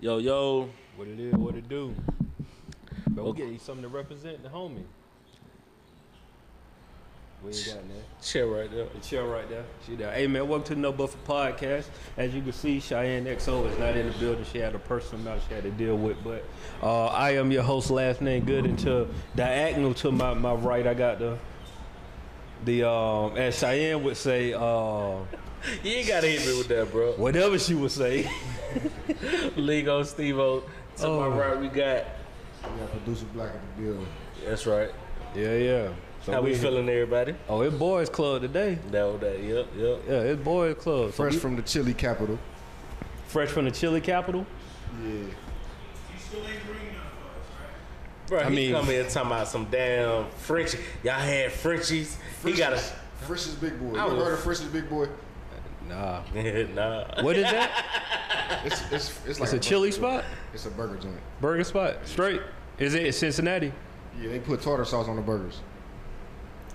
Yo, yo, What it is, what it do. But we getting something to represent the homie. We ain't got nothing. Chill right there. The chill right there. She there. Hey man, welcome to the No Buffer Podcast. As you can see, Cheyenne XO is not in the building. She had a personal matter she had to deal with. But uh, I am your host, last name good. And to diagonal to my, my right, I got the the um as Cheyenne would say, uh, You ain't gotta hit me with that, bro. whatever she would say. Lego, Stevo. To Oh. my right, we got. We got producer Black at the building. That's right. Yeah, yeah. So How we here. feeling, everybody? Oh, it's boys club today. That, that, yep, yep. Yeah, it's boys club. So Fresh we- from the Chili capital. fresh from the Chili Capital. Yeah. Bro, I he mean- come here talking about some damn Frenchie. Y'all had Frenchies. He got a Fresh is big boy. You I ever was- heard of Fresh is big boy? Nah. nah. What is that? It's it's it's like It's a burger chili joint. spot? It's a burger joint. Burger spot? Straight. Is it in Cincinnati? Yeah, they put tartar sauce on the burgers.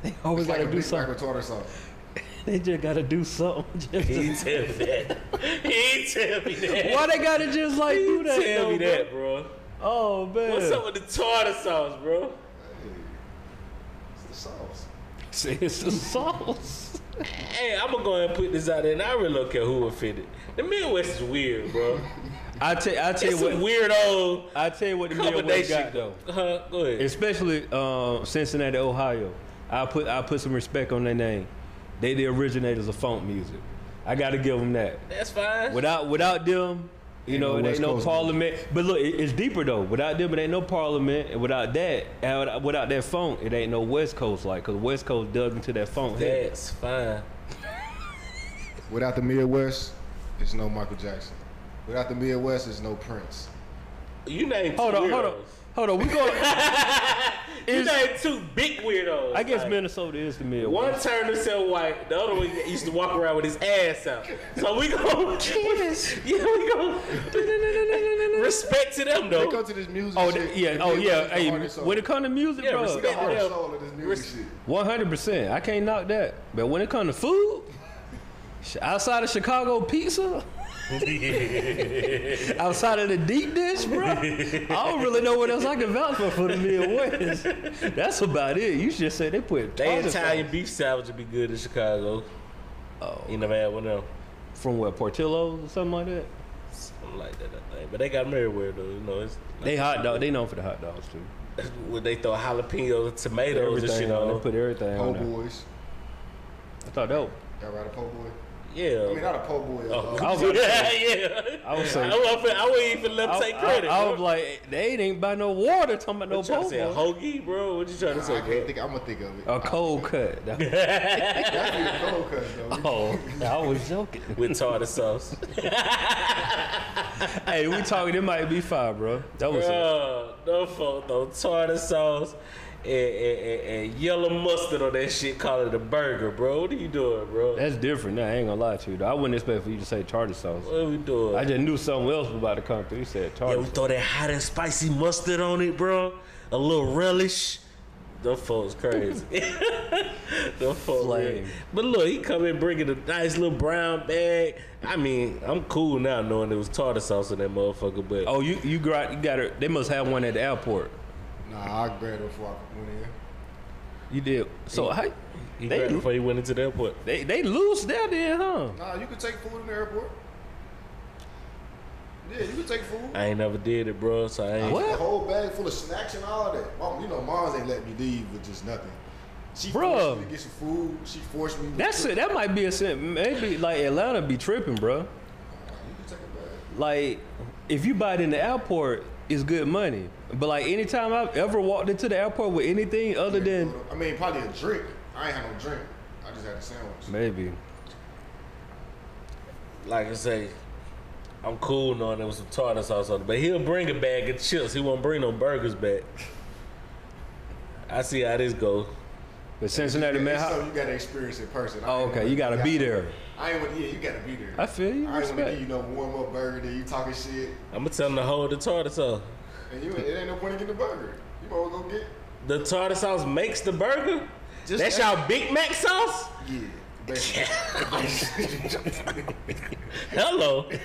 They always It's like gotta a do Big Mac something. with tartar sauce. They just gotta do something. Just He to- ain't tell me that. He ain't tell me that. Why they gotta just like do that? Tell though, me bro? that, bro. Oh man. What's up with the tartar sauce, bro? It's the sauce. It's the sauce. Hey, I'm gonna go ahead and put this out there, and I really don't care who offended. The Midwest is weird, bro. I tell I tell It's you what some weird old I tell you what the Midwest combination. got though. Huh? Go ahead. Especially um, Cincinnati, Ohio. I put I put some respect on their name. They the originators of funk music. I gotta give them that. That's fine. Without without them, you Ain't know, no it ain't West no Coast. parliament. But look, it, it's deeper though. Without them, it ain't no parliament. And without that, and without- without that funk, it ain't no West Coast like. Cause West Coast dug into that funk. head. That's fine. Without the Midwest, it's no Michael Jackson. Without the Midwest, it's no Prince. You name two Hold on, weirdos. hold on, hold on. We going. You Is- name two big weirdos. I guess Like, Minnesota is the Midwest. One turned himself white, the other one used to walk around with his ass out. So we go, yeah, we go. Respect to them They though. go to this music. Oh shit, th- yeah, the oh Midwest yeah. is the Hey, heart and soul. when it comes to music, Yeah, bro, the respect. heart Yeah. and soul of this music Res- shit. one hundred percent. I can't knock that. But when it comes to food, sh- outside of Chicago pizza. Outside of the deep dish, bro, I don't really know what else I can vouch for for the Midwest. That's about it. You should say they put They tartar Italian beef salvage would be good in Chicago. sauce. You never had one of them. Oh, from what Portillo's or something like that. Something like that, I think. But they got them everywhere though. You know, it's They hot dog. They known for the hot dogs too. where they throw jalapeno tomatoes and shit everything on. on They it. put everything Po' on. there. boys. I thought that. Was, Y'all ride a po' boy? Yeah. I mean, not a po' boy. uh, Oh, I was about to yeah, yeah. I was saying- I wouldn't, I wouldn't even let I, them take I- credit. I bro. was like, they ain't even buy no water. Talking about no What you trying to say, a po' boy. hoagie, bro? What you trying to I say, can't bro? think. I'm gonna think of it. A cold cut. That- That's a cold cut though. oh, I was joking. With tartar sauce. hey, we talking. It might be five, bro. That was it. Bro, no folk no tartar sauce and, and, and, and yellow mustard on that shit. Call it a burger, bro. What are you doing, bro? That's different. Nah, I ain't gonna lie to you. Though. I wouldn't expect for you to say tartar sauce. what are we doing? I just knew something else was about to come through. You said yeah, tartar. we sauce. throw that hot and spicy mustard on it, bro. A little relish. Them folks crazy. Them folks. Flame. weird. But look, he come in bringing a nice little brown bag. I mean, I'm cool now knowing it was tartar sauce in that motherfucker, but Oh, you you got you got it. They must have one at the airport. Nah, I grabbed it before I went in. You did. So how, he they- grabbed it before he went into the airport. they they loose there then, huh? Nah, you can take food in the airport. Yeah, you can take food. I ain't never did it, bro, so I ain't. What? A whole bag full of snacks and all that. Mom, you know, mom's ain't let me leave with just nothing. She Bruh. forced me to get some food. She forced me. To That's cook. it. That might be a sin. Maybe like Atlanta be tripping, bro. You can take a bag. Like if you buy it in the airport, it's good money. But like anytime I've ever walked into the airport with anything other than I mean, probably a drink. I ain't had no drink. I just had a sandwich. maybe like I say, I'm cool knowing there was some tartar sauce on it, but he'll bring a bag of chips. He won't bring no burgers back. I see how this go. but Cincinnati man. It's How, something you gotta experience in person. I oh, ain't okay, wanna- you gotta be there. I ain't want. Yeah, you gotta be there. I feel you. I ain't want to Respect. give you no warm up burger. Then you talking shit, I'ma tell him to hold the tartar sauce. and you it ain't no point in getting the burger. You might as well go get. The tartar sauce makes the burger. Just That's that- y'all Big Mac sauce. Yeah. Basically. Hello. All right,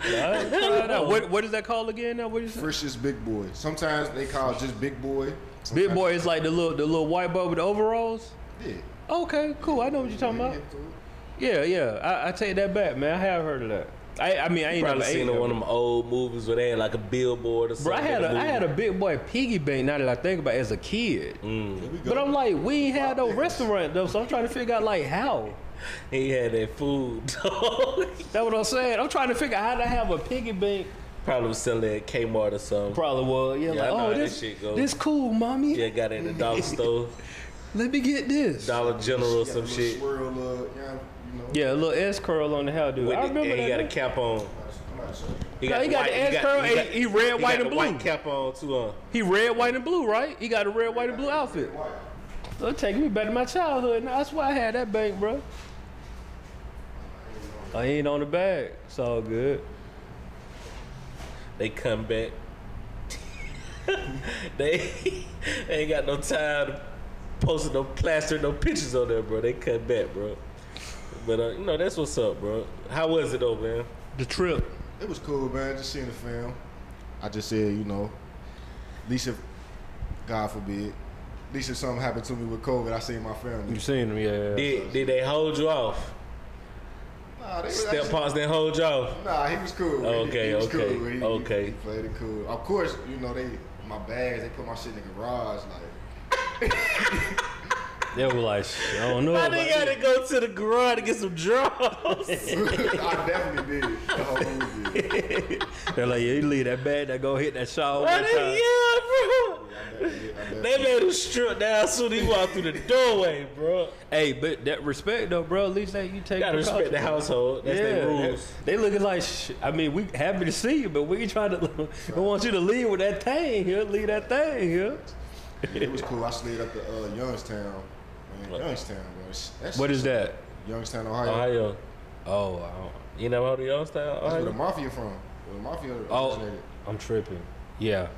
try it out. What, what is that called again? Now, what is it? Frisch is big boy. Sometimes they call it just big boy. Big boy is like the little the little white boy with the overalls. Yeah. Okay, cool. I know what you're talking about. Yeah, yeah. I, I take that back, man. I have heard of that. I, I mean, I ain't never Probably seen ate it in it, one of them old movies where they had like a billboard or something. Bro, I had a Movie. I had a big boy piggy bank. Now that I think about, it, as a kid, Mm. Here we go. but I'm like, we ain't had no restaurant though, so I'm trying to figure out like how. He had that food. dog. That's what I'm saying. I'm trying to figure out how to have a piggy bank. Probably was selling it at Kmart or something. Probably was. Yeah, Yeah, I like know how oh that this shit go. this cool, mommy. Yeah, got it in the dollar store, Let me get this. Dollar General or Got a some little shit. Swirl, uh, yeah, you know. Yeah, a little S curl on the hairdo. With I the- remember and he that. got a name. cap on. I'm not sure. No, he got the ass curl and he- he red, he white, got and the blue. White cap on too, huh? he red, white, and blue, right? He got a red, white, and blue outfit. That's taking me back to my childhood. Now, that's why I had that bank, bro. I ain't on the bag. It's all good. They come back. they, they ain't got no time to post no plaster, no pictures on there, bro. They cut back, bro. But uh, you know that's what's up, bro. How was it though, man? The trip. It was cool, man. Just seeing the film. I just said, you know, at least if, God forbid, at least if something happened to me with COVID, I seen my family. You seen him, yeah. Did did they hold you off? Nah, they was Step actually- pops didn't hold you off. Nah, he was cool. man. Okay, he was okay, cool. He, okay. He played it cool. Of course, you know they my bags. They put my shit in the garage. Like They were like, "Shit, I don't know. I About did gotta this. go to the garage to get some drugs. I definitely did the whole movie. did. They're like, yeah, you leave that bag that go hit that shower. I one time. did, yeah, I bro. definitely did. I definitely They made him strip down soon as he walked through the doorway, bro. Hey, but that respect though, bro. At least that you take. You gotta respect the precautions. household. That's their they- rules. They looking like, sh- I mean, we happy to see you, but we ain't trying to. we want you to leave with that thing here. Leave that thing here. It was cool. I slid up to uh, Youngstown. Man, Youngstown, bro. That's- That's What is that? Youngstown, Ohio. Ohio. Oh, I don't, You never heard of Youngstown, That's where the Ohio? mafia from. Where the mafia oh, originated. I'm tripping. Yeah,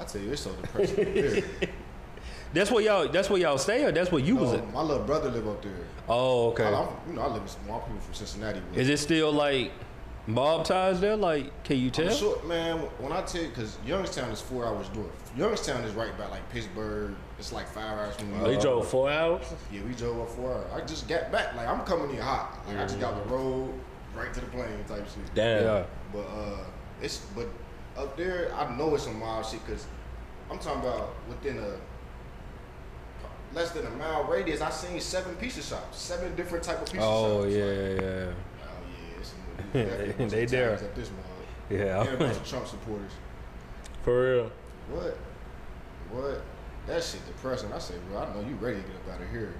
I tell you, it's so depressing. up there. that's what y'all. That's what y'all stay. Or that's what you was at. Um, my little brother live up there. Oh, okay. I, am you know, I live with small people from Cincinnati. but- Is it still like mob ties there? Like, can you I'm tell? sure, man, when I tell you, because Youngstown is four hours north. Youngstown is right by like Pittsburgh. It's like five hours from New Oh, you York. drove four hours? Yeah, we drove up four hours. I just got back. Like, I'm coming in hot. Like, I just Mm-hmm. got the road right to the plane type shit. Damn. Yeah. But uh, it's but up there, I know it's some wild shit because I'm talking about within a less than a mile radius. I seen seven pizza shops, seven different type of pizza Oh shops. yeah, Like, yeah, yeah. oh yeah, it's we definitely They- some they there. Oh. Italians At this moment, Yeah. and a bunch of Trump supporters. For real. What? What? That shit depressing. I say, bro, I know you ready to get up out of here.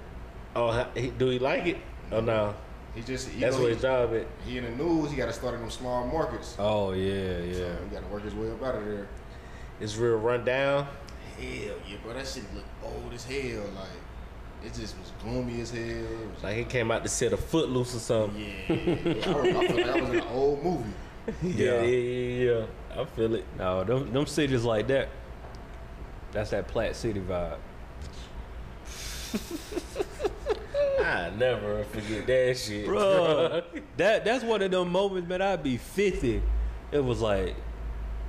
Oh, ha- he- do he like it? Oh, no. He just he, That's know, what his job is. he, he in the news. He got to start in them small markets. Oh yeah, yeah. So he got to work his way up out of there. It's real rundown. Hell yeah, bro. That shit look old as hell. Like it just was gloomy as hell. It was like, Like he came out to set a foot loose or something. yeah, I, was- I felt like I was in an old movie. Yeah, yeah, yeah. yeah. I feel it. No, them them cities like that. That's that Platte City vibe. I never forget that shit. bro. that that's one of them moments, man. I'd be fifty. It was like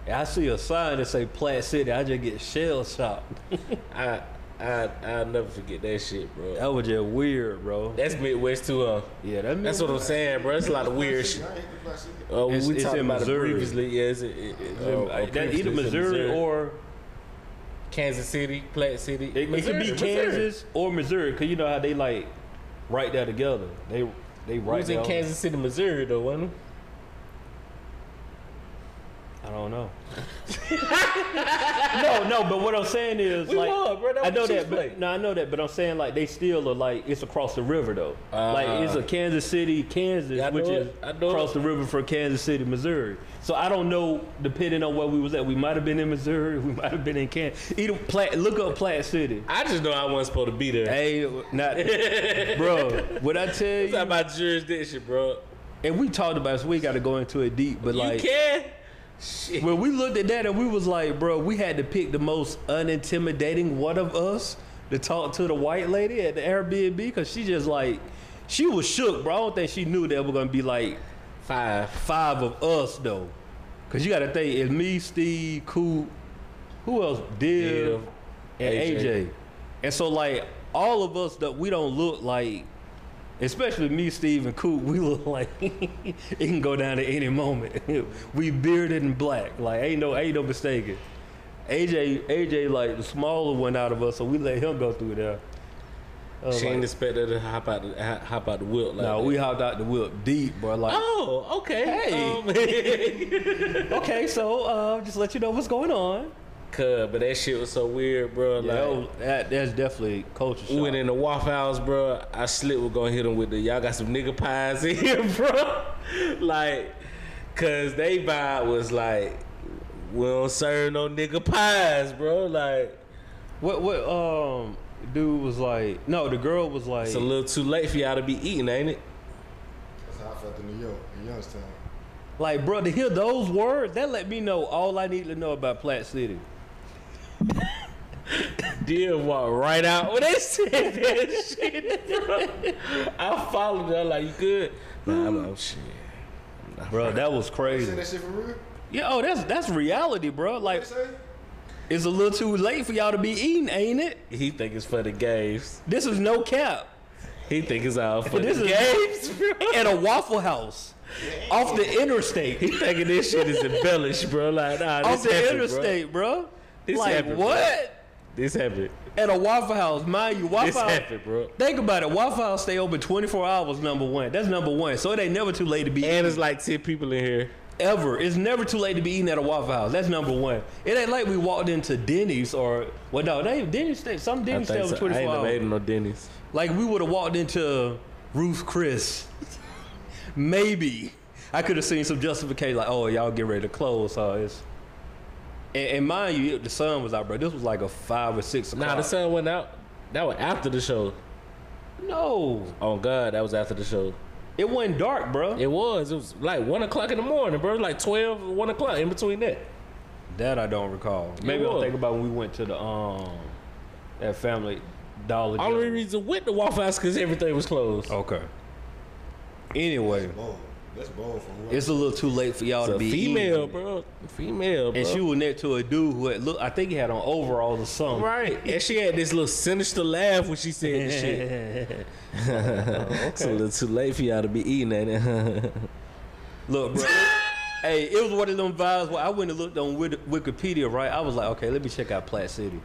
I see a sign that say Platt City. I just get shell shocked. I, I, I'll never forget that shit, bro. That was just weird, bro. That's Midwest too, huh? Yeah, that That's what I'm saying, bro. It's a lot of weird shit. I ain't the black city. Uh, It's- we it's talked in about Missouri. it previously. Yeah, it's, it, it, it- Oh, uh, that previously either it's in Missouri, or Kansas City, Platte City. it, it could be Kansas or Missouri, cause you know how they like right there together. They We they right was there in on- Kansas City, Missouri, though, wasn't it? I don't know. no, no, but what I'm saying is We like won, bro. That I was know the that, Chiefs play. but no, I know that, but I'm saying like they still are like it's across the river though. like it's a Kansas City, Uh-huh. Kansas, Yeah, I know which it. is I know across it. the river from Kansas City, Missouri. So I don't know, depending on where we was at, we might have been in Missouri, we might have been in Kansas. Either Platt, look up Platt City. I just know I wasn't supposed to be there. Hey, not bro. What I tell It's not you, my jurisdiction, bro. and we talked about, it, so we got to go into it deep. But like, you can. Shit. When we looked at that and we was like, bro, we had to pick the most unintimidating one of us to talk to the white lady at the Airbnb because she just like she was shook, bro. I don't think she knew there were gonna be like Five. five of us though, because you gotta think it's me, Steve, Coop, who else, Div, Div, and AJ. AJ. and so like all of us that we don't look like. Especially me, Steve, and Coop, we look like it can go down at any moment. we bearded and black, like ain't no ain't no mistaking. AJ, AJ, like the smaller one out of us, so we let him go through there. Uh, She like- ain't expected to hop out the, ho- hop out the wheel like no, that. we hopped out the whip deep, bro. Like, Oh, okay. Um, Oh, okay, so uh, just let you know what's going on. Cuz, but that shit was so weird, bro. Yeah, like, that was- that, that's definitely culture we shock. went in the Waffle House, bro. I slipped was gonna hit them with the y'all got some nigga pies in here, bro. like, cause they vibe was like, we don't serve no nigga pies, bro. Like, What what um dude was like? No, the girl was like. it's a little too late for y'all to be eating, ain't it? That's how I felt in New York, in Youngstown. Like, bro, to hear those words, that let me know all I need to know about Platt City. Dear walk right out Oh, when they said that shit, bro. I followed her like, you good? Nah, I'm like, oh, shit. Bro, that was You said crazy. that shit for real? Yeah, oh, that's that's reality, bro. Like, You say? it's a little too late for y'all to be eating, ain't it? He think it's for the games. This is no cap. He think it's all for This the is games, bro. At a Waffle House off the interstate. He thinking this shit is embellished, bro. Like, nah, this off the happened, interstate, bro. This like happened, bro. what? Bro. This happened. At a Waffle House, mind you, Waffle This House. happened, bro. Think about it. Waffle House stay open 24 hours. Number one, that's number one. So it ain't never too late to be And it's like ten people in here. ever. It's never too late to be eating at a Waffle House. That's number one. It ain't like we walked into Denny's or well, no, they Denny's stay some I, Denny's stay think open so. I 24 ain't never hours. ate no Denny's. Like we would have walked into Ruth Chris. Maybe. I could have seen some justification like, oh, y'all get ready to close, so it's and, and mind you, the sun was out, bro. This was like a five or six o'clock. Nah, the sun went out. That was after the show. no, Oh God, that was after the show. it wasn't dark, bro. It was. It was like one o'clock in the morning, bro. Like 12, 1 o'clock in between that. that I don't recall. Maybe I'll was. think about when we went to the um that family Dollar Only General. reason with the Waffle House because everything was closed. Okay. Anyway, Bold. That's bold for whoever. it's a little too late for y'all It's to a be female, eating. bro. Female, bro. And she was next to a dude who had look. I think he had on overalls or something. right. And she had this little sinister laugh when she said this shit. It's a little too late for y'all to be eating that. Look, bro. hey, it was one of them vibes where I went and looked on Wid- Wikipedia, right? I was like, okay, let me check out Platt City.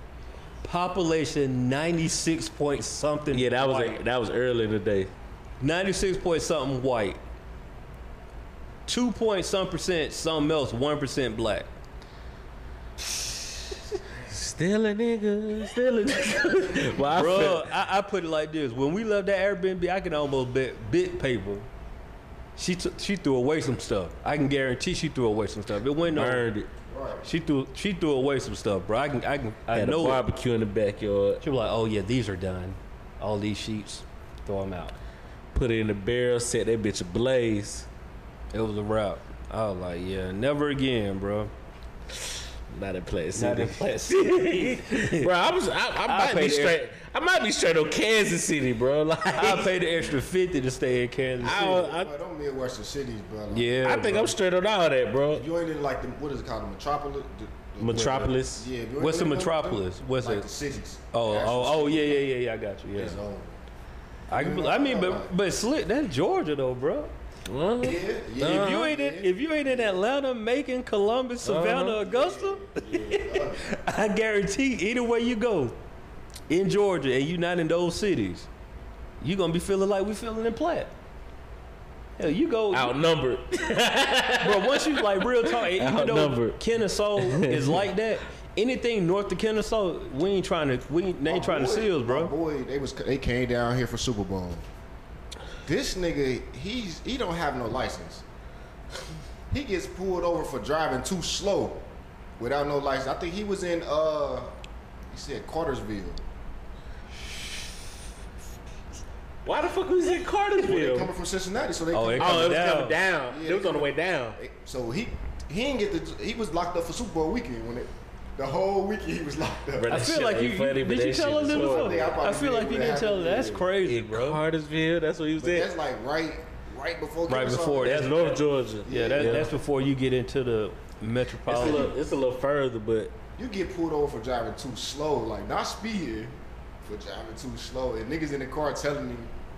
Population 96 point something. yeah, that was white. that was early in the day. 96 point something white. 2 point some percent something else, 1% black. Still a nigga, still a nigga. well, I Bro, felt- I, I put it like this: when we left that Airbnb, I can almost bet bit paper. She t- she threw away some stuff. I can guarantee she threw away some stuff. It went no. burned it. Right. She threw she threw away some stuff, bro. I can I can I Had a know. it. barbecue in the backyard. She was like, "Oh yeah, these are done. All these sheets, throw them out." Put it in the barrel, set that bitch ablaze. It was a wrap. I was like, "Yeah, never again, bro." Not in Plant Not City. in Plant City. bro, I was I, I might pay be the- straight. I might be straight on Kansas City, bro. Like I I, paid the extra fifty to stay in Kansas City. I, Bro, don't Midwestern cities, bro. Like, uh, yeah, I think bro. I'm straight on all that, bro. You ain't in like the what is it called, the metropolis? The, the, Metropolis. Yeah. if you ain't What's the in them- metropolis? What's like it? the cities. Oh, The actual oh, oh, cities. yeah, yeah, yeah, yeah. I got you. Yeah, It's old. I, can- I mean, but but slick. That's Georgia though, bro. Well, Yeah. yeah. If you ain't in, if you ain't in Atlanta, Macon, Columbus, Savannah, Uh-huh. Uh-huh. Augusta, I guarantee either way you go in Georgia and you not in those cities, you gonna be feeling like we feeling in Platt. Hell, you go, outnumbered. bro. Once you like real talk, and even though Outnumbered. Kennesaw is like that, anything north of Kennesaw, we ain't trying to, we ain't, they ain't My trying to Oh, boy- see us, my bro. Boy, they was they came down here for Super Bowl. This nigga, he's he don't have no license. He gets pulled over for driving too slow, without no license. I think he was in uh, he said Cartersville. Why the fuck was it in They Cartersville? coming from Cincinnati, so they. Oh, come- they Oh, it was Coming coming down. Yeah, it was on the way down. So he he didn't get the he was locked up for Super Bowl weekend when it The whole weekend he was locked up. Bro, I that feel shit like ain't you, funny, you but did that you tell shit us is that horrible. before? Yeah, I probably I feel did like you what didn't tell us. happened to That's you. crazy, In bro. Cartersville, that's what he was But at. that's like right, right before. Right Kennesaw. before That's that's- North Georgia. Yeah, that, Yeah. that's before you get into the It's a metropolitan. little, it's a little further, but You get pulled over for driving too slow, like not speeding, for driving too slow, and niggas in the car telling me,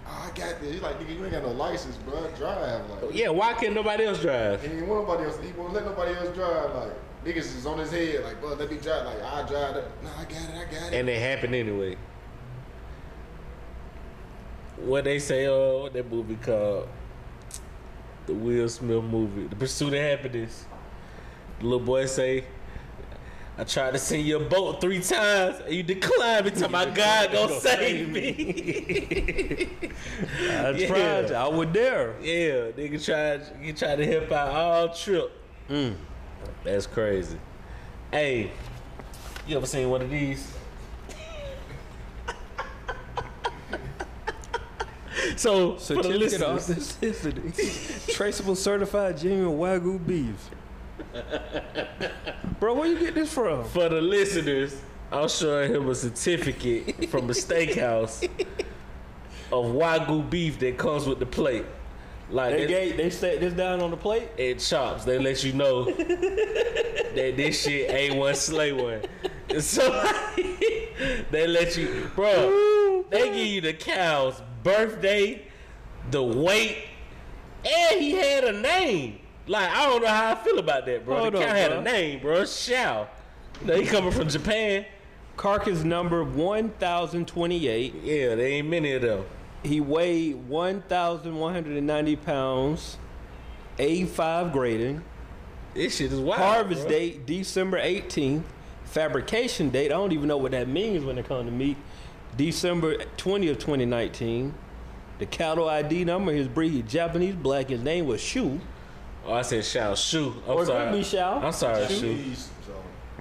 oh, "I got this." He's like, "Nigga, you ain't got no license, bro. Drive." Like, yeah, why can't nobody else drive? He didn't want nobody else. He won't let nobody else drive. Like niggas is on his head. Like, bro, let me drive. Like, I drive. That. No, I got it. I got it. And it happened anyway. What they say, uh, what that movie called? The Will Smith movie, The Pursuit of Happiness. The little boy say, I tried to send you a boat three times and you declined me. Tell my God gonna save me. I Yeah. tried. I was there. yeah, nigga tried, you tried to help out all trip. Mm. That's crazy. Hey, you ever seen one of these? so, for the Certificate of listeners, authenticity. Traceable certified genuine Wagyu beef. Bro, where you get this from? for the listeners, I'm showing him a certificate from a steakhouse of wagyu beef that comes with the plate. Like They it, gave, they set this down on the plate. it chops. They let you know that this shit ain't one slay one. So they let you, bro. They give you the cow's birthday, the weight, and he had a name. Like I don't know how I feel about that, bro. Hold the up, cow had bro. a name, bro. Shao. Now he coming from Japan. Carcass number 1028. Yeah, there ain't many of them. He weighed 1,190 pounds. A5 grading. This shit is wild. Harvest bro. date December 18th. Fabrication date I don't even know what that means when it comes to meat. December 20th, 2019. The cattle ID number, his breed Japanese black. His name was Shu. Oh, I said Shao Shu. I'm Or it could sorry. be Shao. I'm sorry, Shu. Jeez, so,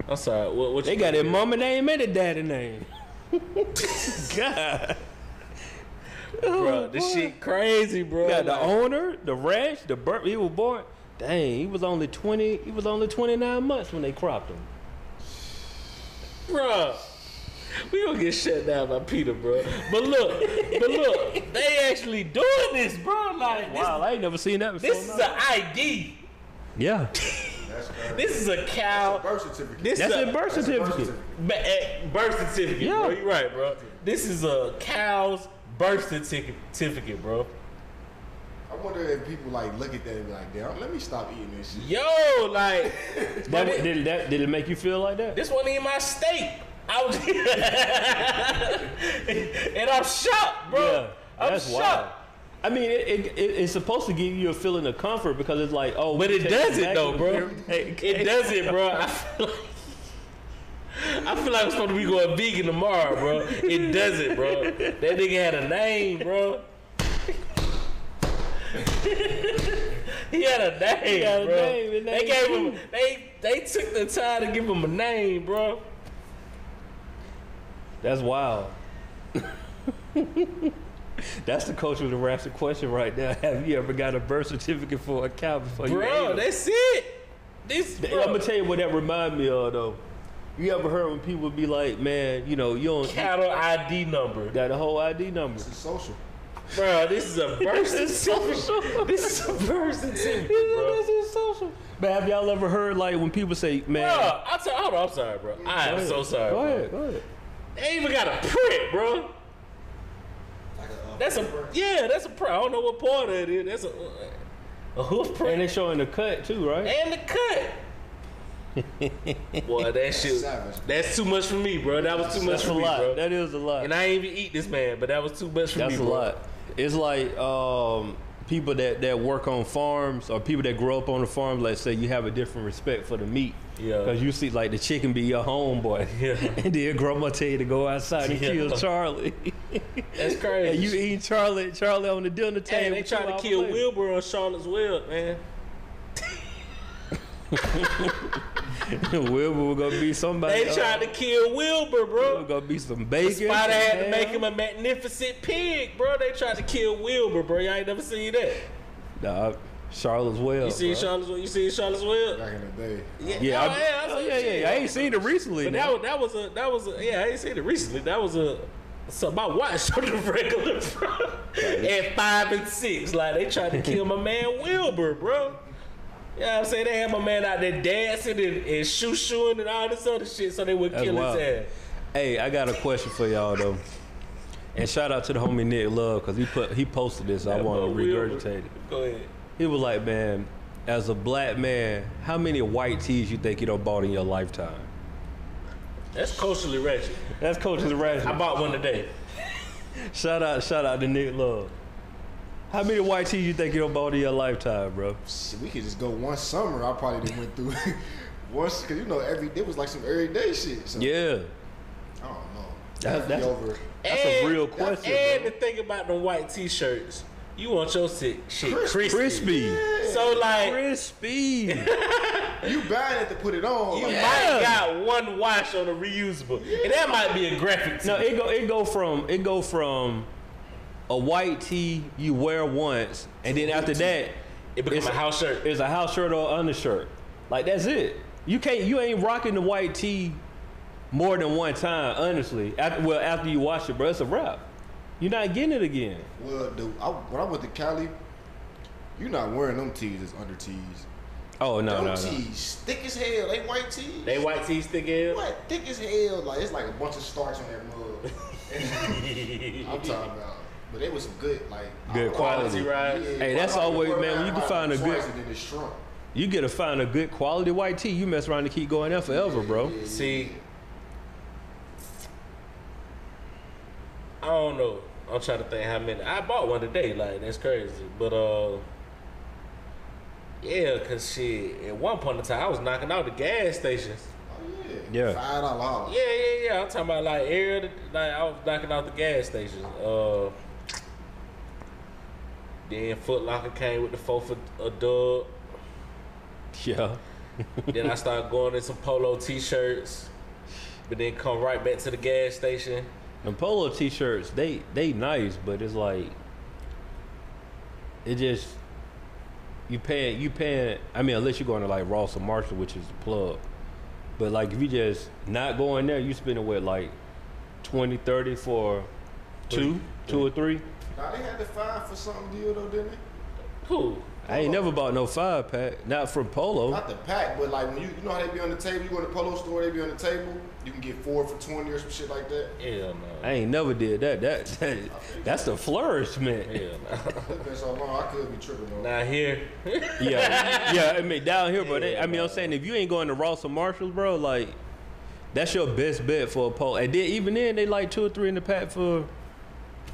I'm sorry. What, what They you got their mama name and their daddy name. God, bro. This shit crazy, bro. you got the Like, owner, the ranch, the birth. He was born. Dang, he was only 20. He was only 29 months when they cropped him. Bruh. We gonna get shut down by Peter, bro. But look, but look, they actually doing this, bro. Like this, Wow, I ain't never seen that before. this is no. an ID. yeah, that's crazy. This is a That's a cow. birth certificate. This that's is a birth That's a certificate. ba- eh, birth certificate, Yeah. bro. You right, bro. This is a cow's birth certificate, certificate, bro. I wonder if people like look at that and be like, damn, let me stop eating this shit. Yo, like That, it- did, that, did it make you feel like that? this wasn't even my steak. I was, and I'm shocked, bro. I'm that's shocked. wild. I mean, it, it, it, it's supposed to give you a feeling of comfort because it's like, oh, But we it take doesn't back though, to bro. the- It doesn't, bro. I feel like I feel like I'm supposed to be going vegan tomorrow, bro. It doesn't, bro. That nigga had a name, bro. he had a name, had a bro. name, his they name gave Shu. him they they took the time to give him a name, bro. That's wild. That's the culture of the rapture question right there. Have you ever got a birth certificate for a cow before you Bro, ate it? that's it. This I'm bro, gonna tell you what that remind me of though. You ever heard when people be like, man, you know, you don't you cattle ID number. got a whole ID number. It's social. Bro, this is a birth It's social. certificate. This is a birth certificate, bro. This is social. But have y'all ever heard like when people say, man, Bro, I tell, hold on, I'm sorry, bro. I Go am ahead. so sorry. Go bro. ahead, go ahead. They ain't even got a print, bro. Like a, uh, That's a yeah, that's a print. I don't know what part of it is. That's a a hoof And print they showing the cut too, right? and the cut. Boy, that shit. Savage. That's too much for me, bro. That was too much That's for a me, lot. bro. That is a lot. And I ain't even eat this man, but that was too much for That's me, a bro. lot. It's like um, people that, that work on farms or people that grow up on the farm. Let's say you have a different respect for the meat. Yeah. Because you see, like the chicken be your homeboy. Yeah. and then grandma tell you to go outside and Yeah. kill Charlie. That's crazy. and you eating Charlie, Charlie on the dinner table. Hey, they two tried to hours kill later. Wilbur on Charlotte's Web, man. Wilbur was gonna be somebody. They tried to kill Wilbur, bro. was gonna be some bacon. Spider some had to make ham. him a magnificent pig, bro. They tried to kill Wilbur, bro. Y'all ain't never seen that. Nah, Charlotte's Web. You seen Oh, bro. Charlotte's Web? You seen Charlotte's Web? Back in the day. Yeah, oh, I- yeah, I oh, seen yeah, shit. yeah. I ain't seen it recently. But now. that was that was a that was a yeah, I ain't seen it recently. That was a something I watched on the regular, bro. At five and six, like they tried to kill my man Wilbur, bro. Yeah, I'm saying they had my man out there dancing and, and shoo shooing and all this other shit, so they would That's kill wild. his ass. Hey, I got a question for y'all though. And shout out to the homie Nick Love because he put he posted this. I That want to boy Wilbur. regurgitate it. Go ahead. He was like, man, as a black man, how many white tees you think you done bought in your lifetime? That's culturally ratchet. That's Coach's I rational. bought one today. Shout out, shout out to Nick Love. How many white tees you think you done bought in your lifetime, bro? Shit, we could just go one summer. I probably did went through once because you know every day was like some everyday shit. So Yeah, I don't know. That's- That'd be that's- over. that's a And- real question, And the thing about them white t-shirts, you want your shit shit crispy. crispy, So like crispy. You buying it to put it on. You like, Yeah. might got one wash on a reusable, and that might be a graphic. No, No, it go it go from it go from a white tee you wear once, and then after that, it becomes a it's- house shirt. it's a house shirt or undershirt. Like that's it. You can't you ain't rocking the white tee more than one time. Honestly, after, well after you wash it, bro, it's a wrap. You're not getting it again. well, dude, I, when I went to Cali, you not wearing them tees as under tees. Oh no them no no. tees thick as hell. They white tees. They white tees thick as. What thick as hell? Like it's like a bunch of starch on that mug. I'm talking about. But it was some good, like Good I- quality. Right. Hey, that's I always- wore man, mine you can like find a good- twice and then it shrunk. You get to find a good quality white tee. You mess around and keep going there forever, bro. See, I don't know. I'm trying to think how many. I bought one today. Like that's crazy, but uh. Yeah, cause shit. At one point in time, I was knocking out the gas stations. Oh, yeah. Yeah. Five dollar holler. Yeah, yeah, yeah. I'm talking about like air. Like I was knocking out the gas stations. Uh, then Foot Locker came with the four for a dub. Yeah. then I started going in some polo t-shirts, but then come right back to the gas station. And polo t-shirts, they they nice, but it's like it just you paying you paying. I mean, unless you're going to like Ross or Marshall, which is the plug. But like if you just not going there, you spending what like 20, 30 for two, two or three. Now they had to find for something deal though, didn't they? Cool. I ain't never bought no five pack, not from polo. Not the pack, but like when you you know how they be on the table. You go to the polo store, they be on the table. You can get four for twenty or some shit like that. Hell no. I ain't never did that. That, that that's the flourishment. Hell no. It's been so long, oh, I could be tripping on. Not here. Yeah, yeah. I mean, down here, bro. They, I mean, I'm saying if you ain't going to Ross or Marshalls, bro, like that's your best bet for a poll. And then even then, they like two or three in the pack for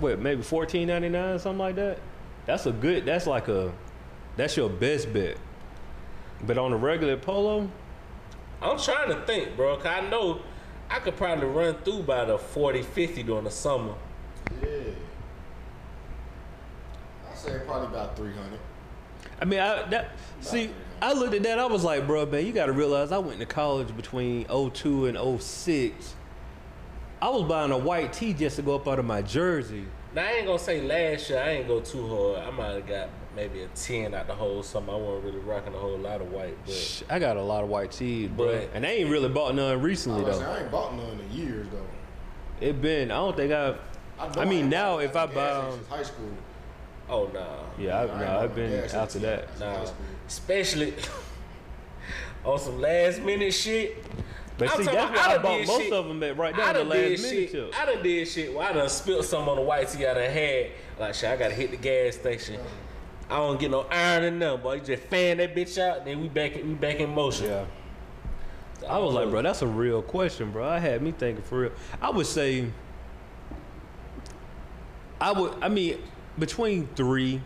what, maybe fourteen ninety nine, something like that. That's a good. That's like a. That's your best bet. But on a regular polo, I'm trying to think, bro. Cause I know I could probably run through by the 40, 50 during the summer. Yeah. I say probably about three hundred. I mean, I that see, I looked at that. I was like, bro, man, you got to realize I went to college between 02 and 06. I was buying a white tee just to go up out of my jersey. Now I ain't gonna say last year I ain't go too hard. I might have got maybe a ten out the whole summer. I wasn't really rocking a whole lot of white, but Sh- I got a lot of white tees, bro, But- and I ain't really bought none recently Oh, I, though. I ain't bought none in years though. It been I don't think I. know I mean, ain't now bought if none I at the gas buy- stations, high school. oh nah. Yeah, I, I ain't nah, I've bought been no gas after since that. I was in high Nah, school. especially on some last minute shit. But I'm see, talking that's about I where I done bought did most shit. of them at right I there the done last did shit. minute tip. I done did shit. Well, I done spilt some on the white tee I done had. Like shit, I gotta hit the gas station. I don't get no iron in them, boy. You just fan that bitch out, then we back we back in motion. Yeah. I was like, bro, that's a real question, bro. I had me thinking for real. I would say, I would. I mean, between three,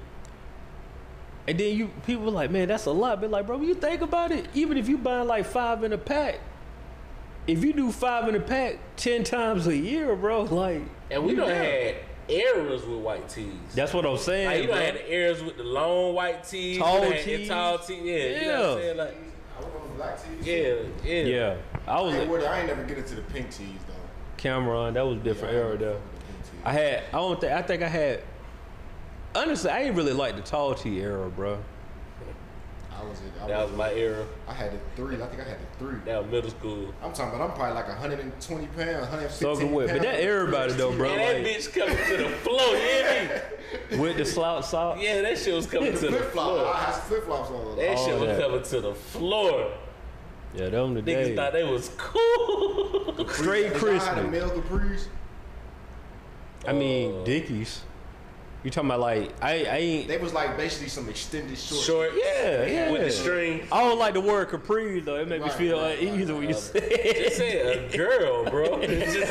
and then you people were like, man, that's a lot. But like, bro, when you think about it, even if you buying like five in a pack, if you do five in a pack ten times a year, bro, like, And we you done down. had eras with white tees. That's what I'm saying. Like, you bro. done had the eras with the long white tees, you Tall done had the tees. tall tees. Yeah, you know what I'm Yeah. saying? Like, I was on the black tees. yeah, yeah. yeah, I I was ain't, at worried- I ain't never get into the pink tees though. Cameron. That was a different Yeah, I era, ain't though. fucking with the pink I tees. had. I don't think. I think I had. Honestly, I ain't really like the tall tee era, bro. I was in. I, That was my era. I had a three. I think I had a three. That was middle school. I'm talking about. I'm probably like 120 pounds, 115 Soaking wet. But pounds. that everybody though, bro. And that Like, bitch coming to the floor, you hear with the slouch sock. me? Yeah, that shit was coming to the flip floor. flop. I had flip flops on. That All shit was that. coming to the floor. Yeah, them the Niggas thought days. they was cool. Straight If I had a Christmas. male capris. I uh, mean, Dickies. You talking about like I I ain't. They was like basically some extended shorts. Short Yeah, yeah. with the string. I don't like the word capri though. It make me Right, feel right, uneasy right, when you say it. Just say a girl, bro. Just, let's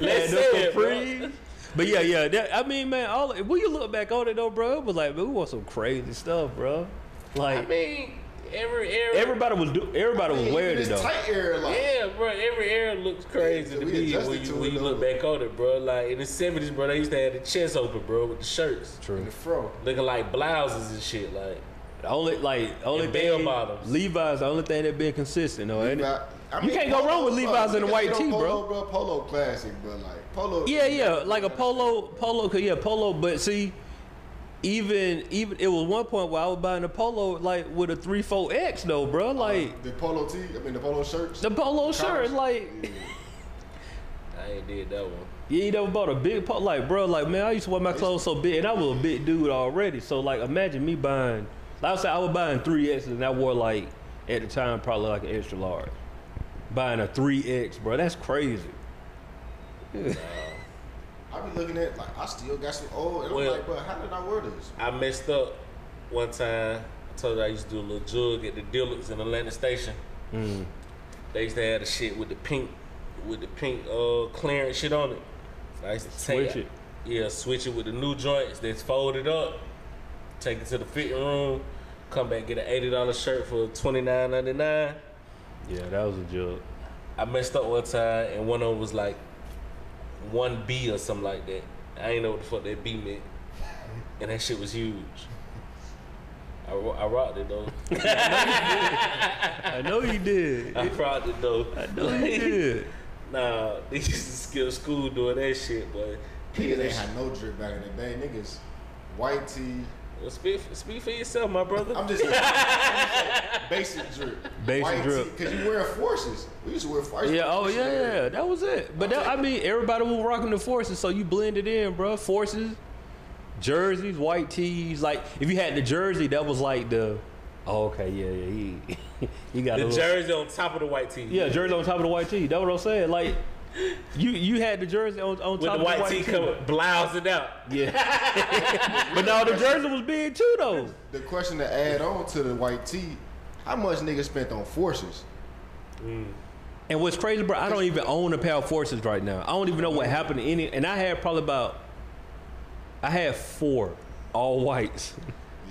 Let's say it, bro. capri. But yeah, yeah. That, I mean, man, all when you look back on it though, bro, it was like, man, we want some crazy stuff, bro. I Like mean, every era. everybody was do, everybody was Even wearing it this though. tight era, like yeah, bro. Every era looks crazy Yeah, to we me when you, adjusted to when it, you look though. back on it, bro. Like in the seventies, bro, they used to have the chest open, bro, with the shirts, in the fro. looking like blouses and shit. Like The only like the only And bell thing bottoms. Levi's the only thing that been consistent though. ain't it? Levi- I You can't go wrong with polo, Levi's and bro. a Niggas white know tee, bro. Polo, bro. Polo classic, but like polo. Yeah, yeah, like a polo, polo, 'cause yeah, polo. But see, even even it was one point where I was buying a polo like with a three four X though, bro. Like uh, The polo tee. I mean the polo shirts. the polo shirt, Collars. like Yeah. I ain't did that one. yeah, you never bought a big polo, like bro, like man, I used to wear my clothes so big, and I was a big dude already. So like, imagine me buying, like I said, I was buying three X's, and I wore like at the time probably like an extra large, buying a three X, bro. That's crazy. I be looking at like I still got some old. And Well- I'm like, bro, how did I wear this? I messed up one time. I told you I used to do a little jug at the Dillard's in Atlanta Station. Mm. They used to have the shit with the pink, with the pink uh clearance shit on it. So I used to take Switch it. Yeah, switch it with the new joints that's folded up. Take it to the fitting room. Come back get an eighty dollar shirt for twenty nine ninety nine. Yeah, that was a joke. I messed up one time and one of them was like one B or something like that. I ain't know what the fuck that B meant. And that shit was huge. I, ro- I rocked it though. I know you did. I rocked it though. No, you did. nah, they used to skip school doing that shit, but Niggas ain't had no drip back in the day. Niggas, white tee. Well, speak, speak for yourself, my brother. I'm just, I'm just like, basic drip. Basic white drip. Because you wearing forces. We used to wear forces. Yeah, oh yeah, yeah, that was it. But that, I mean, everybody was rocking the forces, so you blended in, bro. Forces, jerseys, white tees. Like if you had the jersey, that was like the. Oh, okay, yeah, yeah, he, he got a the little, jersey on top of the white tee. yeah, jersey on top of the white tee. That's what I'm saying. Like you, you had the jersey on, on With top the white, of the tee white tee. coming, blousing out. Yeah, but no, the jersey was big too, though. The question to add on to the white tee, how much niggas spent on forces? And what's crazy, bro, I don't even own a pair of forces right now. I don't even know what happened to any. And I had probably about, I had four all whites.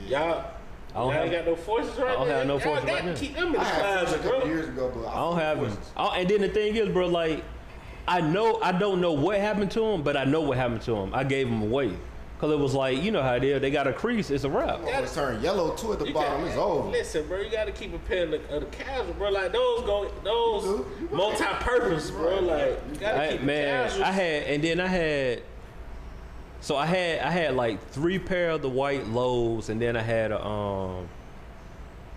Y'all, I don't y'all ain't have- got no forces right I don't now. have no Y'all forces got right to now. Keep them in the I had closet, forces a bro. couple years ago, but I, I don't fuck have him. forces. I don't- and then the thing is, bro, like I know I don't know what happened to him, but I know what happened to him. I gave him away because it was like you know how it is. They got a crease, it's a wrap. Oh, it's turned yellow too at the You bottom. got- It's over. Listen, bro, you got to keep a pair of the, of the casual, bro. Like those go, You those do. You right. multi-purpose, bro. Like you got to I, keep man, the casual. I had and then I had. So I had I had like three pair of the white lows, and then I had a um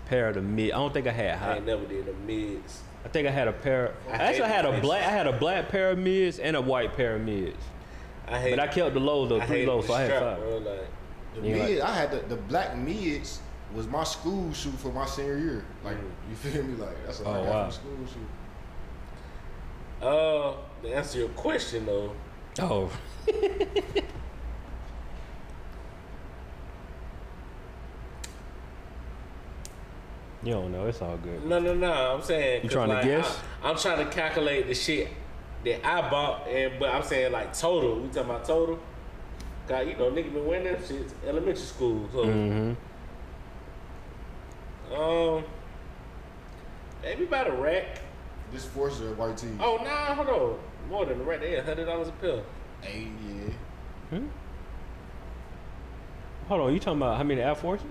pair of the mid. I don't think I had I high. ain't never did the mids. I think I had a pair. I I actually hate had a these. black. I had a black pair of mids and a white pair of mids. I hate. But I kept the low though, I three hated lows, the so I had strap, five. Bro, like, The Yeah, like- mid, I had the, the black mids was my school shoe for my senior year. Like you feel me? Like that's what Oh, I got wow. from school shoe. uh, to answer your question though, Oh, you don't know. It's all good. no, no, no. I'm saying You 'cause, tryna like, guess? I, am trying to calculate the shit that I bought, and but I'm saying like total. We talking about total. God, you know, nigga been wearing that shit elementary school. So, Mm-hmm. Mm. um, maybe about a rack. This forces a white tee. Oh nah, hold on. More than right there, hundred dollars a pill. Hey, yeah. Hold on. You talking about how many Air Forces?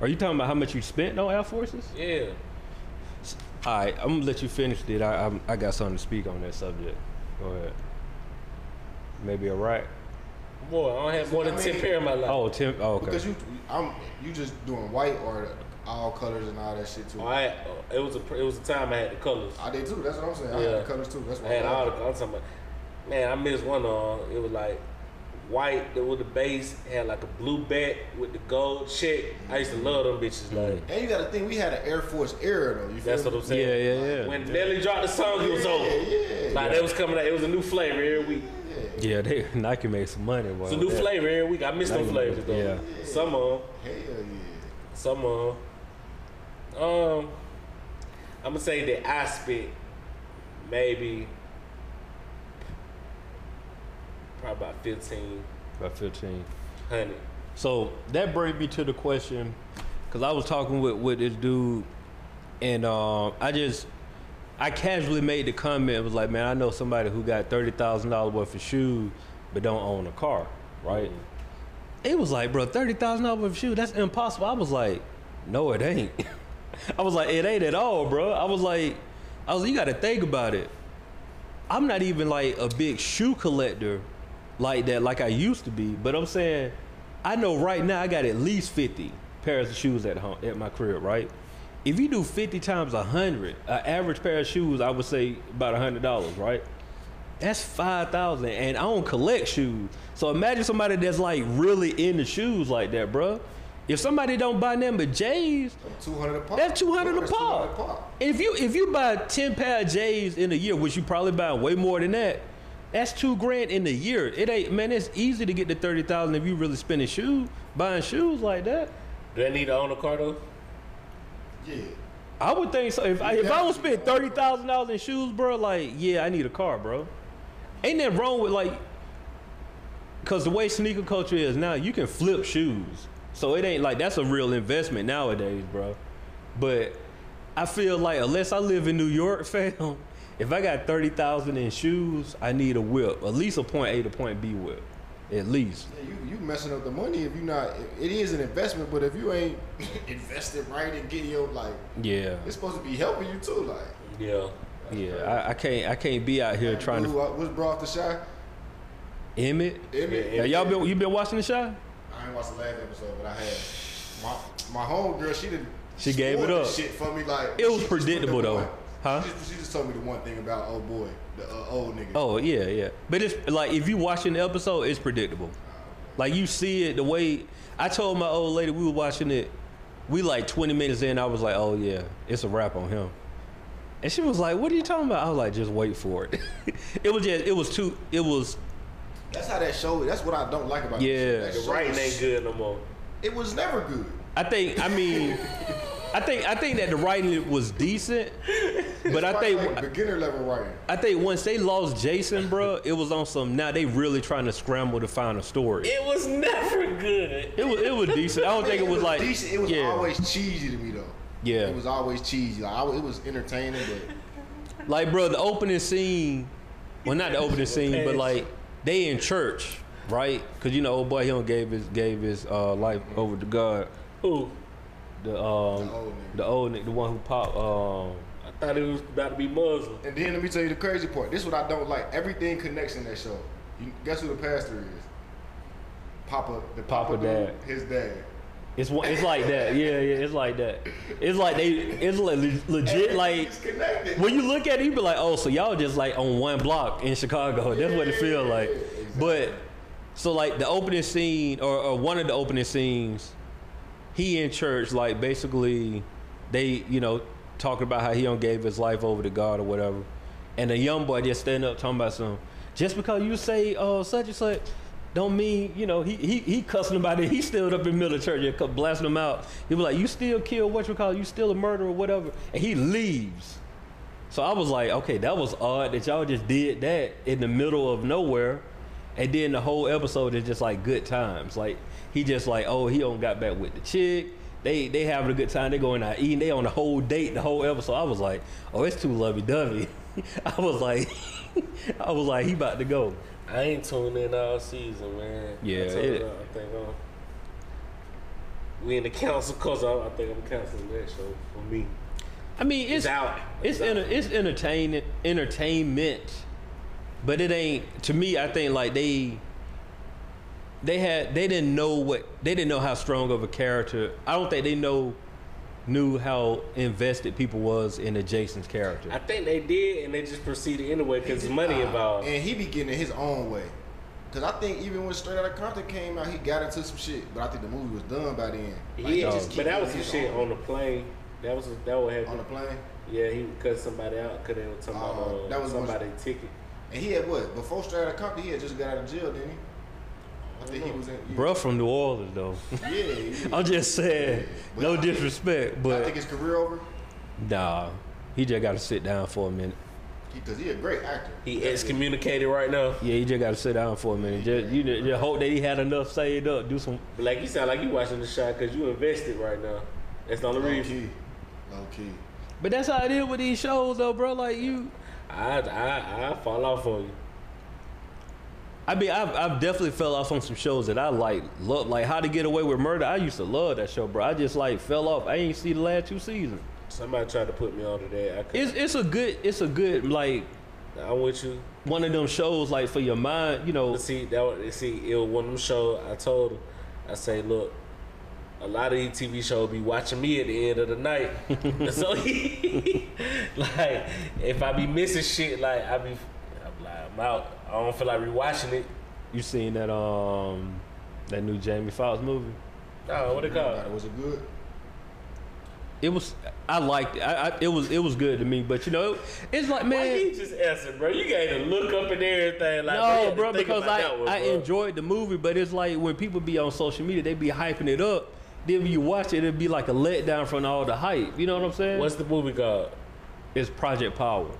Are you talking about how much you spent on Air Forces? Yeah. All right, I'm gonna let you finish it. I I'm, I got something to speak on that subject. Go ahead. Maybe a right. Boy, I don't have more than I mean- ten pair in my life. Oh, Tim. Oh, okay. Because you, I'm, you just doing white or all colors and all that shit Oh. too. All right, uh, it was a pr- it was a time I had the colors. I did too. That's what I'm saying. I Yeah. had the colors too. That's I why. had I all the I'm talking about. Man, I missed one on. It was like white that with the base had like a blue back with the gold check. I used to love them bitches. Like and you got to think we had an Air Force era though. You feel that's what me? I'm yeah, saying. yeah, yeah. When Nelly dropped the song, it was over. Yeah, yeah. Like that was coming out. It was a new flavor every week. Yeah, they Nike made some money. Boy, It's a with new that. flavor every week. I miss them Like, flavors though. yeah. Some of 'em. Hell yeah. Some of 'em. Um, I'm gonna say that I spent maybe probably about fifteen About fifteen. hundred. So that brings me to the question, because I was talking with with this dude, and um, I just I casually made the comment. It was like, man, I know somebody who got thirty thousand dollars worth of shoes, but don't own a car, right? It was like, bro, thirty thousand dollars worth of shoes. That's impossible. I was like, no, it ain't. I was like, it ain't at all, bro. I was like, I was, you got to think about it. I'm not even like a big shoe collector like that, like I used to be. But I'm saying, I know right now I got at least 50 pairs of shoes at home at my crib, right? If you do 50 times 100, an average pair of shoes, I would say about $100, right? That's 5,000 and I don't collect shoes. So imagine somebody that's like really into shoes like that, bruh. If somebody don't buy them but J's, Two hundred a pop. that's two hundred a That's 200 a pop. If you if you buy ten pair of J's in a year, which you probably buy way more than that, that's two grand in a year. It ain't man. It's easy to get to thirty thousand if you really spending shoes buying shoes like that. Do I need to own a car though? Yeah. I would think so. If I if I would spend thirty thousand dollars in shoes, bro, like yeah, I need a car, bro. Ain't that wrong with like? Cause the way sneaker culture is now, you can flip shoes, so it ain't like that's a real investment nowadays, bro. But I feel like unless I live in New York, fam, if I got thirty thousand in shoes, I need a whip, at least a point A to point B whip, at least. Yeah, you, you messing up the money if you not. It is an investment, but if you ain't invested right and getting your like, Yeah, it's supposed to be helping you too. Like, Yeah. yeah. I, I can't, I can't be out here trying who, to was brought the shot? Emmett. Emmett. Now, y'all been, you been watching the show? I ain't watched the last episode, but I had my my homegirl. She didn't. She gave it up. Shit for me, like It was she just predictable, told me the though. one- Huh? She just, she just told me the one thing about old boy, the uh, old nigga. Oh yeah, yeah. But it's like if you watching the episode, it's predictable. Like you see it the way I told my old lady we were watching it. We like 20 minutes in, I was like, "Oh yeah, it's a wrap on him." And she was like, "What are you talking about?" I was like, "Just wait for it." it was just it was too it was That's how that show. That's what I don't like about Yeah. That The show writing was- ain't good no more. It was never good. I think I mean I think I think that the writing was decent, but I Probably, think like beginner level writing. I think once they lost Jason, bro, it was on some now they really trying to scramble to find a story. It was never good. It was it was decent. I don't think it was like decent. It was yeah. always cheesy to me though. Yeah. It was always cheesy. Like I, it was entertaining, but like bro the opening scene. Well, not the opening scene, but like they in church, right? Because you know, old boy, he done gave his gave his uh, life over to God. Who? The um The old nigga. the old nigga, the one who popped um I thought it was about to be Muslim. and then let me tell you the crazy part. This is what I don't like. Everything connects in that show. You, guess who the pastor is? Papa. The Papa Papa, dad. Dude, his dad. it's one it's like that. Yeah, yeah, it's like that. It's like they it's le- legit like It's connected. when you look at it, you be like, oh, so y'all just like on one block in Chicago. That's what it feel like. But so like the opening scene or, or one of the opening scenes, he in church, like basically they, you know, talking about how he don't gave his life over to God or whatever. And the young boy just standing up talking about some just because you say oh such and such don't mean, you know, he he he cussing about it. He stood up in middle of church and kept blasting him out. He was like, You still kill what you call it? you still a murderer, whatever. And he leaves. So I was like, okay, that was odd that y'all just did that in the middle of nowhere. And then the whole episode is just like good times. Like he just like, oh, he don't got back with the chick. They they having a good time. They going out eating. They on the whole date, the whole episode. I was like, oh, it's too lovey dovey. I was like, I was like, he about to go. I ain't tuned in all season, man. Yeah, I, told it- her, I think uh, I'm. We in the council cause I, I think I'm canceling that show for me. I mean, It's, it's out. It's out. enter, it's entertainment entertainment, but it ain't to me. I think like they they had they didn't know what they didn't know how strong of a character. I don't think they know knew how invested people was in the Jason's I character. think they did, and they just proceeded anyway because there's money involved. Uh, And he be getting it his own way. Cause I think even when Straight Outta Compton came out, he got into some shit. But I think the movie was done by then. Like, he yeah, just keep but that doing was some his shit own on the plane. That was that what on happened. the plane. Yeah, he cut somebody out because they were talking about Oh, uh, that was when- somebody ticket. And he had what? Before Straight Outta Compton, he had just got out of jail, didn't he? I think he was in. Yeah, Bruh from New Orleans though. yeah. yeah. I'm just saying, but I no think- disrespect, I think but his career over nah, he just got to sit down for a minute. because he, a great actor. He excommunicated right now. Yeah, he just got to sit down for a minute. Just you know, just hope that he had enough saved up. Do some. But like you sound like you watching the shot because you invested right now. That's the only Low reason. key, low key. But that's how it is with these shows, though, bro. Like you, I I I fall off on you. I mean, I've, I've definitely fell off on some shows that I like love, like How to Get Away with Murder. I used to love that show, bro. I just like fell off. I ain't see the last two seasons. Somebody tried to put me on to that. I It's could. it's a good it's a good like I'm with you. one of them shows like for your mind, you know. But see that was, see it was one of them shows. I told him, I say, look, a lot of these TV shows be watching me at the end of the night. so he, like, if I be missing shit, like I be, I'm, like, I'm out. I don't feel like rewatching it. You seen that um that new Jamie Foxx movie? Nah, what it Everybody, called? Was it good? It was I liked it. I, I, it was it was good to me, but you know, it's like man. Why you just answer, bro? You got to look up and everything. Like, you had No, to bro, think because about I, that one, I bro. enjoyed the movie, but it's like when people be on social media, they be hyping it up. Then when you watch it, it'd be like a letdown from all the hype. You know what I'm saying? What's the movie called? it's Project Power,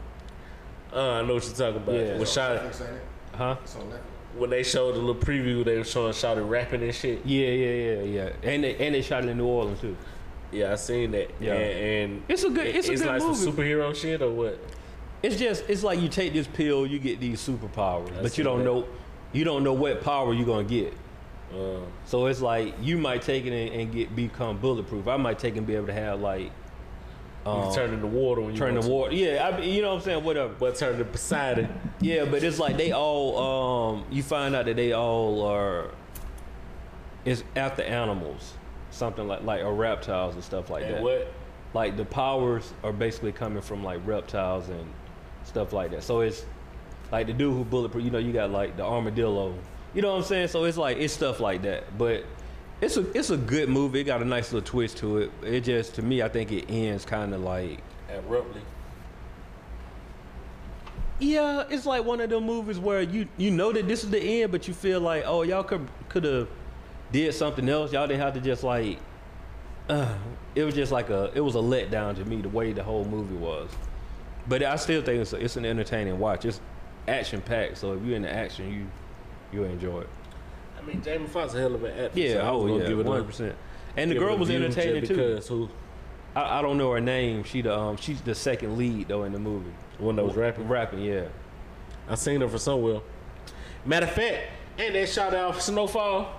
Uh, I know what you're talking about. Yeah. When It's on Shawty- Netflix, ain't it? huh? It's on Netflix. when they showed the little preview, they were showing Shawty rapping and shit. Yeah, yeah, yeah, yeah. And they, and they shot it in New Orleans too. Yeah, I seen that. Yeah, Yeah. and, and It's a good- it's a good like some movie. superhero shit or what? It's just it's like you take this pill, you get these superpowers, I but see you don't that. know you don't know what power you're gonna get. Um, So it's like you might take it and, and get become bulletproof. I might take and be able to have like you can turn into water when you Um, turn the want water. Yeah, I, you know what I'm saying. Whatever. to. But turn to Poseidon. Yeah, but it's like they all um you find out that they all are it's after animals. Something like like or reptiles and stuff like And that. what? Like the powers are basically coming from like reptiles and stuff like that. So it's like the dude who bulletproof, you know, you got like the armadillo. You know what I'm saying? So it's like it's stuff like that. But it's a it's a good movie. It got a nice little twist to it. It just to me I think it ends kinda like Abruptly. Yeah, it's like one of them movies where you you know that this is the end, but you feel like, oh, y'all could could have did something else. Y'all didn't have to just like. Uh, it was just like a it was a letdown to me the way the whole movie was, but I still think it's a, it's an entertaining watch. It's action packed, so if you're into action, you you enjoy it. I mean, Jamie Foxx a hell of an actor. Yeah, so I was oh gonna yeah, give it a- one hundred percent. And the give it girl a was view just entertaining too. Because who? I, I don't know her name. She the um she's the second lead though in the movie. The one that was rapping. Rapping, yeah. I seen her for somewhere. Matter of fact, and they shot out Snowfall.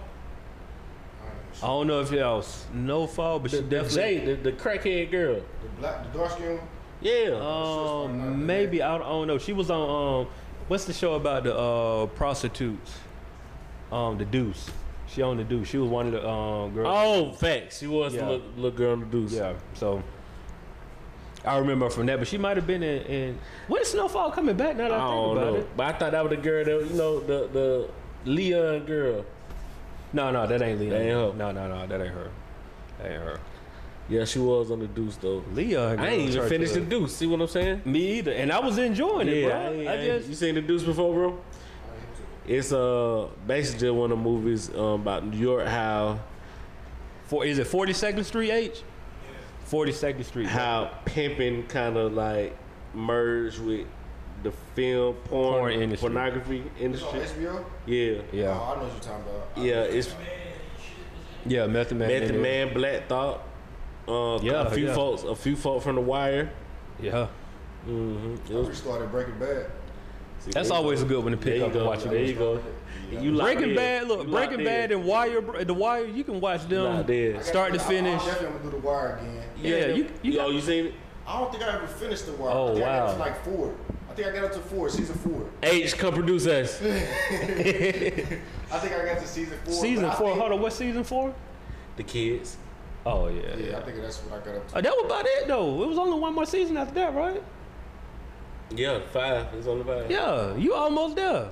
I don't know if y'all snowfall, but she The, the definitely. Jay, the, the crackhead girl. The black, the dark skin one. Yeah. Oh, Shorts on, uh, maybe I don't, I don't know. She was on um, what's the show about the uh, prostitutes? Um, the Deuce. She on the Deuce. She was one of the um girls. oh, facts. She was Yeah. the little, little girl on the deuce. Yeah. So I remember her from that, but she might have been in. in when is Snowfall coming back? Now that I, I think don't about know. it. But I thought that was the girl that you know the the Leon girl. No, no, that ain't Leon. That ain't her. No, no, no, that ain't her. That ain't her. Yeah, she was on the deuce though. Leon. I ain't even finished the deuce. See what I'm saying? Me either, and I was enjoying it, Yeah, I, bro. ain't- uh, I, I ain't- just you seen the deuce before, bro? It's uh basically one of the movies um, about New York how for is it Forty Second Street H? Forty Second Street. how pimping kind of like merged with the film porn, Porn industry. Oh. pornography It's on industry. HBO. Yeah, Yeah. Oh, I know what you're talking about. I yeah, it's Yeah, Method Man. Method in it. Man, Black Thought, uh, Yeah, a few yeah. folks, a few folks from The Wire. Yeah. Mm-hmm. It was We started Breaking Bad. See, That's there you always a good one to There pick you up and go. watch There you it. go. You locked Breaking in. Bad, You look, locked Breaking in. Bad and Wire, br- the Wire, you can watch them Locked in. start to I- I- finish. I'm definitely gonna do the wire again. Yeah, you- you Yo, you seen it? I don't think I ever finished the wire. Oh, I think I got wow. up to like four. I think I got up to four, season four. H, come produce us. I think I got to season four. Season but I four. think- Hold on, what season four? The kids. Oh yeah, yeah. Yeah, I think that's what I got up to. Uh, that was about it though. It was only one more season after that, right? Yeah, five. It's only five. Yeah, you almost there.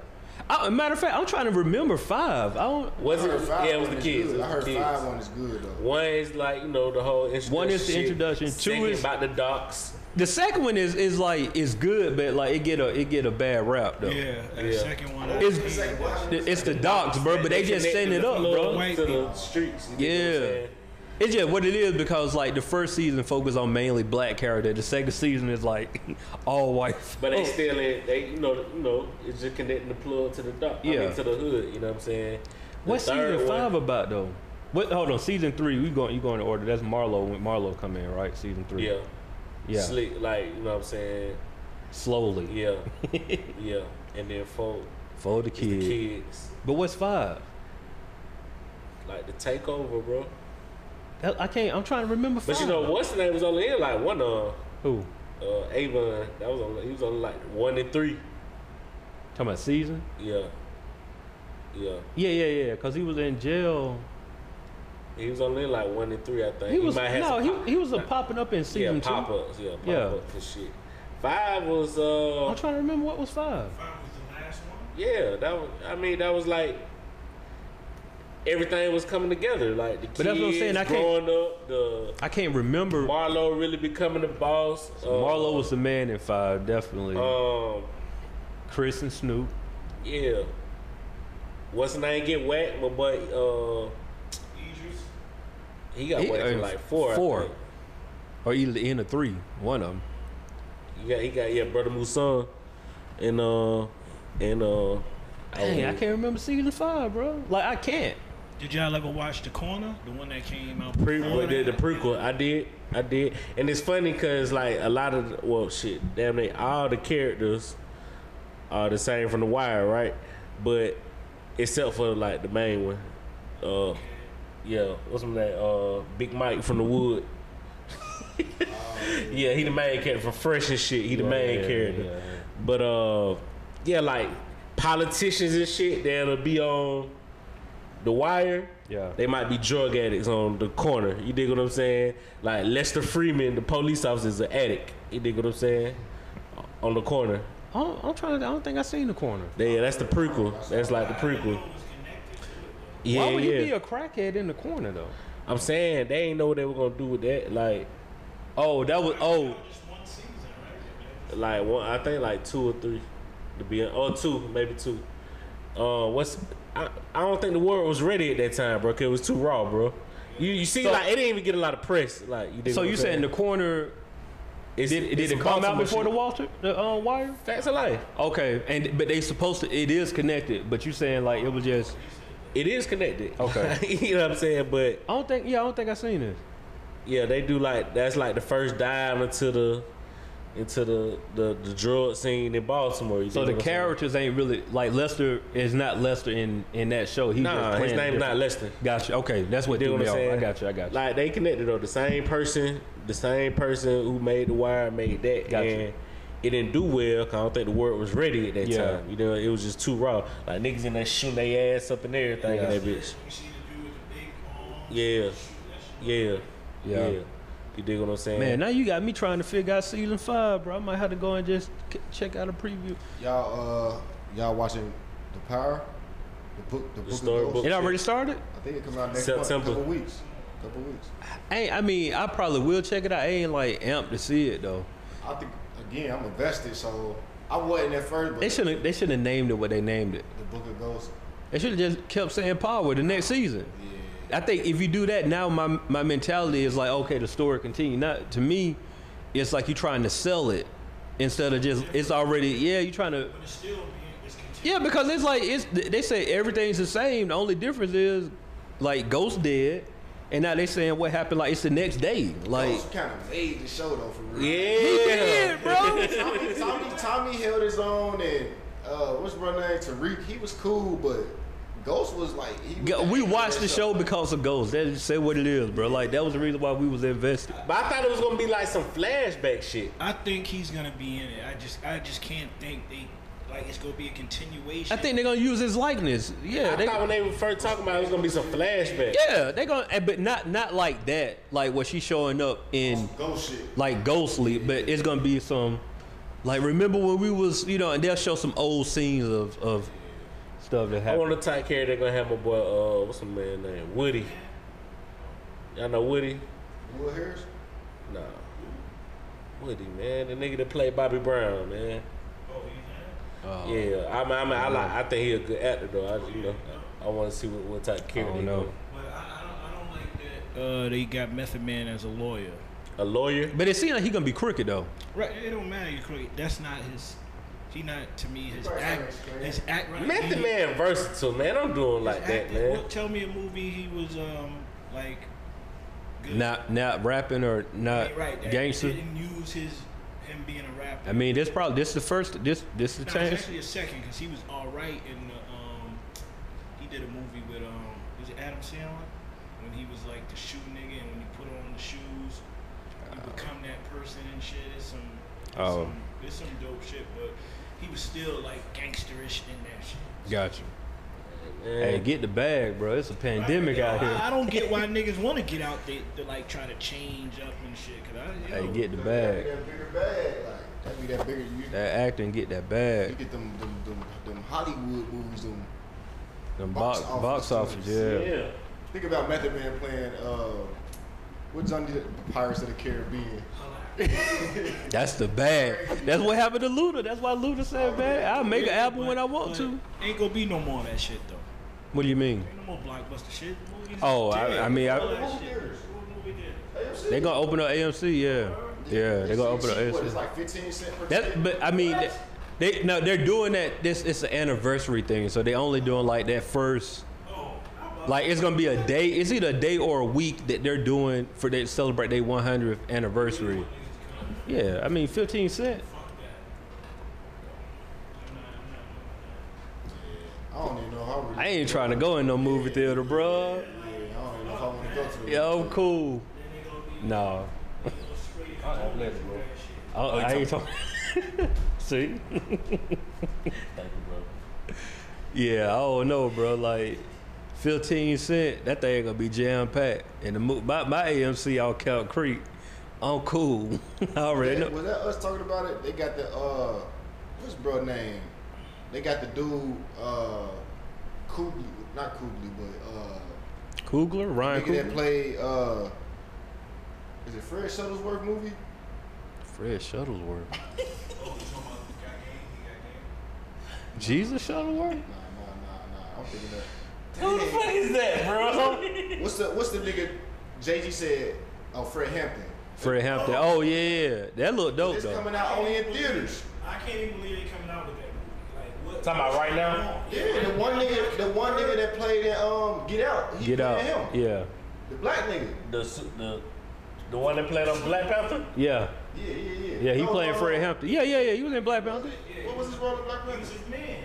I, matter of fact, I'm trying to remember five. I don't. Was I it? heard five Yeah, it was one the is kids. It good. was I heard the kids. five one is good though. One is like you know the whole introduction. One is the shit. introduction. Two Second is- about the docs. The second one is is like is good, but like it get a it get a bad rap though. Yeah, that Yeah. second one. I It's, hated that shit. it's the docs, bro, but they just setting it connected up, the floor bro. White To the people. streets. you Yeah. know what I'm saying? It's just what it is because like the first season focused on mainly black character. The second season is like all white. But they folk. still in, they you know you know it's just connecting the plug to the doc. I mean, Yeah. to the hood. You know what I'm saying. The What's third season one- five about though? What? Hold on, season three. We going you going to order? That's Marlo when Marlo come in, right? Season three. Yeah. Yeah. Slick, like you know what I'm saying. Slowly. Yeah. yeah. And then four For the is the kids. kids. But what's five? Like the takeover, bro. That- I can't. I'm trying to remember five. But you know what's the name was only in like one of who? uh, Avon. That was on, he was on like one and three. Talking about season? Yeah. Yeah. Yeah, yeah, yeah. Cause he was in jail. He was only like one and three, I think. He was no. some He, pop- he was a popping up in yeah, season two. pop ups, yeah, pop Yeah. ups and shit. Five was I'm uh trying to remember what was five. Five was the last one. yeah, that was I mean that was like everything was coming together. Like the kids But that's what I'm saying, I growing can't- up, the I can't remember. Marlo really becoming the boss. Uh, Marlo was the man in five, definitely. um Chris and Snoop. yeah. What's his name get whacked, my boy uh Idris. he got He- whacked in uh, like four. I four. think. Or either the end of three. One of them. You got he got yeah, brother Musan and uh and uh Dang, I can't remember season five, bro. Like I can't. Did y'all ever watch The Corner? The one that came out Pre- before well, the, the that? prequel. I did. I did. And it's funny because, like, a lot of, the- well, shit, damn, they, all the characters are the same from The Wire, right? But, except for, like, the main one. Uh, yeah, what's his name? Uh, Big Mike from The Wood. yeah, he the main character from Fresh and shit. He the main yeah, character. yeah, yeah. But, uh, yeah, like, politicians and shit that'll be on The Wire. Yeah. They might be drug addicts on the corner. You dig what I'm saying? Like Lester Freeman, the police officer, is an addict. You dig what I'm saying? On the corner. I'm, I'm trying to. I don't think I seen the corner. They, that's the prequel. That's like the prequel. Yeah, Why would yeah. he be a crackhead in the corner though? I'm saying they ain't know what they were gonna do with that. Like, Oh, that was oh. Just one season, right? like one. I think like two or three. To be or two, maybe two. Uh, what's? I, I don't think the world was ready at that time, bro. 'cause it was too raw, bro. You you see, So- like it didn't even get a lot of press. Like, you dig So what you I'm saying saying the corner It's- did, it's did a it come out Baltimore shit. before the Walter the uh, wire? Facts of life. Okay, and but they supposed to. It is connected, but you saying like it was just. It is connected. Okay. you know what I'm saying? But I don't think. Yeah, I don't think I seen this. yeah, they do like that's like the first dive into the into the the, the drug scene in Baltimore. You So dig the what I'm saying? characters ain't really like Lester is not Lester in in that show. He's Nah, just his playing name's not different- Lester. Gotcha. Okay, that's what You dig threw what me I'm off. saying? I got you. I got you. Like they connected though. The same person, the same person who made the wire made that, Gotcha. and it didn't do well. 'cause I don't think the word was ready at that Yeah. time. You know, it was just too raw. Like niggas in there shooting their ass up and everything Yeah. in that bitch. We see the dude with the big Yeah, arms. yeah, Yeah. yeah. You dig what I'm saying? Man, now you got me trying to figure out season five, bro. I might have to go and just c- check out a preview. Y'all, uh, y'all watching The Power? The book, the, book storybook. of ghosts? It already started. I think it comes out next month. September. Couple weeks. Couple weeks. Hey, I mean, I probably will check it out. I ain't like amped to see it though. I think again, I'm invested, so I wasn't at first, but They should have. They should have named it what they named it. the book of ghosts. They should have just kept saying Power the next season. I think if you do that now, my my mentality is like, okay, the story continue. Not to me, it's like you trying to sell it instead of just it's already yeah. You trying to But it's still being, it's continued. yeah because it's like it's they say everything's the same. The only difference is like Ghost dead, and now they saying what happened. Like it's the next day. Like Ghost kind of made the show though, for real. yeah, did, bro. Tommy, Tommy, Tommy held his own, and uh, what's my name? Tariq. He was cool, but Ghost was like he was Go- We watched the show because of Ghost. That say what it is, bro. Like that was the reason why we was invested. But I thought it was gonna be like some flashback shit. I think he's gonna be in it. I just I just can't think they like it's gonna be a continuation. I think they're gonna use his likeness. Yeah, I they, thought when they were first talking about it, it was gonna be some flashback. yeah, they're gonna, and- but not not like that. Like what she's showing up in Ghost shit. like ghostly, but it's gonna be some like remember when we was you know, and they'll show some old scenes of of stuff that I happened. want a tight character. They're gonna have my boy. Uh, what's the man name? Woody. Y'all know Woody? Will Harris. Nah. Woody, man, the nigga that played Bobby Brown, man. Oh, Yeah, I mean, I, mean, I like. I think he a good actor though. I, you know, I want to see what, what type of I character. don't he know, gonna- But I, I, don't, I don't like that. Uh, they got Method Man as a lawyer. A lawyer. but it seems like he gonna be crooked though. Right. It don't matter. You create. That's not his. He not to me his Right, act. right. His act. Right. Method he- Man versatile, man. I'm doing like that, acting- man. Well, tell me a movie he was um like good. Not not rapping or not right. that gangster. Didn't use his him being a rapper. I mean, this probably this the first this this the no, it's chance. actually a second because he was all right in the um he did a movie with um was it Adam Sandler when he was like the shoe nigga and when you put on the shoes you become that person and shit. It's some it's Uh, Oh. some, it's some dope shit, but he was still like gangsterish in that shit. Gotcha. Man, Hey, get the bag, bro. It's a pandemic I, out I- I here. don't get why niggas want to get out there to like try to change up and shit. Cause I, you Hey, know, get the That'd be bag. That bigger bag, like that'd be that bigger. You, That acting, get that you bag. get them, them, them, them Hollywood movies. Them. Them box Box box office. office, yeah. yeah. Think about Method Man playing uh, what's under the Pirates of the Caribbean. That's the bag. That's what happened to Luda. That's why Luda said, "Bag. I'll make an yeah, album when but- I want but to." Ain't gonna be no more of that shit though. What do you mean? Ain't no more blockbuster shit. Movies Oh, is I- dead. I mean, I- All that Who shit. cares? What movie did? They gonna open up AMC, yeah, yeah. They gonna open up What, it's AMC. like 15 cent per That, ticket? but I mean, that- they no, they're doing that. This it's an anniversary thing, so they only doing like that first. Like it's gonna be a day. It's either a day or a week that they're doing for they celebrate their 100th anniversary. Yeah, I mean, 15 cent. I don't even know how. Really, I ain't trying to go in no movie theater, bruh. Yeah, I don't even know if I want to go to. the- Yeah, I'm cool. No. I, Oh, I ain't talking. See? Thank you, bro. Yeah, I don't know, bro. Like, 15 cent, that thing gonna be jam packed. And the mo- my, my AMC on Cal Creek, I'm cool. I already know. Was that us talking about it? They got the uh, what's bro name? They got the dude uh, Kubli, not Kubli, but uh, Coogler, Ryan nigga that Coogler. played uh, is it Fred Shuttlesworth movie? Fred Shuttlesworth. Jesus Shuttlesworth? Nah, nah, nah, nah. I'm thinking that. Who the fuck is that, bro? What's the what's the nigga? JG said, oh Fred Hampton. Fred Hampton. Oh, yeah, yeah. That look dope, It's though. coming out only in theaters. I can't even believe they coming out with that movie. Like what? Talking about right now? Yeah, the one nigga, the one nigga that played in um Get Out, he Get played out. him. Yeah. The black nigga. The su- the the one that played on Black Panther. Yeah. Yeah, yeah, yeah. Yeah, he No, playing no, no. Fred Hampton. Yeah, yeah, yeah. He was in Black Panther. What was his role in Black He Panther? was his man.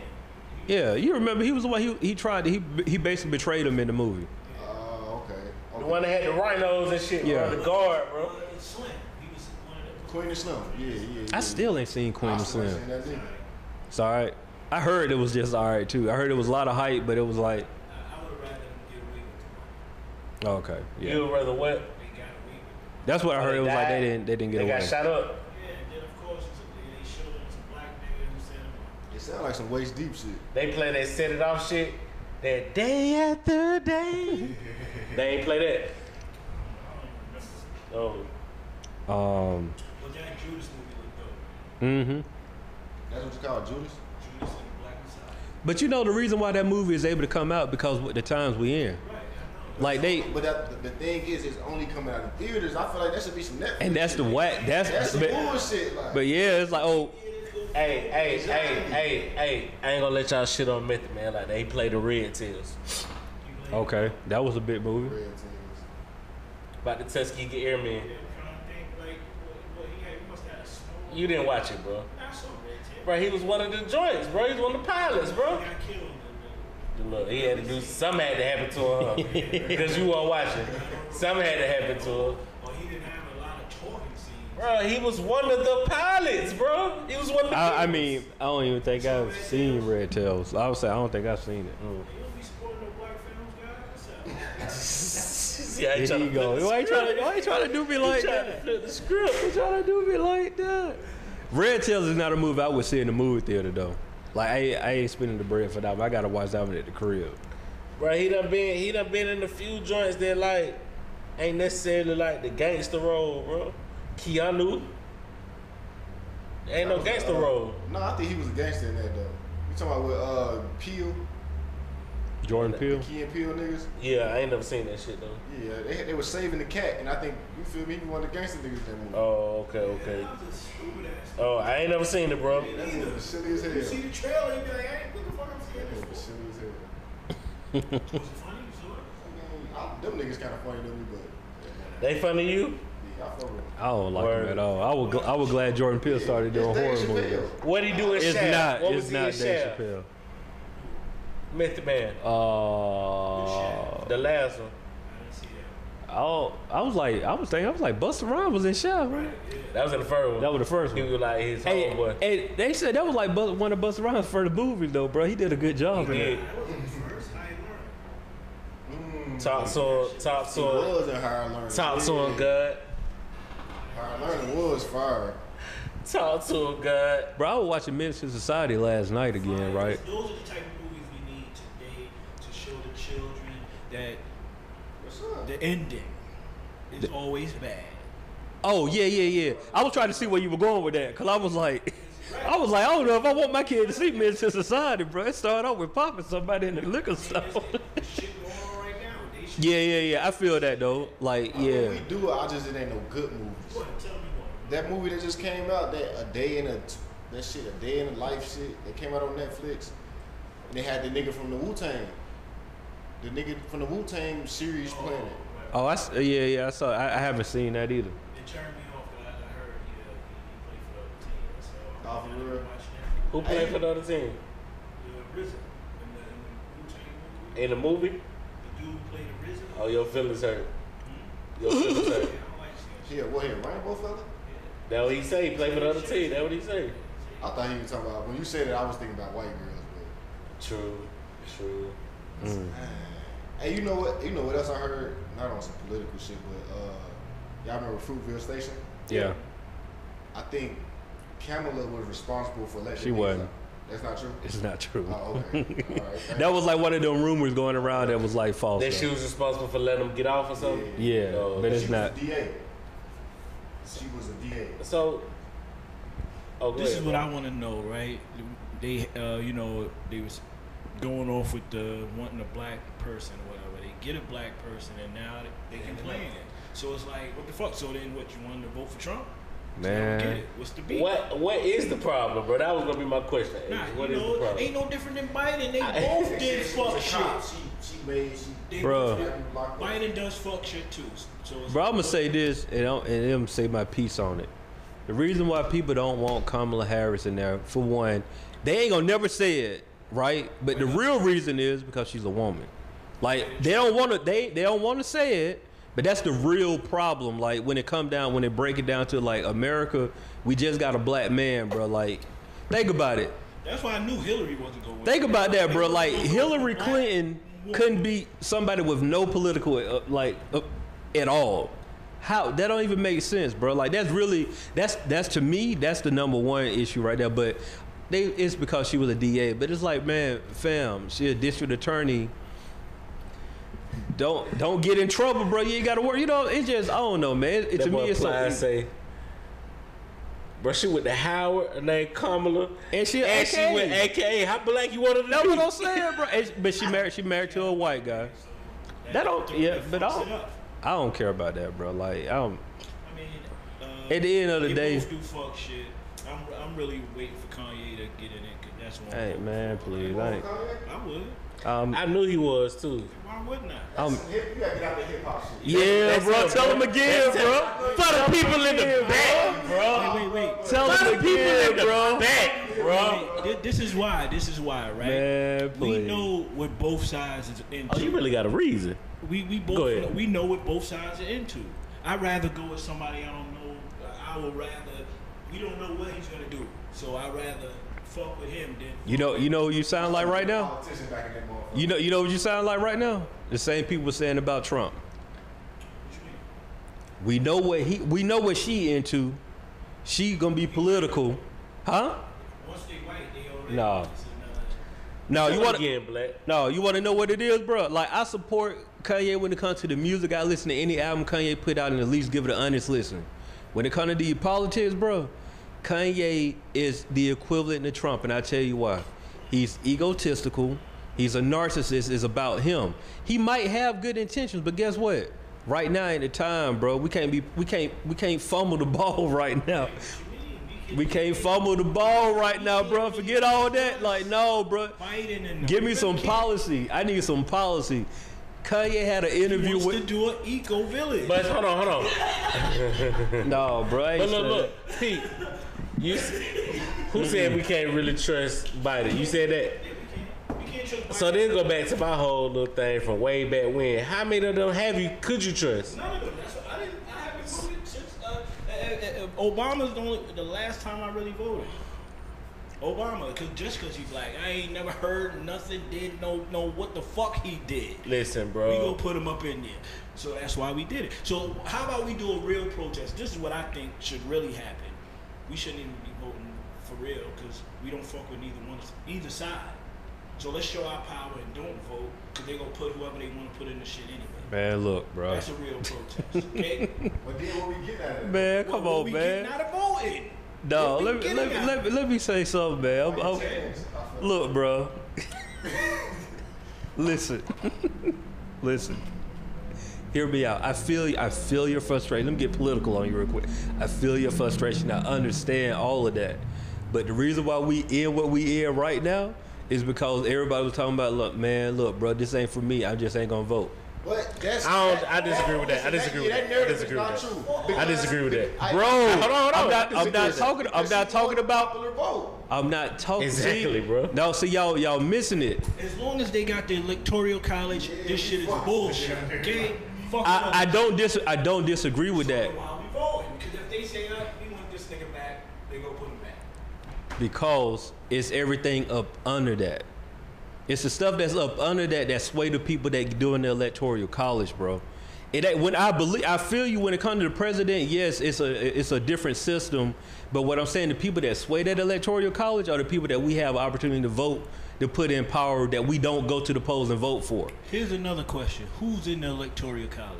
Yeah, you remember he was the one he he tried to, he he basically betrayed him in the movie. Oh, okay. okay. The one that had the rhinos and shit. Yeah. Yeah. The guard, bro. But it's Slim. He was one of Queen of Slim. Yeah, yeah. yeah. I still ain't seen Queen I of still ain't Slim. seen that either. It's all right. I heard it was just all right too. I heard it was a lot of hype, but it was like oh, the. I, I would rather them get away with it. okay, yeah. You would rather what? They got away with That's what I heard. It was like they died. didn't they didn't get They got away. shot up. it. Yeah, and then of course they showed him some black nigga who said It sound like some waist deep shit. They play that set it off shit. That day after day. they ain't play that. Oh. Um. Well, that Judas movie looked dope. hmm That's what you call it, Judas. Judas and the Black Messiah. But you know the reason why that movie is able to come out because with the times we in, like they But that, the, the thing is, it's only coming out in theaters. I feel like that should be some Netflix. and that's the whack. That's, That's some but, bullshit. Like, but yeah, it's like oh Hey, hey, hey, hey, hey. I ain't gonna let y'all shit on Method Man like they play the Red Tails. okay, that was a big movie. Red Tails. About the Tuskegee Airmen. Trying to think like what, what he had. He must have had a smoke. You didn't watch it, bro. I saw Red Tail. Bro, he was one of the joints, bro. He was one of the pilots, bro. Got killed. in the- Look, he had to do something had to happen to her because you weren't watching. Something had to happen to her. Or he didn't have a lot of talking scenes. Bro, he was one of the pilots, bro. He was one of the I, I pilots. mean, I don't even think I've seen Red Tails. I would say I don't think I've seen it. Mm. You don't be supporting no black films, guys. See how he Here tryna you go. flip the Why you script? trying to, why you trying to do me like tryna that? flip the script. Why you trying to do me like that? Red Tails is not a movie I would see in the movie theater though. Like I, ain't- I ain't spending the bread for that. But I gotta watch that one at the crib. Bro, he done been he done been in a few joints that like ain't necessarily like the gangster role, bro. Keanu. Ain't no gangster Uh-huh. role. Uh, No, I think he was a gangster in that though. You talking about with uh Peel, Jordan Peele. Key and Peel niggas? Yeah, I ain't never seen that shit though. Yeah, they, they were saving the cat, and I think you feel me. He was one of the gangster niggas in that movie. Oh, okay, okay. That was a stupid ass. Oh, I ain't never seen it, bro. that movie was silly as hell. You see the trailer, you be like, hey, what the fuck I'm seeing That this movie was for? silly as hell. Was it funny? You saw it? I mean, I, them niggas kind of funny to me, but They funny you? yeah, I fuck with. them. I don't like Word. him at all. I would gl- I was glad Jordan Peele started doing It's Dave horror movies. Chappelle. What he do in It's Shaft? not. What It's was he in not Dave Shaft? Chappelle. Method Man. Uh, Shaft. The last one. I didn't see that. oh, I was like, I was thinking, I was like, Busta Rhymes was in Shaft, right? That was in the first one. That was the first he one. was like his Hey, homeboy. hey, they said that was like Bu- one of Busta Rhymes for the movie though, bro. He did a good job in Yeah. it. That wasn't the first I learned. Talk to him. Talk He to him. was in Higher Learning. Talk to Yeah. him, God. Higher Learning was fire. Talk to him, God. Bro, I was watching Minister Society last night again, right? Those are the type of movies we need today to show the children that What's up? the ending is always bad. Oh yeah, yeah, yeah. I was trying to see where you were going with that, cause I was like, I was like, I don't know if I want my kid to see Minister Society, bro. It started off with popping somebody in the liquor store. The shit going on right now, they should yeah, yeah, yeah. I feel that though. Like, I mean, yeah. we do it. I just it ain't no good movies. what? Tell me what. That movie that just came out, that a day in a that shit, a day in a life shit, that came out on Netflix. And they had the nigga from the Wu Tang, the nigga from the Wu Tang series playing it. Oh, I s yeah, yeah. I saw. I, I haven't seen that either. It turned me off because I I heard he, Oh, for uh, he, he played for the other team. So I'm not real? watching that. Who played for the other team? The RZA in uh, the, in the Wu Tang movie. In the movie? The dude who played the RZA. Oh, your feelings hurt. Your feelings hurt. I don't like seeing shit. Yeah, what here, Rainbow Fella? That what he say. He played for the other team. That what he say. I thought he was talking about. When you said that, I was thinking about white girls. But True. True. Mm, hey, you know what? You know what else I heard? Not on some political shit, but uh, y'all remember Fruitville Station? Yeah. I think Kamala was responsible for letting. She the niggas wasn't. out. That's not true. It's not true. Oh, okay. All right. That was like one of them rumors going around that was like false. That she though. was responsible for letting him get off or something. Yeah, No, but she it's she not. was a DA. She was a DA. So. Oh, go This is ahead, what bro. I want to know, right? They, uh, you know, they was going off with the wanting a black person or whatever. They get a black person, and now they, they complaining. So it's like, what the fuck? So then, what you wanted to vote for Trump? So I don't get Man. it. What's the beef? What What is the problem, bro? That was gonna be my question. Nah, What you is the know, problem? ain't no different than Biden. They I- both did She fuck was a cop. shit. She, she made. She They Bruh. got both did- you locked up. Biden does fuck shit too. So it's Bro, I'm gonna say this, and I'm, and I'm say my piece on it. The reason why people don't want Kamala Harris in there, for one, they ain't gonna never say it, right? But the real reason is because she's a woman. Like they don't want to, they they don't want to say it, but that's the real problem. Like when it come down, when they break it down to like America, we just got a black man, bro. Like think about it. that's why I knew Hillary wasn't going. Think about that, bro. They Like wasn't gonna Hillary black Clinton woman. couldn't be somebody with no political uh, like uh, at all. How that don't even make sense, bro. Like that's really that's that's to me that's the number one issue right there. But they it's because she was a DA. But it's like, man, fam, she a district attorney. Don't don't get in trouble, bro. You ain't got to worry. You know, it's just I don't know, man. It, it- That to me, boy it's Plies so. say. Bro, she went to Howard, her name Kamala, And she and she AKA. went AKA. How black you wanted to That's what know? I'm saying, bro. And she- but she married. She married to a white guy. That don't. Yeah, but I fucks don't. it up. I don't care about that, bro. Like, I'm I mean, uh, at the end of the they day. both do fuck shit. I'm, I'm really waiting for Kanye to get in it. 'cause that's what. Hey, I'm man, please. I ain't- I would. um, I knew he was too. Why wouldn't I? I'm, Hip- You gotta get out the hip hop shit. yeah, That's bro. it, Tell bro. him again, That's it. bro. For the people in the back, Wait, wait, wait. Tell For him the people in again, the bro. back, bro. bro. Thi- This is why. This is why, right? Man, we please. know what both sides is into. Oh, you really got a reason. we we both Go ahead. we know what both sides are into. I'd rather go with somebody I don't know. I would rather we don't know what he's gonna do, so I'd rather fuck with him than You know, you know who you sound like right now. Politician back in that motherfucker. You know, you know what you sound like right now. The same people saying about Trump. We know what he, we know what she into. She gonna be political, huh? once they white they already. No. uh, it's another- No, Oh, you want to again, black? No, you want to know what it is, bro? Like I support Kanye when it comes to the music. I listen to any album Kanye put out and at least give it an honest listen. When it comes to the politics, bro, Kanye is the equivalent to Trump, and I tell you why. He's egotistical. He's a narcissist. It's about him. He might have good intentions, but guess what? Right now, in the time, bro, we can't be, we can't, we can't fumble the ball right now. We can't fumble the ball right now, bro. Forget all that. Like, no, bro. Fighting and Give me some policy. I need some policy. Kanye had an He interview wants to with. do an eco village. But hold on, hold on. No, bro. I ain't But look, look, said Pete, you, s- who said we can't really trust Biden? You said that. we can't trust So then go back to my whole little thing from way back when. How many of them have you? Could you trust? None of them. That's what I didn't. I haven't voted since uh, uh, uh, uh, Obama's the only the last time I really voted. Obama, cause just cause he black, I ain't never heard nothing. Did no know what the fuck he did. Listen, We gonna bro. put him up in there. So that's why we did it. So how about we do a real protest? This is what I think should really happen. We shouldn't even be voting for real because we don't fuck with neither one, either side. So let's show our power and don't vote because they gonna put whoever they want to put in the shit anyway. that. Man, look, bro. That's a real protest. Okay. But then what we get out of it? Man, come Well, on, we man. getting out of voting. No, we let me getting let me, out of let me let me say something, man. I'm- I'm- look, bro. Listen, listen. Hear me out. I feel you. I feel your frustration. Let me get political on you real quick. I feel your frustration. I understand all of that. But the reason why we in what we in right now is because everybody was talking about, look, man, look, bro, this ain't for me. I just ain't gonna vote. But that's I don't- I disagree with that. I listen, disagree with yeah, that. I narrative is disagree with not that. true. I Because- disagree with that. I- Bro, I- hold on, hold on. I'm not, I'm disagree not with that. talking. I'm Because not he talking won about. popular vote. I'm not talking. see? Exactly, bro. No, see y'all, y'all missing it. As long as they got the electoral college, this shit is fuck. bullshit. Okay. Fuck I, I them. don't dis. I don't disagree with that While we voting, because if they say uh, we want this nigga back, they gonna put him back. because it's everything up under that. It's the stuff that's up under that that sway the people that doing the electoral college, bro. It ain't when I believe I feel you when it comes to the president. Yes, it's a it's a different system, but what I'm saying, the people that sway that electoral college are the people that we have opportunity to vote to put in power that we don't go to the polls and vote for. Here's another question: Who's in the electoral college?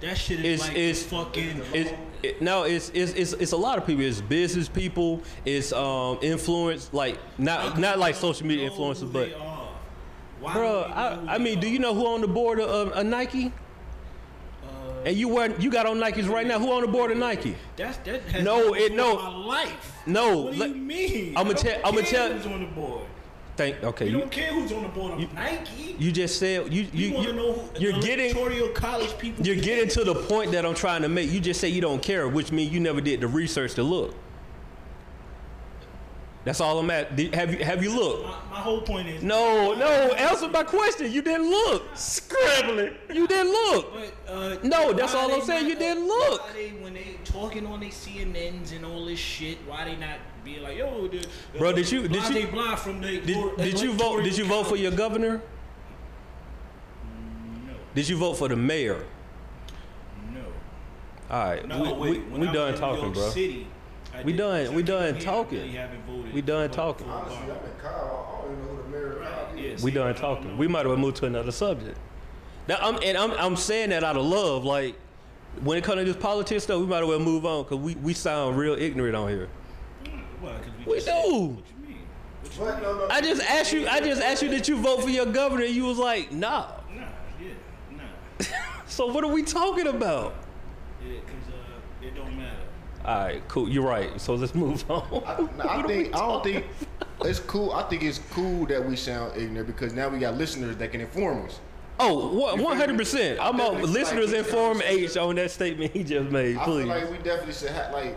That shit is It's- like it's- fucking. It's, it, no, it's, it's it's it's a lot of people. It's business people. It's um influence like not not like social media Know who influencers, they but are. Why bro, don't they know who I, I they mean, do are? you know who on the board of uh, a Nike? and you wear you got on Nikes right now. Who on the board of Nike? That's that. Has No, nothing it- to do no. with My life. No, What do let- you mean? I'ma I don't tell- I'ma care tell- Who's on the board? Thank okay. We You, don't care who's on the board of Nike. you just said you You, you, want to know you who you're the getting electoral college people? you're getting to the point that I'm trying to make. You just say you don't care, which means you never did the research to look. That's all I'm at. Did- Have you have you looked? My, my whole point is No, no, answer my question. You didn't look. Scrambling. You didn't look. But, uh, No, that's why all they I'm saying. not You didn't up- look. Why they, when they talking on their CNNs and all this shit, why they not being like, yo, the, the, Bro, did you- did blah, you- they blah from the Did, did you vote? Did you vote for your governor? No, Did you vote for the mayor? no, All right, we, no. wait, we, when we I was in done New talking, York bro. City, I We did- done- since we I came done here, talking. I really haven't voted We done for- talking. for Honestly, I'm Obama. in Kyle. I don't even know who the mayor of Kyle Yeah, is. We see, I done don't talking. know. We might have moved to another subject. Now, I'm and I'm I'm saying that out of love. Like when it comes to this politics stuff, we might as well move on because we, we sound real ignorant on here. Why? 'Cause We just said- do. What you mean? What you But mean? no, no. I just asked you. I just asked you did you vote for your governor? and You was like, nah. Nah, yeah, nah. So what are we talking about? Yeah, 'cause, uh, it don't matter. All right, cool. You're right. So let's move on. I, no, I think I don't think it's cool. I think it's cool that we sound ignorant because now we got listeners that can inform us. Oh, You one hundred percent. feel I'm me? I on think it's listeners like- inform age on that statement he just made. I feel Please, like we definitely should have like.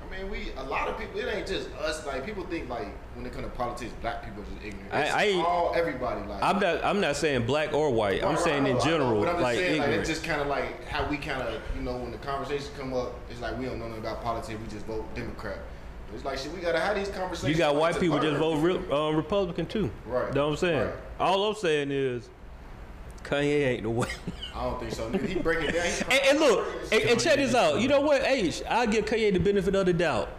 I mean, mean, we a lot of people. It ain't just us. Like people think like when it comes to politics, black people are just ignorant. I- It's I ain't- all everybody like. I'm not. I'm not saying black or white. I'm Right, saying right, in right, I know, general, but I'm just like saying, ignorant. it's just kind of like how we kind of you know when the conversations come up, it's like we don't know nothing about politics. We just vote Democrat. But it's like shit. We gotta have these conversations. you got like, white to people learn. just vote re- uh, Republican too. Right, Know what I'm saying? right. All I'm saying is Kanye ain't the way. I don't think so. nigga. He breaking down. He and, and look, and, and check this out. You know what? Hey, sh- I'll give Kanye the benefit of the doubt.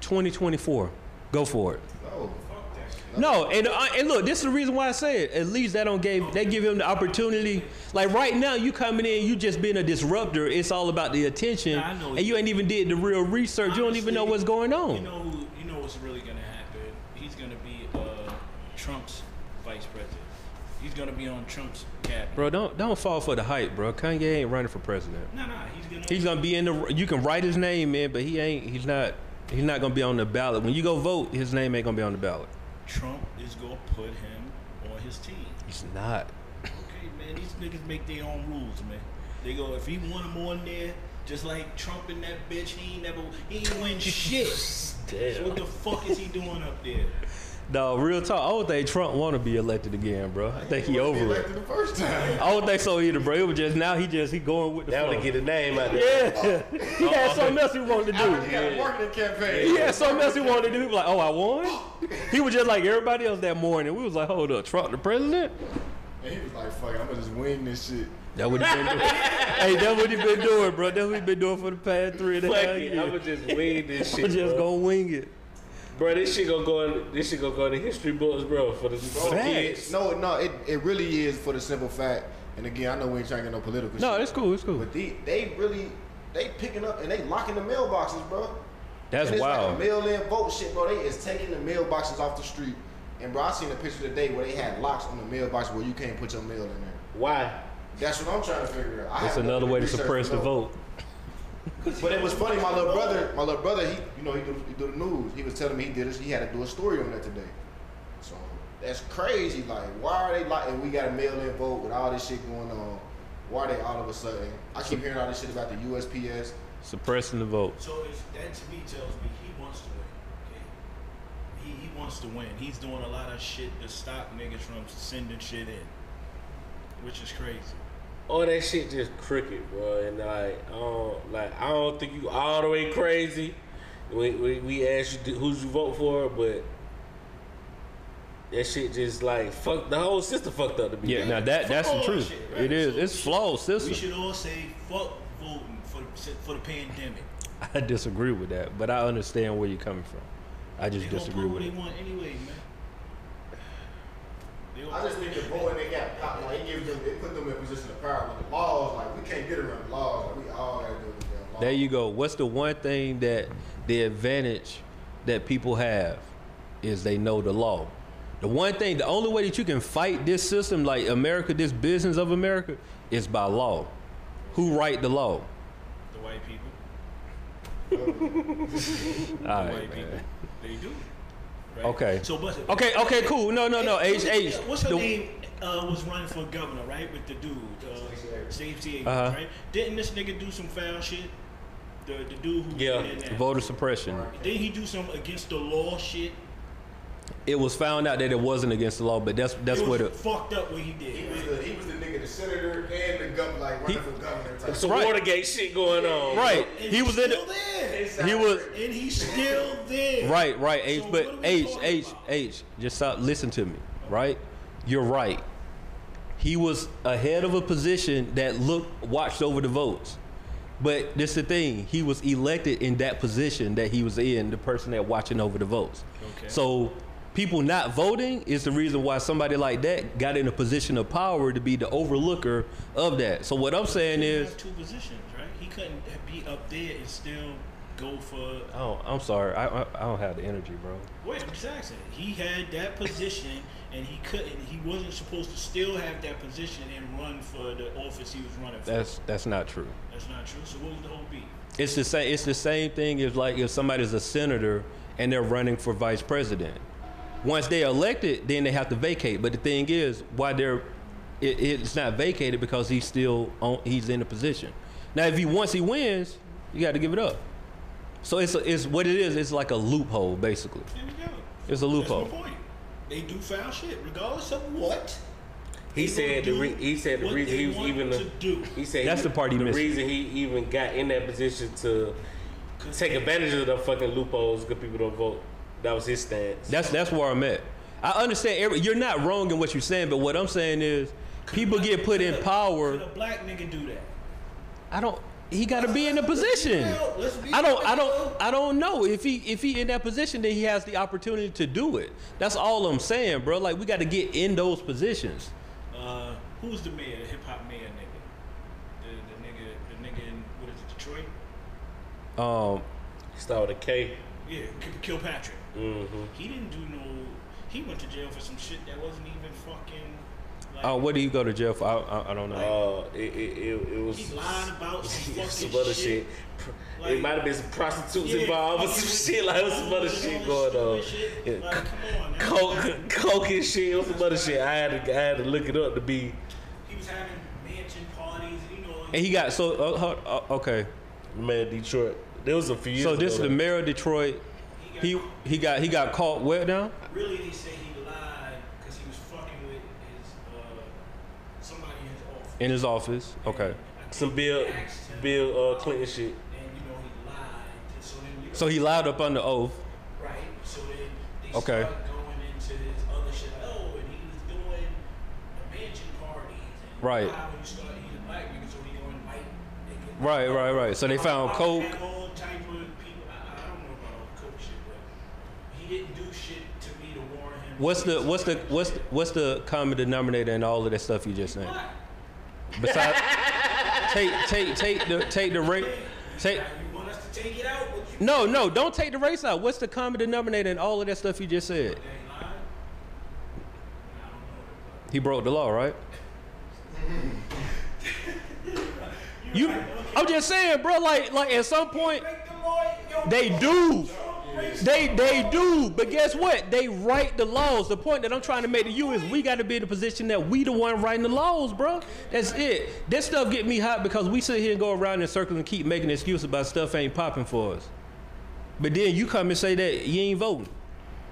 2024. Go for it. no. Fuck that shit. No, and uh, and look, this is the reason why I say it. At least that don't gave they give him the opportunity. Like right now, you coming in, you just being a disruptor. It's all about the attention, Nah, I know. and you ain't even did the real research. you don't even know Honestly, what's going on. You know, who- you know what's really gonna happen. He's gonna be uh, Trump's vice president. He's gonna be on Trump's cabinet. bro, don't don't fall for the hype, bro. Kanye ain't running for president. No, no, he's gonna. He's gonna be in the. You can write his name in, but he ain't. He's not. He's not gonna be on the ballot. When you go vote, his name ain't gonna be on the ballot. Trump is gonna put him on his team. He's not. Okay, man, these niggas make their own rules, man. They go if he want him on there, just like Trump and that bitch, he ain't never he ain't win shit. So what the fuck is he doing up there? No, real talk. I don't think Trump want to be elected again, bro. I think he He over it. elected the first time. I don't think so either, bro. It was just now he just he going with the That flow. would get the name out there. Yeah, he had Oh, something else he wanted to After he do. got a marketing campaign. He had something else he wanted to do. He was like, oh, I won. He was just like everybody else that morning. We was like, hold up, Trump the president? And he was like, "Fuck, it, I'm gonna just wing this shit." That what he been doing. hey, that what he been doing, bro. That what he been doing for the past three and a Fuck half it. I'ma years. just wing this I'm shit. just bro. gonna wing it. Bro, this shit gonna go in. This shit gonna go in the history books, bro. For the, for the Facts. kids. No, no, it, it really is for the simple fact. And again, I know we ain't trying to get no political. No, shit, it's cool. It's cool. But they, they really, they picking up and they locking the mailboxes, bro. That's and it's wild. Like mail in vote shit, bro. They is taking the mailboxes off the street. And bro, I seen a picture today where they had locks on the mailbox where you can't put your mail in there. Why? That's what I'm trying to figure out. I That's haven't another done way to research, suppress the no. vote. But it was funny. My little brother, my little brother, he, you know, he do, he do the news. He was telling me he did this. He had to do a story on that today. So that's crazy. Like, why are they like? And we got a mail-in vote with all this shit going on. Why they all of a sudden? I keep hearing all this shit about the USPS. Suppressing the vote. So it's, that to me tells me he wants to win. Okay, he he wants to win. He's doing a lot of shit to stop niggas from sending shit in, which is crazy. All that shit just crooked, bro. And like, I don't, like I don't think you all the way crazy. We we, we ask you who's you vote for, but that shit just like fuck the whole system fucked up to be. Yeah, now that that's the Fuck all truth. that shit, right? It is. So It's flawed We system. should all say fuck voting for the, for the pandemic. I disagree with that, but I understand where you're coming from. I They just gonna disagree prove with what it. they want anyway, man. They gonna I just think the voting they got power. Like, it gives them, it put them in a position of power with the laws. Like, we can't get around the laws. Like, we all gotta do the damn laws. There you go. What's the one thing that the advantage that people have is they know the law. The one thing, the only way that you can fight this system, like America, this business of America, is by law. Who write the law? The white people. All The right, white people. man. They do. Right? Okay. So, but Okay, okay, cool. No, no, no. H H. What's her the- name? Uh, was running for governor, right? With the dude, uh, Stacey Abrams, Uh-huh. right? Didn't this nigga do some foul shit? The the dude who Yeah. did that. Voter suppression. Didn't he do some against the law shit? It was found out that it wasn't against the law, but that's that's it what was it. fucked up what he did. He right? was the, he was the nigga, the senator, and the governor, like running He- for governor. Type. Some Right. Watergate shit going on. Right. And He he's was in still it. there. He was. And he's still there. Right, right, H. So but what are we H, talking H, about? H. Just stop. Listen to me, right? You're right. He was ahead of a position that looked watched over the votes, but this the thing. He was elected in that position that he was in. The person that watching over the votes. Okay. So people not voting is the reason why somebody like that got in a position of power to be the overlooker of that. So what I'm saying He is. have two positions, right? He couldn't be up there and still go for. Oh, I'm sorry. I, I, I don't have the energy, bro. Wait, I'm just asking. He had that position, and he couldn't. He wasn't supposed to still have that position and run for the office he was running for. That's that's not true. That's not true. So what was the whole beat? It's the same. It's the same thing as like if somebody's a senator and they're running for vice president. Once they're elected, then they have to vacate. But the thing is, why they're it, it's not vacated because he's still on. He's in the position. Now, if he once he wins, you got to give it up. So it's a, it's what it is. It's like a loophole, basically. There we go. It's a That's my loophole. point. They do foul shit, regardless of what. He they said the gonna re- do he said the what reason they he was want even to a- do. He said That's he- the part he The missed. reason he even got in that position to take advantage of the fucking loopholes. Good people don't vote. That was his stance. That's that's where I'm at. I understand. Every, you're not wrong in what you're saying, but what I'm saying is, people get put in Could a power. black nigga do that? I don't. He got to be in the position. Well, let's be I don't. I real. don't. I don't know if he if he in that position, then he has the opportunity to do it. That's all I'm saying, bro. Like we got to get in those positions. Uh, who's the mayor? The hip hop mayor nigga. The, the nigga, the nigga in what is it, Detroit? Um, Start with a K. Yeah, K- Kilpatrick. Mm-hmm. He didn't do no. He went to jail for some shit that wasn't even fucking. Like, Oh, uh, what do you go to jail for? I, I, I don't know. Uh, it, it, it, it was He lied about some some fucking other shit. shit. Pr- Like- it might have been some prostitutes Yeah, involved or fucking with some shit like it was some other drugs and shit all going on. this stupid shit. Yeah, Like, c- come on, that's Coke, not- coke and shit, it was some other shit. I had to, I had to look it up to be. He was having mansion parties, and you know. And he got so uh, hold- uh, okay. Man, Detroit. There was a few years. So ago this is the that- mayor of Detroit. He he got he got caught where now? Really, they say he lied because he was fucking with his uh, somebody in his office. In his office. Okay. some Bill, Bill uh, Clinton shit. And you know he lied. So then you So he lied up under oath. right. So then they Okay. start going into his other shit. Oh, and he was doing the mansion parties. And Right. Why would you start eating black niggas so he going white niggas? Right, right, right. So they found I- I coke. had all type of people. I, I don't know about all the coke shit, but he didn't do shit to me to warrant him. What's the what's the what's the, what's the common denominator in all of that stuff you just named? Black. Besides, take take take the take the race. Take Now, you want us to take it out? What you no no don't take the race out. What's the common denominator in all of that stuff you just said? they lied? He broke the law, right? You, I'm just saying, bro. Like like at some point Break the law, yo, they yo, do. break the They they do, but guess what? They write the laws. The point that I'm trying to make to you is we got to be in the position that we the one writing the laws, bro. That's it. This stuff get me hot because we sit here and go around in circles and keep making excuses about stuff ain't popping for us. But then you come and say that you ain't voting.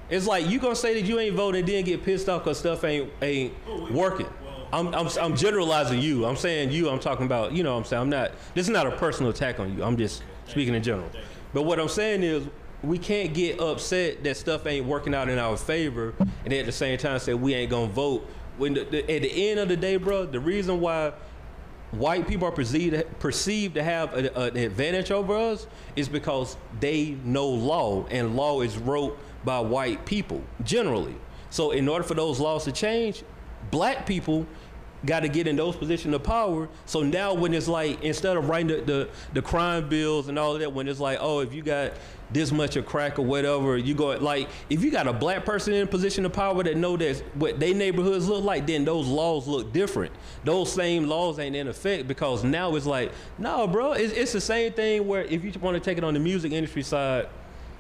It's like you gonna say that you ain't voting and then get pissed off because stuff ain't ain't working. I'm, I'm I'm generalizing you. I'm saying you. I'm talking about you know. what I'm saying I'm not. This is not a personal attack on you. I'm just speaking in general. But what I'm saying is we can't get upset that stuff ain't working out in our favor, and at the same time say we ain't gonna vote. When the, the, at the end of the day, bro, the reason why white people are perceived perceived to have a, an advantage over us is because they know law and law is wrote by white people generally so in order for those laws to change black people got to get in those positions of power so now when it's like instead of writing the, the, the crime bills and all that when it's like oh if you got this much of crack or whatever you go like if you got a black person in a position of power that know that what they neighborhoods look like then those laws look different those same laws ain't in effect because now it's like no bro it's, it's the same thing where if you want to take it on the music industry side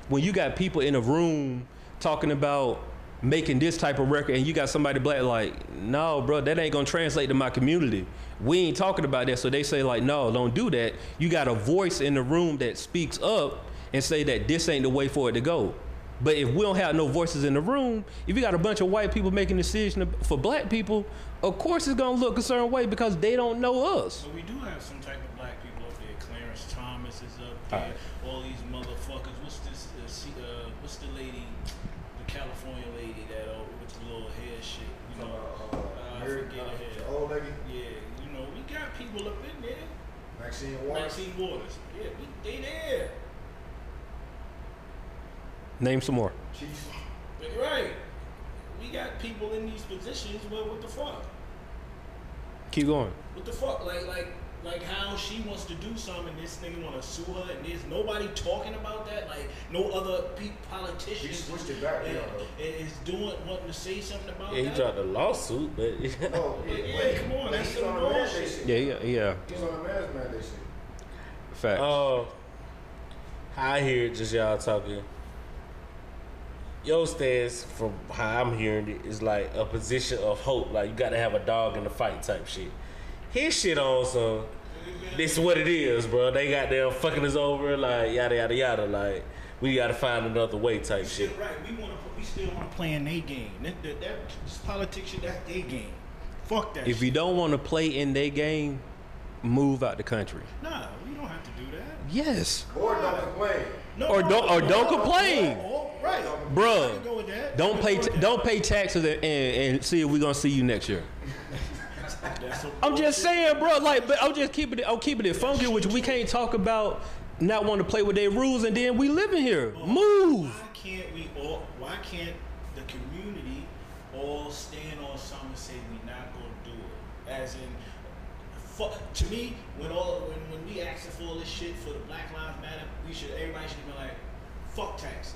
when you got people in a room talking about making this type of record and you got somebody black like no bro that ain't gonna translate to my community we ain't talking about that so they say like no don't do that you got a voice in the room that speaks up and say that this ain't the way for it to go but if we don't have no voices in the room if you got a bunch of white people making decisions for black people of course it's gonna look a certain way because they don't know us So we do have some type of black people up there. Clarence Thomas is up there. All these motherfuckers. What's this? Uh, she, uh, what's the lady? The California lady that uh, with the little hair shit. You know, Uh, uh, I Mary- forget her hair. the old lady, Yeah, you know, we got people up in there. Maxine Waters. Maxine Waters. Yeah, we, they there. name some more Chief. But right, we got people in these positions. Well, what the fuck? keep going What the fuck? Like, like, like how she wants to do something, and this nigga want to sue her, and there's nobody talking about that. Like, no other pe- politician He switched it back, is, yeah, is doing wanting to say something about Yeah, he that. dropped a lawsuit, but No, Yeah, yeah, yeah, wait. come on, Now that's he's some on a man's bullshit. shit. yeah yeah yeah He's on a man's man. They shit. fact Uh, I hear it, just y'all talking. Yo stance from how I'm hearing it is like a position of hope, like you got to have a dog in the fight type shit. His shit on some. This what it is, bro. They got them fucking us over, like yada yada yada. Like we gotta find another way, type shit. Shit, right. We want to. We still want to play in their game. That, that, that this politics shit. That's their game. Fuck that. If shit. you don't want to play in their game, move out the country. nah, we don't have to do that. Yes. Or don't complain. No, Or no, don't- or no, don't no, complain. no, Right, Bruh, I can go with that. I Don't can pay go with t- that. don't pay taxes and, and, and see if we're gonna see you next year. That's some I'm just bullshit. saying, bro. Like, but I'm just keeping it. I'm keeping it funky, which we can't talk about. Not wanting to play with their rules, and then we living here. Move. Why can't we all? Why can't the community all stand on something and say we not gonna do it? As in, fuck. To me, when all when, when we asking for all this shit for the Black Lives Matter, we should everybody should be like, fuck taxes.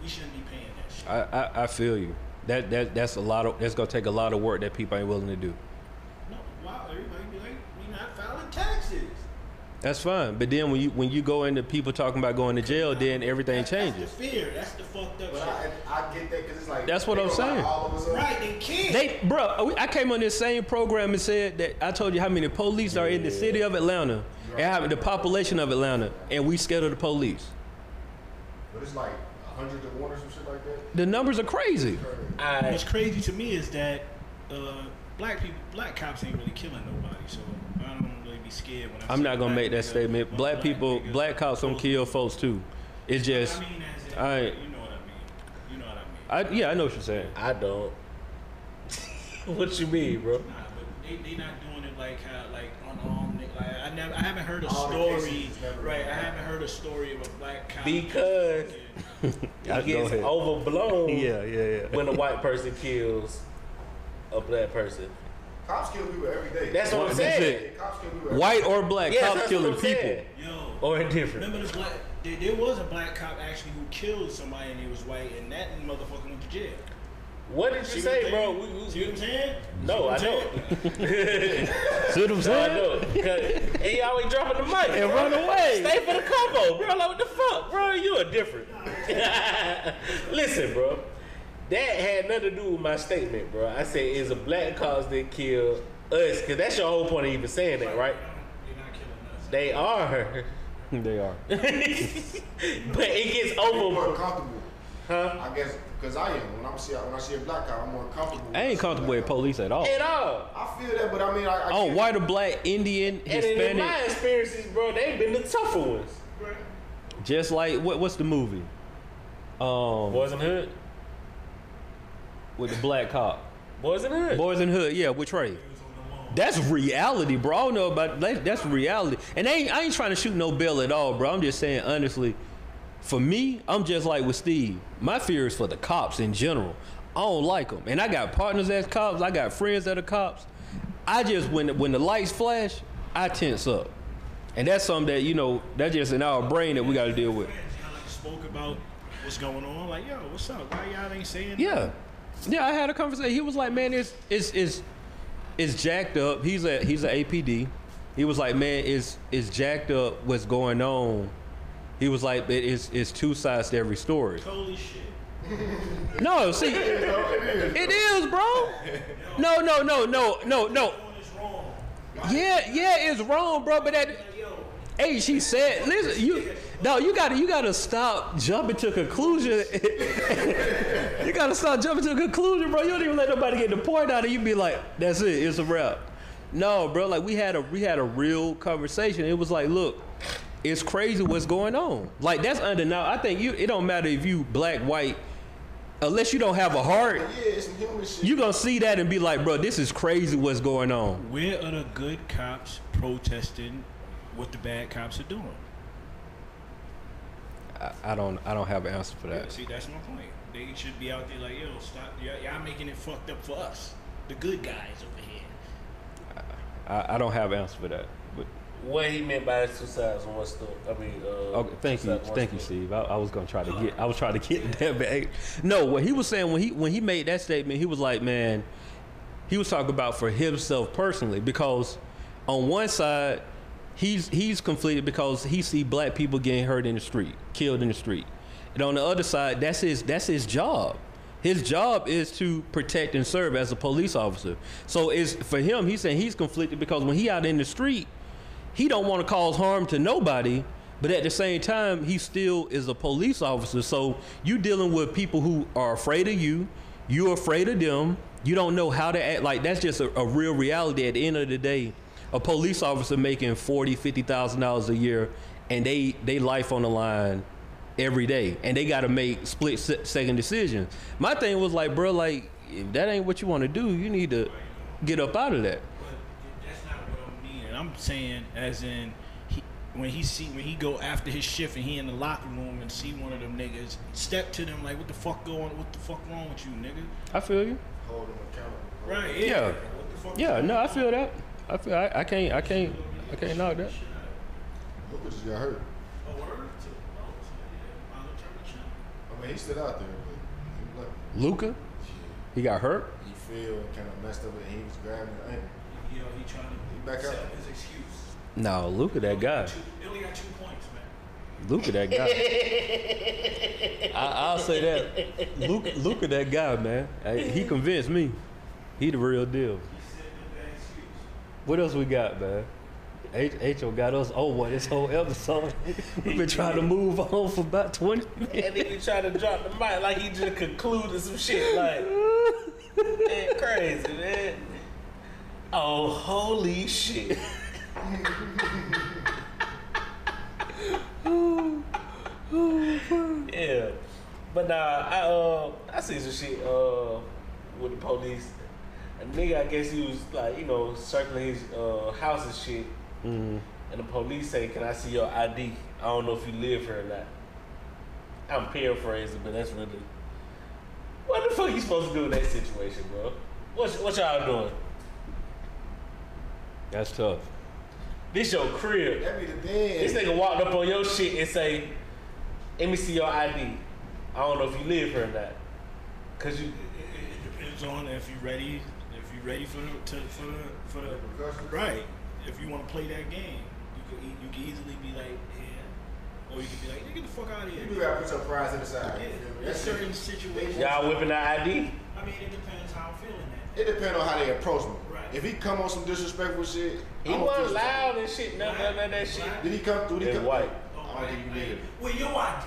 We shouldn't be paying that shit. I, I, I feel you. That that that's a lot of. That's gonna take a lot of work that people ain't willing to do. No, wow, everybody be like, we not filing taxes. That's fine. But then when you when you go into people talking about going to jail, then everything That- changes. That's the fear. That's the fucked up But I, shit. I get that because it's like That's what they I'm gonna lie saying. All of us up. right, they can't. They, bro, I came on this same program and said that I told you how many police are in the city of Atlanta and how the population of Atlanta, and we scared of the police. But it's like a hundred to one or some shit like that. The numbers are crazy. I What's crazy to me is that uh, black people, black cops ain't really killing nobody, so I don't really be scared when I I'm see not a gonna black make that nigga, statement. one Black people, nigga black cops don't pulls- kill folks too. It's just, I mean, as in, I- you know what I mean. You know what I mean. I yeah, I know what you're saying. I don't. what you mean, bro? Nah, but they they not doing it like how like unarmed. nigga. Like I never, I haven't heard a All the story. cases is never- Right, I haven't heard a story of a black cop. Because I- it go gets ahead. overblown Yeah, yeah, yeah. when a white person kills a black person. Cops kill people every day. That's what I'm That's saying. it. Cops kill people every White or black, Yes, cops that's killing what I'm people. saying. Yo, Oh. Or indifferent. remember this black? There, there was a black cop actually who killed somebody and he was white, and that motherfucker went to jail. What did See you what I'm say, bro? saying? We- we- See what I'm saying? no, I know. See what I'm No, I know. saying? 'Cause- And y'all ain't dropping the mic. And run away. Stay for the combo, bro. Like what the fuck, bro? You are different. Listen, bro. That had nothing to do with my statement, bro. I said it's a black cause that killed us, cause that's your whole point of even saying that, right? They're not killing us. They are, They are. but it gets I'm more over, comfortable. huh? I guess because I am. When I see when I see a black cop, I'm more comfortable. I ain't comfortable with police at all. At all. I feel that, but I mean, I, I Oh, get- white or black, Indian, And in my Hispanic, experiences, bro, they've been the tougher ones. just like what? What's the movie? Um, Boys in the hood. with the black cop, Boys in the hood. Boys in the Hood. Yeah, with Trey. That's reality, bro. I don't know about that. That's reality. And I ain't, I ain't trying to shoot no bill at all, bro. I'm just saying, honestly, for me, I'm just like with Steve. My fear is for the cops in general. I don't like them. And I got partners as cops, I got friends that are cops. I just, when, when the lights flash, I tense up. And that's something that, you know, that's just in our brain that we got to deal with. Y'all like spoke about what's going on. Like, yo, what's up? Why y'all ain't saying? Yeah, yeah. I had a conversation. He was like, "Man, it's it's it's it's jacked up." He's a he's an APD. He was like, "Man, it's it's jacked up. What's going on?" He was like, "It is it's two sides to every story." Holy shit. No, see, it is, bro. No, no, no, no, no, no. Doing is wrong. Yeah, yeah, it's wrong, bro. But that, Like, yo, hey, she said, listen, you. No, you gotta you gotta stop jumping to conclusion. you gotta stop jumping to conclusion, bro. You don't even let nobody get the point out of you. Be like, that's it, it's a wrap. No, bro, like we had a we had a real conversation. It was like, look, it's crazy what's going on. Like that's undeniable. I think you it don't matter if you black, white, unless you don't have a heart, Yeah, it's some human shit. you gonna see that and be like, bro, this is crazy what's going on. where are the good cops protesting what the bad cops are doing? I, I don't I don't have an answer for that. See, that's my point. They should be out there like, yo, stop. Y'all, y'all making it fucked up for us, the good guys over here. I, I don't have an answer for that. But What he meant by two sides and one story. I mean, uh, Okay, thank two you, sides, one thank you, story. Steve. I, I was gonna try to get, I was trying to get that back. No, what he was saying when he when he made that statement, he was like, man, he was talking about for himself personally because on one side he's he's conflicted because he see black people getting hurt in the street, killed in the street, and on the other side that's his that's his job. His job is to protect and serve as a police officer. So it's for him. He's saying he's conflicted because when he out in the street, he don't want to cause harm to nobody, but at the same time, he still is a police officer. So you dealing with people who are afraid of you, you're afraid of them, you don't know how to act. Like that's just a, a real reality. At the end of the day, a police officer making forty, fifty thousand dollars a year, and they they life on the line every day, and they got to make split se- second decisions. My thing was like, bro, like if that ain't what you want to do, you need to get up out of that. But that's not what I'm meaning. I'm saying as in he, when he see when he go after his shift and he in the locker room and see one of them niggas step to them like what the fuck going what the fuck wrong with you nigga I feel you. Hold them accountable. right yeah, Yeah. What the fuck Yeah, no, I feel that. I feel I, I can't I can't I can't knock that. Look what just got hurt. A word to yeah, I mean, he stood out there, but he left. Luca, he got hurt. He fell and kind of messed up, and he was grabbing the ankle. you know, he trying He to back set up. up his excuse. No, Luca that guy. Two, they only got two points, man. Luca that guy. I, I'll say that. Luca Luca that guy, man. I- he convinced me. He the real deal. He said that bad excuse. What else we got, man? H- HO got us over this whole episode. We've been trying to move on for about 20 minutes. And then you try to drop the mic like he just concluded some shit like man, crazy, man. Oh holy shit. yeah. But nah, I uh I see some shit uh with the police. A nigga I guess he was like, you know, circling his uh house and shit and the police say, Can I see your ID? I don't know if you live here or not. I'm paraphrasing, but that's really. What the fuck you supposed to do in that situation, bro? What what y'all doing? That's tough. This your crib. That be the thing. This nigga walked up on your shit and say, "Let me see your ID. I don't know if you live here or not." Cause you, It, it depends on if you ready, if you ready for the to, for the for the Repercussions. right. If you want to play that game, you could e- you could easily be like yeah, or you could be like "Nigga, get the fuck out of here. You do gotta put your pride to the side. Yeah, you feel me? there's That's certain situations. y'all whipping the ID. I mean, it depends how I'm feeling. That. It depends on how they approach me. Right. If he come on some disrespectful shit, He I'ma wasn't feel- loud and shit. None, none of that shit. Did he come through? Did he And come white. I don't think he did. Well, your ID.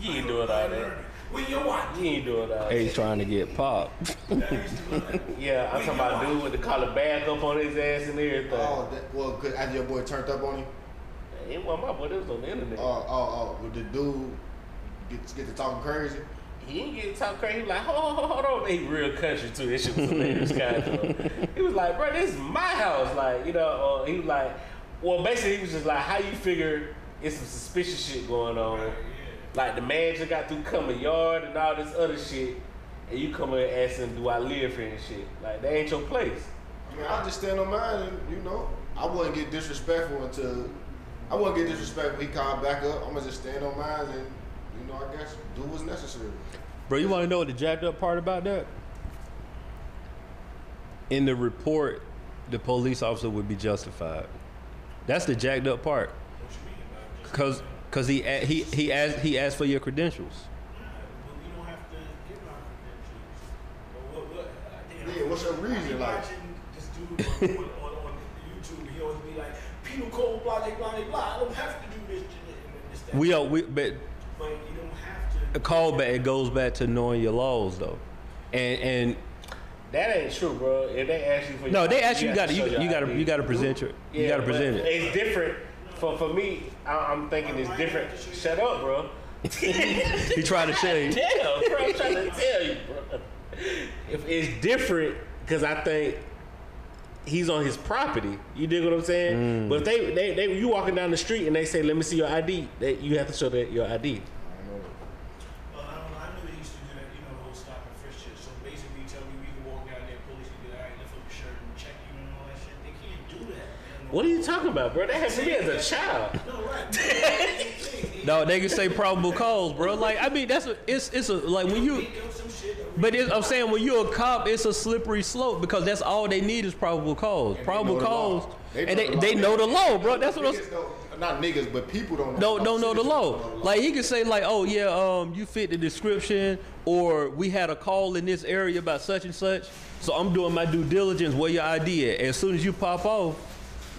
You ain't doing all that. Well, your ID. You ain't doing all that. Hey, trying to get popped. That used to look like- Yeah, I'm talking about a dude with the collar bag up on his ass and everything. Oh, that, well, cause after your boy turned up on him, It wasn't my boy. It was on the internet. oh, oh, oh, with the dude get get to talking crazy. he didn't get talk crazy. He was like, hold, hold, hold on. He real country too. This shit was hilarious, kind of. He was like, bro, this is my house. Like, you know, uh, he was like, well, basically, he was just like, how you figure it's some suspicious shit going on? Like, the man just got through coming yard and all this other shit, and you come in asking, do I live here and shit? Like, that ain't your place. I mean, I just stand on mine, and you know, I wouldn't get disrespectful until I wouldn't get disrespectful. He called back up. I'm gonna just stand on mine, and you know, I guess do what's necessary. Bro, you want to know the jacked up part about that? In the report, the police officer would be justified. That's the jacked up part. Cause, cause he a- he he asked he asked for your credentials. But we don't have to give our credentials. But what, what, uh, damn. Yeah, what's your I be reason? Like, watching this dude on, on, on YouTube, he always be like, penal code, blah, blah, blah, blah. I don't have to do this, this, this that. We are we but but you don't have a to. Uh, call back it goes back to knowing your laws though, and and That ain't true, bro. If they ask you for no your they ID, actually you have got to you, show your you got to ID. you got to present your you Yeah, got to but present it. It's different. For for me, I, I'm thinking it's different. Shut up, bro. He tried to change. Damn, bro. I'm trying to tell you, bro. If it's different, because I think he's on his property. You dig what I'm saying? But if they, they they you walking down the street and they say, "Let me see your ID," that you have to show that your ID. I don't know. Well, I don't know. I knew they used to do that, you know, the whole stop and frisk shit. So basically, you tell me we can walk down there, police can be like, all right, lift up your shirt and check you and all that shit. They can't do that. man. What are you talking about, bro? That happened to me as a child. No, right. That's the thing. No, they can say probable cause, bro. Like I mean that's a, it's it's a like when you. Make up some shit that But it's, I'm saying when you're a cop, it's a slippery slope because that's all they need is probable cause. probable know the law. cause, They and know they, the law. they know the law, bro. That's what I'm. Niggas don't- Not niggas, but people don't know. Don't don't know the Citizens law. Like he could say like, oh yeah, um, you fit the description, or we had a call in this area about such and such, so I'm doing my due diligence. Where your ID at? As soon as you pop off,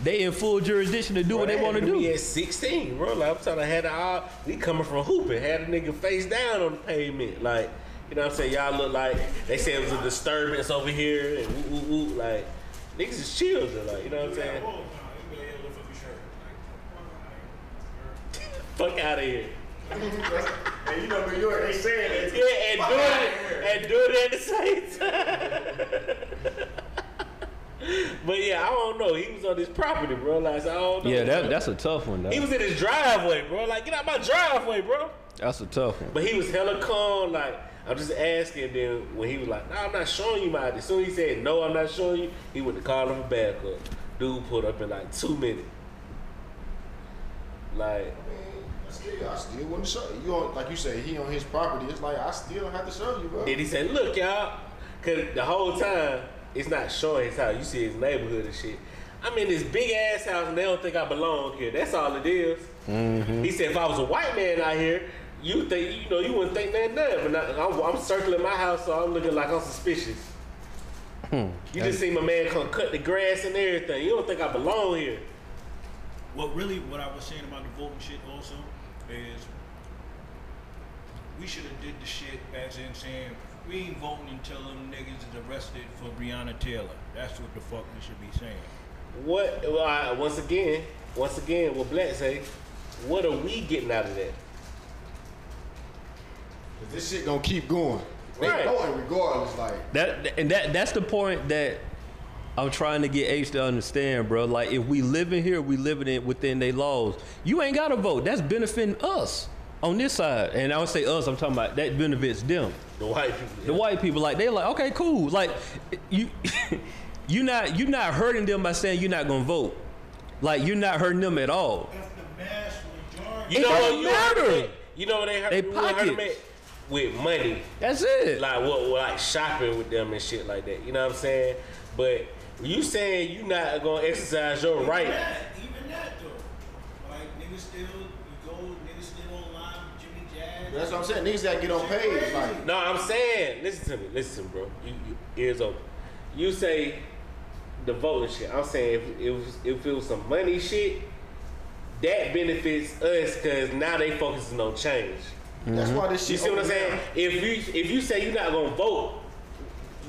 They in full jurisdiction to do what they want to to do. At sixteen, bro, like I'm trying to had all we coming from hooping, had a nigga face down on the pavement, like you know what I'm saying. Y'all look like they said it was a disturbance over here, and woo woo woo, like niggas is children, like you know what I'm saying. Fuck out of here. And you know New York, they saying that. Yeah, and do it and do it at the same time. but yeah, I don't know. He was on his property, bro. Like so I don't know. Yeah, that, that's a tough one. he Though. was in his driveway, bro. Like get out my driveway, bro. That's a tough one. But he was hella calm, like I'm just asking. Then when he was like, "No, I'm not showing you my," ID. as soon as he said, "No, I'm not showing you," he went to call him a backup. Dude pulled up in like two minutes. Like, I still, I still wouldn't show you. you. On, like you said, he on his property. It's like I still have to show you, bro. then he said, "Look, y'all," cause the whole time it's not showing his house. You see his neighborhood and shit. I'm in this big ass house, and they don't think I belong here. That's all it is. He said, "If I was a white man out here." You think you know you wouldn't think nothing, of it. but now I'm, I'm circling my house, so I'm looking like I'm suspicious. You just seen my man come cut the grass and everything. You don't think I belong here. What really, what I was saying about the voting shit also is we should have did the shit as in saying we ain't voting until them niggas is arrested for Breonna Taylor. That's what the fuck we should be saying. What? Well, I, once again, once again, what Black say? What are we getting out of that? This shit gonna keep going. They Right. going regardless. Like That and that that's the point that I'm trying to get H to understand, bro. Like if we live in here, we living it within their laws. You ain't got to vote. That's benefiting us on this side, and I would say us. I'm talking about that benefits them. The white people. The white people, like they like, okay, cool. Like you, you not you not hurting them by saying you're not gonna vote. Like you're not hurting them at all. That's the mass majority. You It know don't what you heard matter. them at? You know what they heard, They you know what I heard them pockets. at? with money, That's it. like what, what, like shopping with them and shit like that. You know what I'm saying? But you saying you not gonna exercise your Even right? that, even that though. Like niggas still, you go, niggas still online with Jimmy Jazz. that's what I'm saying. Niggas gotta get on page. Like No, I'm saying, listen to me, listen, bro. You, you ears open. You say the voting shit. I'm saying if it was if it was some money shit, that benefits us because now they focusing on change. that's why this shit. Mm-hmm. You see what I'm over saying? If you if you say you're not gonna vote,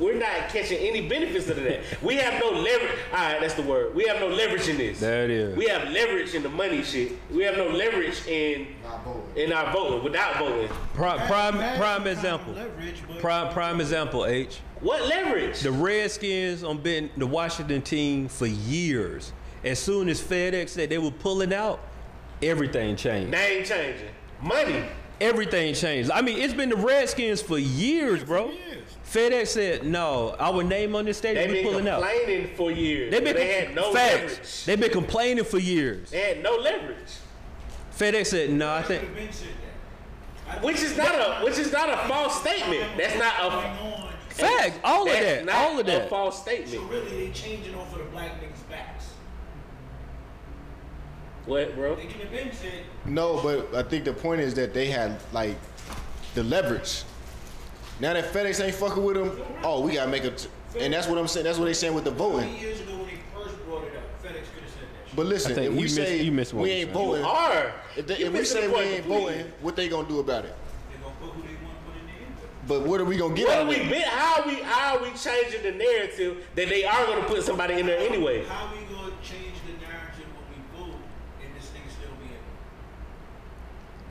we're not catching any benefits of that. We have no leverage. All right, that's the word. We have no leverage in this. There it is. We have leverage in the money shit. We have no leverage in now, Not voting. in our voting without voting. Prime prime, Mass prime kind of example. leverage, but- Prime prime example. H. What leverage? The Redskins on been the Washington team for years. As soon as FedEx said they were pulling out, everything changed. Name changing. Money. Everything changed. I mean, it's been the Redskins for years, bro. FedEx said, "No, our name on this They've stadium is been pulling out." complaining for years. They've been they had no facts. leverage. They've been complaining for years. They had no leverage. FedEx said, "No, I think." Could've been said that. I Which think is not a which is not a false statement. That's not going a on. Facts. All of that's that. not All of A that. false statement. So really, they changing off of the black niggas' backs. What, bro? They could have been said, No, but I think the point is that they had like the leverage. Now that FedEx ain't fucking with them, oh, we gotta make a. T- and that's what I'm saying. That's what they saying with the three voting. years ago when they first brought it up, FedEx could have said that shit. But listen, I think if you we miss- say you miss what we I'm ain't saying. voting, Are if, they, You if we missing say the we point ain't completely. voting, what they gonna do about it? They're gonna put who they want to put in there. But what are we gonna get? What out are of we? it? been- How are we? How are we changing the narrative that they are going to put somebody in there anyway? How we gonna change the narrative when we vote and this thing still be in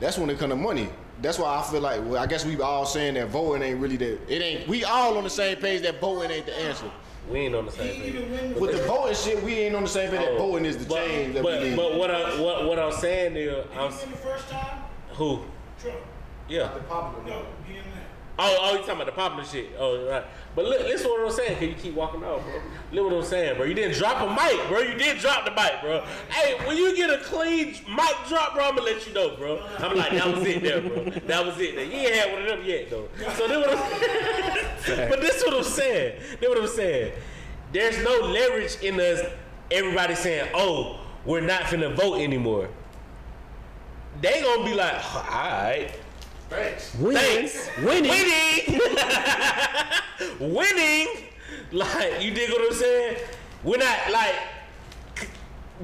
there? That's when it come to money. That's why I feel like well, I guess we all saying that voting ain't really the. It ain't. We all on the same page that voting ain't the answer. We ain't on the same He even page. Oh. win With the voting shit, we ain't on the same page that voting is the but, change that but, we need. But what I what what I'm saying is, He I'm won the first time? who? Trump. Yeah. No, he didn't win. Oh, oh, you talking about the popular shit? Oh, right. But look, listen what I'm saying. Can you keep walking off, bro? Look what I'm saying, bro. You didn't drop a mic, bro. You did drop the mic, bro. Hey, when you get a clean mic drop, bro, I'ma let you know, bro. I'm like, that was it, there, bro. That was it. There. You ain't had one of them yet, though. So then what I'm, but this what I'm saying. This what I'm saying. There's no leverage in us. Everybody saying, oh, we're not finna vote anymore. They gonna be like, all right. Winning. Thanks. Winning. Winning. Winning. Like, you dig what I'm saying? We're not like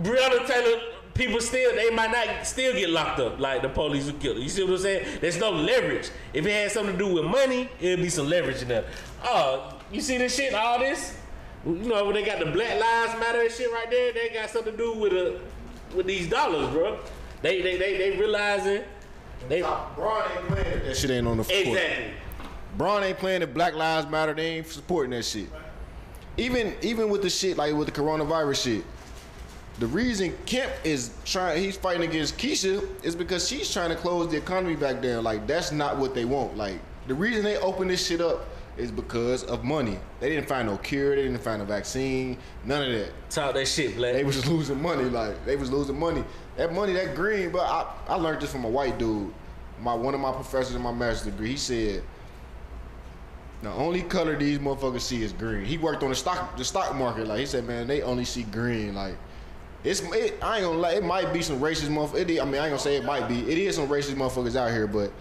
Breonna Taylor people still they might not still get locked up like the police who killed her. You see what I'm saying? There's no leverage. If it had something to do with money, it'd be some leverage in there. Oh, you see this shit, all this? You know when they got the Black Lives Matter and shit right there, they got something to do with a with these dollars, bro. They they they, they realizing they Nah, Braun ain't playing if that shit ain't on the floor. exactly. Braun ain't playing if Black Lives Matter. They ain't supporting that shit. Even even with the shit like with the coronavirus shit, the reason Kemp is trying he's fighting against Keisha is because she's trying to close the economy back down. Like that's not what they want. Like the reason they open this shit up is because of money. They didn't find no cure. They didn't find a vaccine. None of that. Talk that shit, black. They was just losing money. Like they was losing money. That money, that green. But I, I learned this from a white dude. My one of my professors in my master's degree. He said, the only color these motherfuckers see is green. He worked on the stock the stock market. Like he said, man, they only see green. Like it's it, I ain't gonna lie. It might be some racist motherfuckers. I mean, I ain't gonna say it might be. It is some racist motherfuckers out here. But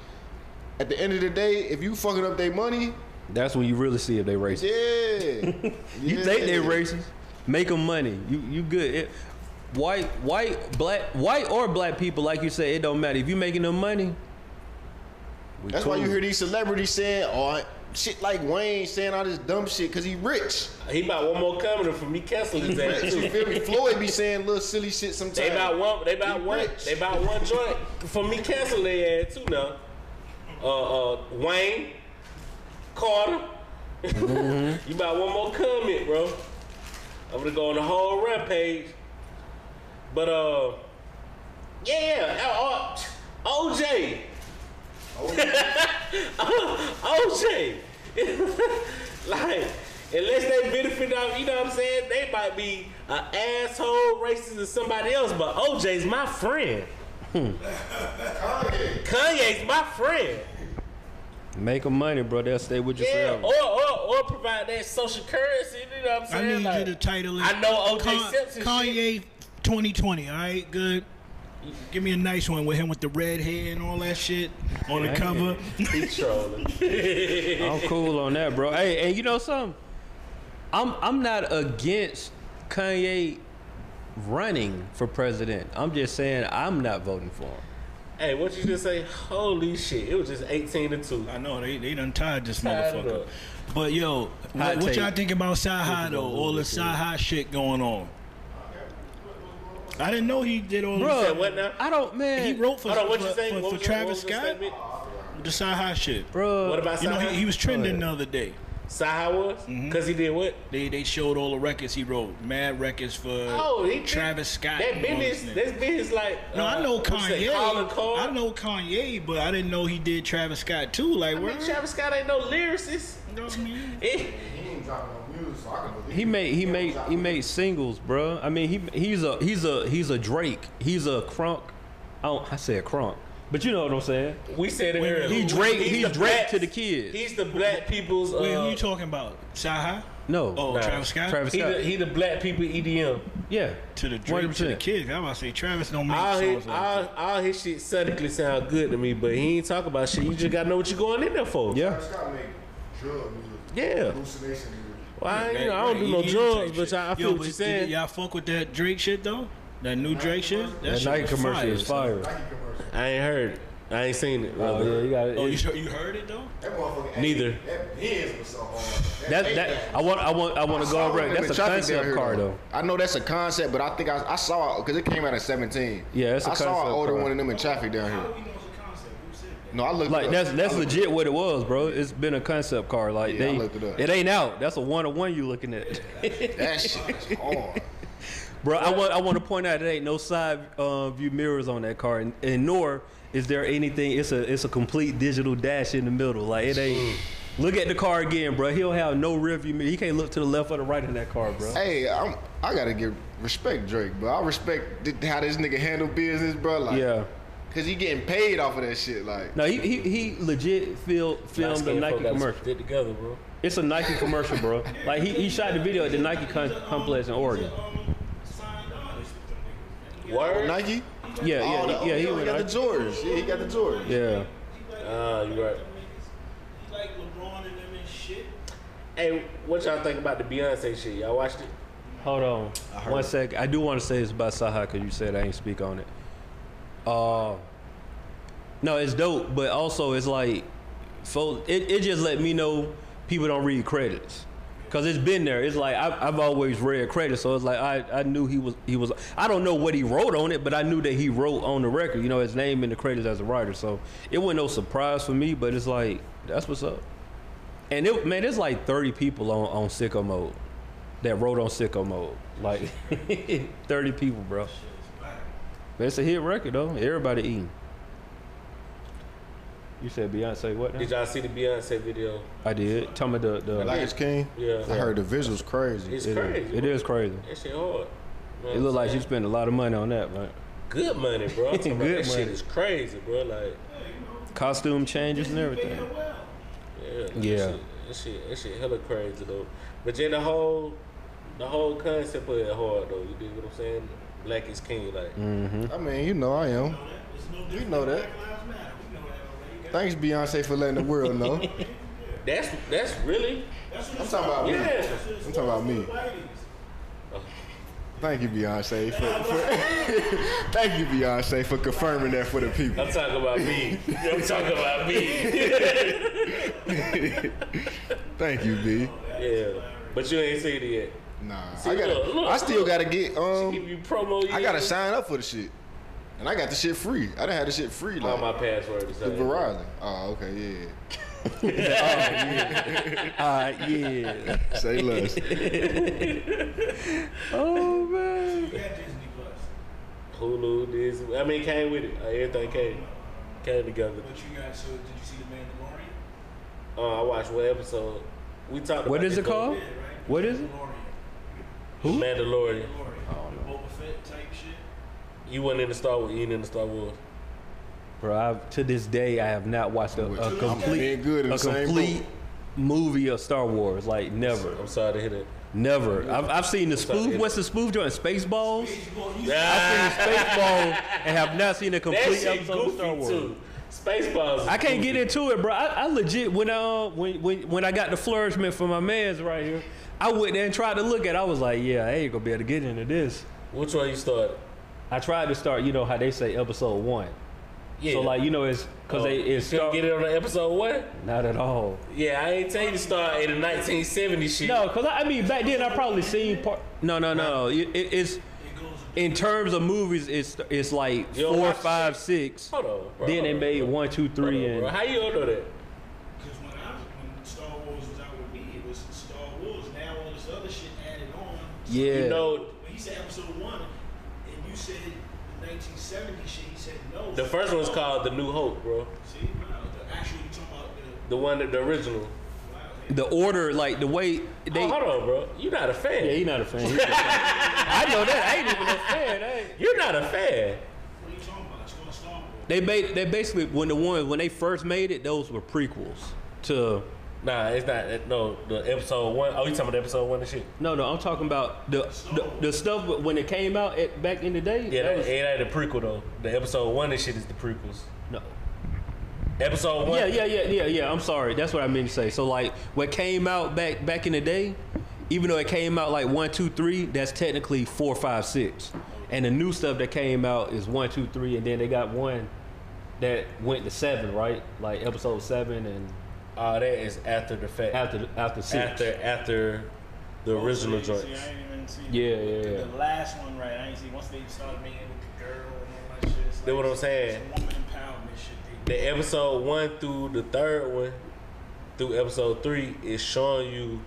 at the end of the day, if you fucking up their money, That's when you really see if they racist. yeah, You think they racist? Make them money. You you good. It, white white black white or black people like you say it don't matter if you making them money. we That's why cool. you hear these celebrities saying, "Oh, shit," like Wayne saying all this dumb shit because he rich. He bought one more comedy from me canceling his ass Rich, too. you feel me? Floyd be saying little silly shit sometimes. They about one. They about He one. rich. They about one joint for me. Cancel their ass too now. Uh, uh, Wayne, Carter. Mm-hmm. you about one more comment, bro. I'm gonna go on the whole rampage. But uh, yeah, yeah. uh, uh, OJ. OJ. Oh, like, unless they benefit off, you know what I'm saying? They might be an asshole racist to somebody else, but OJ's my friend. Kanye. Kanye's my friend. Make them money, bro. They'll stay with you Yeah, forever. or, or or provide that social currency, you know what I'm I saying? need Like, you to title it. I know OJ Con- Simpson. shit. Kanye 2020. All right, good. Give me a nice one with him with the red hair and all that shit on the cover. He trolling. I'm cool on that, bro. Hey, and you know something? I'm I'm not against Kanye running for president. I'm just saying I'm not voting for him. hey, what you just say? Holy shit. It was just 18 to 2. I know they they done tied this Tied motherfucker. up. But yo, Hot what, what take. y'all think about Saha though? All the Saha shit going on. I didn't know he did all Bro, said what now? I don't man. this. He wrote for Hold on, what you for- say? for- What was for your- what Travis was your Scott. statement? The Saha shit. bro. What about You know Saha? he, he was Mm-hmm. trending the other day. Saha was? Because he did what? They they showed all the records he wrote. Mad records for Oh, he Travis Scott. That and all this business, nigga. that's business like. uh, No, I know Kanye. I I know. know Kanye, but I didn't know he did Travis Scott too. Like, I where? mean, Travis Scott ain't no lyricist. It, He ain't dropping no music, so I can believe He it. made he made dropping he made singles, bro. I mean he he's a he's a he's a Drake. He's a crunk. I don't I said crunk, but you know what I'm saying. we said it earlier. He Drake- he's the Drake black- to the kids. He's the black people's. Uh, Wait, who you talking about? Saha? No, Oh, Nah. Travis Scott. Travis he, Scott. the, he the black people E EDM. yeah, to the Drake, to the 100%. kids. I'm about to say Travis don't make All songs his, like all, all his shit sonically sound good to me, but he ain't talk about shit. You just gotta know what you going in there for. Yeah, Travis Scott make drug music. Yeah. Hallucination music. Well, I, that. ain't- you know, I don't Right, do no EDM drugs, type but shit. I, I feel Yo, what but you're did saying. Y'all fuck with that Drake shit though. That new Drake shit. That, that shit Nike was commercial fire, is son. fire. Nike commercial. I ain't heard. it. I ain't seen it. Oh brother. yeah, you got it. Oh, you sure- you heard it though? That motherfucker. Neither. That pins was so hard. That that I want I want I want to go over. it. That's a concept car though. I know that's a concept, but I think I, I saw it because it came out at 17. Yeah, it's a I saw concept an older car. one of them in traffic down here. No, I looked it Like up. that's that's I looked- legit what it was, bro. It's been a concept car. Like Yeah, I they, looked it up. it ain't out. That's a one on one you looking at, That shit is hard. bro. I want I want to point out there ain't no side uh, view mirrors on that car, and, and nor is there anything. It's a it's a complete digital dash in the middle. Like it ain't. Look at the car again, bro. He'll have no rear view mirror. He can't look to the left or the right in that car, bro. Hey, I'm, I gotta give respect Drake, bro. I respect th- how this nigga handle business, bro. Like, Yeah. cause he getting paid off of that shit. Like, No, he he, he legit fil- filmed a Light-skinned Nike folk gotta commercial. Stick together, bro. It's a Nike commercial, bro. Like he, he shot the video at the Nike con- complex in Oregon. Um, Word. Nike. Yeah, Oh, yeah, the- yeah. He oh, went. got the Jordans. Yeah, he got the Jordans. Yeah. Ah, you right. He like LeBron and them and shit. Hey, what y'all think about the Beyonce shit? Y'all watched it? Hold on. I heard One it. sec. I do want to say it's about Saha because you said I ain't speak on it. Uh, no, it's dope, but also it's like, fo- it, it just let me know people don't read credits. Cause it's been there. It's like I, I've always read credits, so it's like I, I knew he was he was. I don't know what he wrote on it, but I knew that he wrote on the record. You know his name in the credits as a writer, so it wasn't no surprise for me. But it's like that's what's up. And it man, it's like thirty people on on sicko mode that wrote on sicko mode. Like thirty people, bro. It's a hit record though. Everybody eating. You said Beyonce what? Now? Did y'all see the Beyonce video? I did. Tell me the the. Like it's King. Yeah. I heard the visuals crazy. It's it crazy. is- it is crazy. That shit hard. You know what It I'm looked like she saying? spent a lot of money on that, man. good money, bro. I'm talking about Good that shit money. is crazy, bro. Like, Costume changes and Pay everything. her well. yeah, like, Yeah. That, shit, that shit, that shit hella crazy though. But then the whole, the whole concept of it hard though. You dig what I'm saying? Black is king, like. Mm. I mean, you know I am. It's no You different know than that. Black Lives Matter. We know that already. Got- Thanks Beyonce for letting the world know. That's that's really That's what I'm it's talking about me. Yeah. That's what it's I'm talking about me. for the whiteys. Thank you Beyonce for, for Thank you Beyonce for confirming that for the people. I'm talking about me. I'm talking about me. Thank you B. yeah. But you ain't seen it yet. Nah, See, I gotta. look, look, I still look. gotta get. Um, Give you promo. I gotta yeah. sign up for the shit, and I got the shit free. I done had the shit free All like Oh, my password is the out. Verizon. Oh, okay, yeah. Uh, yeah. yeah. Say less. oh man. We got Disney Plus, Hulu, this. I mean, came with it. Uh, everything came came together. but you guys. So did you see the Mandalorian? Uh, I watched one episode. We talked. What about is this it called? Yeah, right. What is it? Mandalorian. though. Mandalorian. Mandalorian. The Boba Fett type shit. You wasn't in the Star Wars. You ain't in the Star Wars. Bro, I've, to this day I have not watched a, a I'm complete being good in a the same complete movie of Star Wars. Like never, I'm sorry to hear that. never. I've, I've seen the sorry, spoof. yeah. What's the spoof joint? Spaceballs. You go- you I've Nah, seen Spaceballs and have not seen a Ah, that complete shit episode of Star goofy Wars. too. Spaceballs. is I can't get goofy. into it, bro. I, I legit when uh when, when when I got the flourishment for my man's right here, I went there and tried to look at. it. I was like, yeah, I ain't gonna be able to get into this. Which one you started? I tried to start, you know how they say episode one. Yeah. So like you know it's because Oh, they it's you couldn't start, get it on the episode one. not at all. Yeah, I ain't tell you to start in the 1970 shit. No, because I, I mean back then I probably seen part. No, no, no. It, it, it's in terms of movies, it's it's like You don't four, watch five, six. Hold on, bro. Then they Hold on, made bro. one, two, Hold three, on, bro. and How you all know that? Because when I was, when Star Wars was out with me, it was Star Wars. Now all this other shit added on. yeah. You know, When he said episode one, and you said the 1970 shit, he said no. the first one's called The New Hope, bro. See, wow, the actual you talking about the The one that the original. wow, they- the order, like the way they. oh, hold on, bro. You're not a fan. Yeah, he not a fan. He just- I know that. I ain't even a fan. I ain't- You're not a fan. what are you talking about? It's called Star Wars. They made they basically when the ones when they first made it, those were prequels to. Nah, it's not. that- No, the episode one. Oh, you talking about episode one and shit? No, no, I'm talking about the the, the stuff when it came out at, back in the day. Yeah, that that, was- it ain't a prequel though. The episode one and shit is the prequels. no. Episode one. Yeah, yeah, yeah, yeah, yeah. I'm sorry. That's what I meant to say. So like what came out back back in the day, even though it came out like one, two, three, that's technically four, five, six. And the new stuff that came out is one, two, three, and then they got one that went to seven, right? Like episode seven and Oh, that is after the fact. after after six. after, after the original Oh, See, I joints. ain't even seen Yeah, the, yeah, yeah. The last one, right? I ain't seen once they started making it with the girl and all that shit. It's That's what I'm it's- saying. It's woman empowerment shit. They, the episode one through the third one through episode three is showing you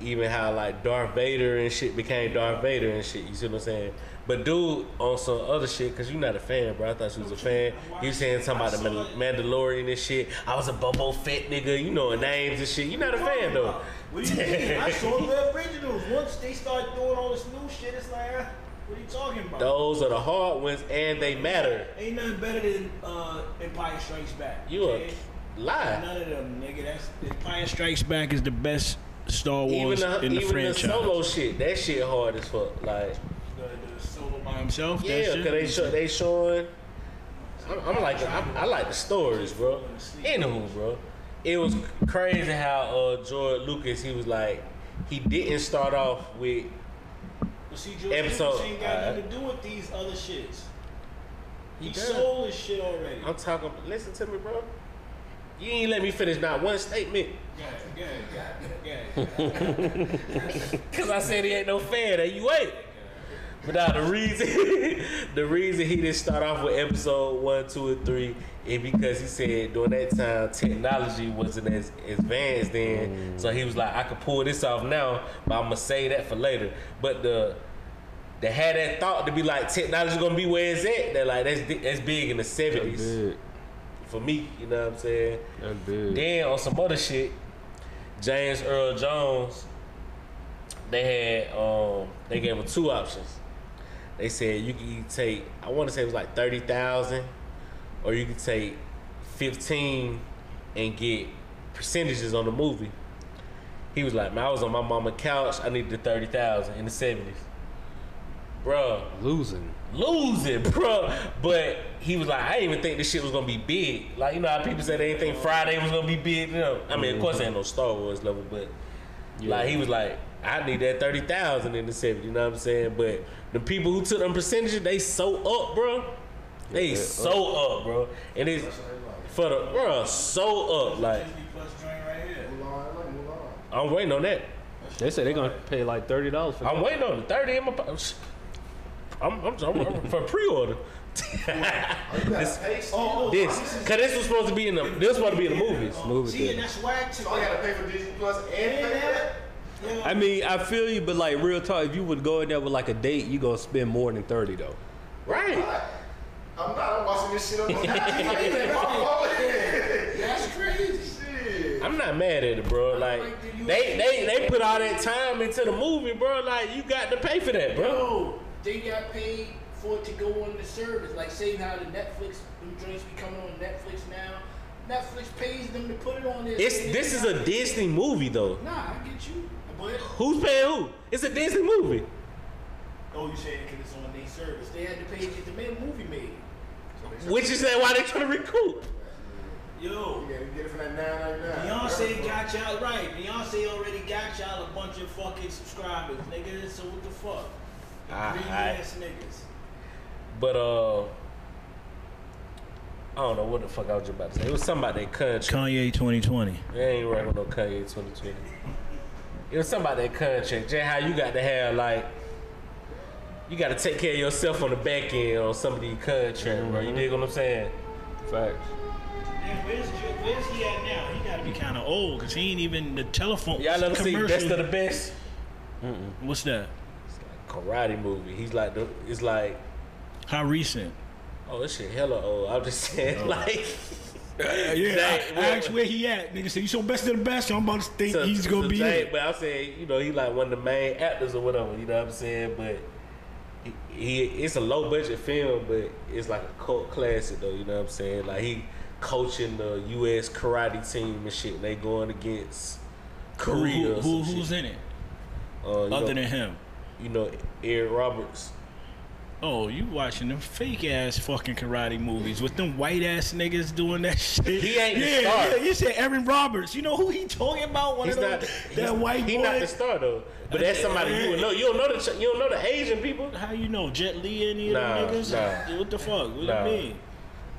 even how like Darth Vader and shit became Darth Vader and shit. You see what I'm saying? But dude, on some other shit, cause you not a fan, bro. I thought you was a fan. You saying something about the Man- Mandalorian and shit. I was a Bobo Fett nigga. You know names and shit. You not a fan though. What do you mean? I saw the originals. Once they start doing all this new shit, it's like, ah, what are you talking about? Those are the hard ones, and they matter. Ain't nothing better than uh, Empire Strikes Back. You a okay? lie. none of them, nigga. That's Empire Strikes Back is the best Star Even Wars the, in the even the franchise. solo shit, that shit hard as fuck. Like. The, the solo by himself. that Yeah, shit. cause they show, they showing. I'm, I'm like i I like the stories, bro. Anywho, bro, it was crazy how uh George Lucas he was like he didn't start off with But see, George Episode- Episode. ain't got alright. nothing to do with these other shits. He, does. sold his shit already. I'm talking. Listen to me, bro. You ain't let me finish not one statement. Got it, got it, got it. Cause I said he ain't no fan, and you ain't. But now the reason, the reason he didn't start off with episode one, two, and three is because he said during that time technology wasn't as advanced then, so he was like, I could pull this off now, but I'm gonna save that for later. But the they had that thought to be like technology gonna be where it's at. They're like that's that's big in the seventies big. for me. You know what I'm saying? That's big. Then on some other shit, James Earl Jones, they had um they gave him two options. They said you can either take I want to say it was like thirty thousand, or you can take fifteen and get percentages on the movie. He was like, man, I was on my mama couch. I needed the thirty thousand in the seventies, bruh Losing. losing, bro. But he was like, I didn't even think this shit was gonna be big. Like you know how people say they didn't think Friday was gonna be big. You know, I mean, of course, it ain't no Star Wars level, but like he was like, I need that thirty thousand in the seventy. You know what I'm saying? But the people who took them percentages, they so up, bro. They they're so up. bro. And it's for the bro, so up. Like Disney Plus joint right here. Mulan, I like Mulan. I'm waiting on that. They said they're gonna pay like thirty dollars for. I'm waiting on the thirty in my. po- I'm, I'm, I'm, I'm for pre-order. You gotta This- pay still. Oh, oh, This, cause this was supposed to be in the this was supposed to be in the movies. Movie See, and theater. that's whack too. So I gotta pay for Disney Plus and pay for that? Yeah. I mean, I feel you, but like real talk, if you would go in there with like a date, you gonna spend more than thirty though. Right. I'm not. I'm watching this shit on my That's crazy. Shit. I'm not mad at it, bro. Like they they they put all that time into the movie, bro. Like you got to pay for that, bro. No, they got paid for it to go on the service. Like say how the Netflix them joints be coming on Netflix now. Netflix pays them to put it on there. It's this is a Disney movie though. Nah, I get you. But Who's paying who? It's a Disney movie. oh, you saying because it's on their service? they had to pay to get the man movie made. Which is that why they trying to recoup. Yo, You gotta get it for that nine ninety nine. Beyonce got y'all right. Beyonce already got y'all a bunch of fucking subscribers, nigga. So what the fuck? Ah, Greedy alright. ass niggas. But uh I don't know what the fuck I was just about to say. It was something about that country. Kanye 2020. It ain't right with no Kanye 2020. It was something about that contract. Jay, how you got to have like you got to take care of yourself on the back end on some of these contracts, bro. Mm-hmm. You dig what I'm saying? Facts. Man, where's, Ju- where's he at now? He gotta be kind of old because he ain't even the telephone. Y'all ever see Best of the Best? What's that? It's like a karate movie. He's like, the, it's like, How recent? oh, this shit hella old. I'm just saying, like, Oh. Uh, yeah, Zay, I, I what- asked where he at. Nigga said, you so best of the best, so I'm about to think so- he's gonna so be Jay- it. But I'm saying, you know, he like one of the main actors or whatever. You know what I'm saying? But he, he it's a low budget film, but it's like a cult classic though. You know what I'm saying? Like he coaching the U.S. karate team and shit. They going against Who, Korea. or who- some who's shit. in it Uh, you other know, than him? you know Eric Roberts. Oh, you watching them fake ass fucking karate movies with them white ass niggas doing that shit? He ain't the yeah, star. yeah. You said Aaron Roberts. You know who he talking about? One He's of not those, he's- that white He boy. not the star though. But that's somebody you would know. You don't know the Ch- you don't know the Asian people. How you know Jet Li any of Nah, them niggas? nah. What the fuck? What Nah. do you mean?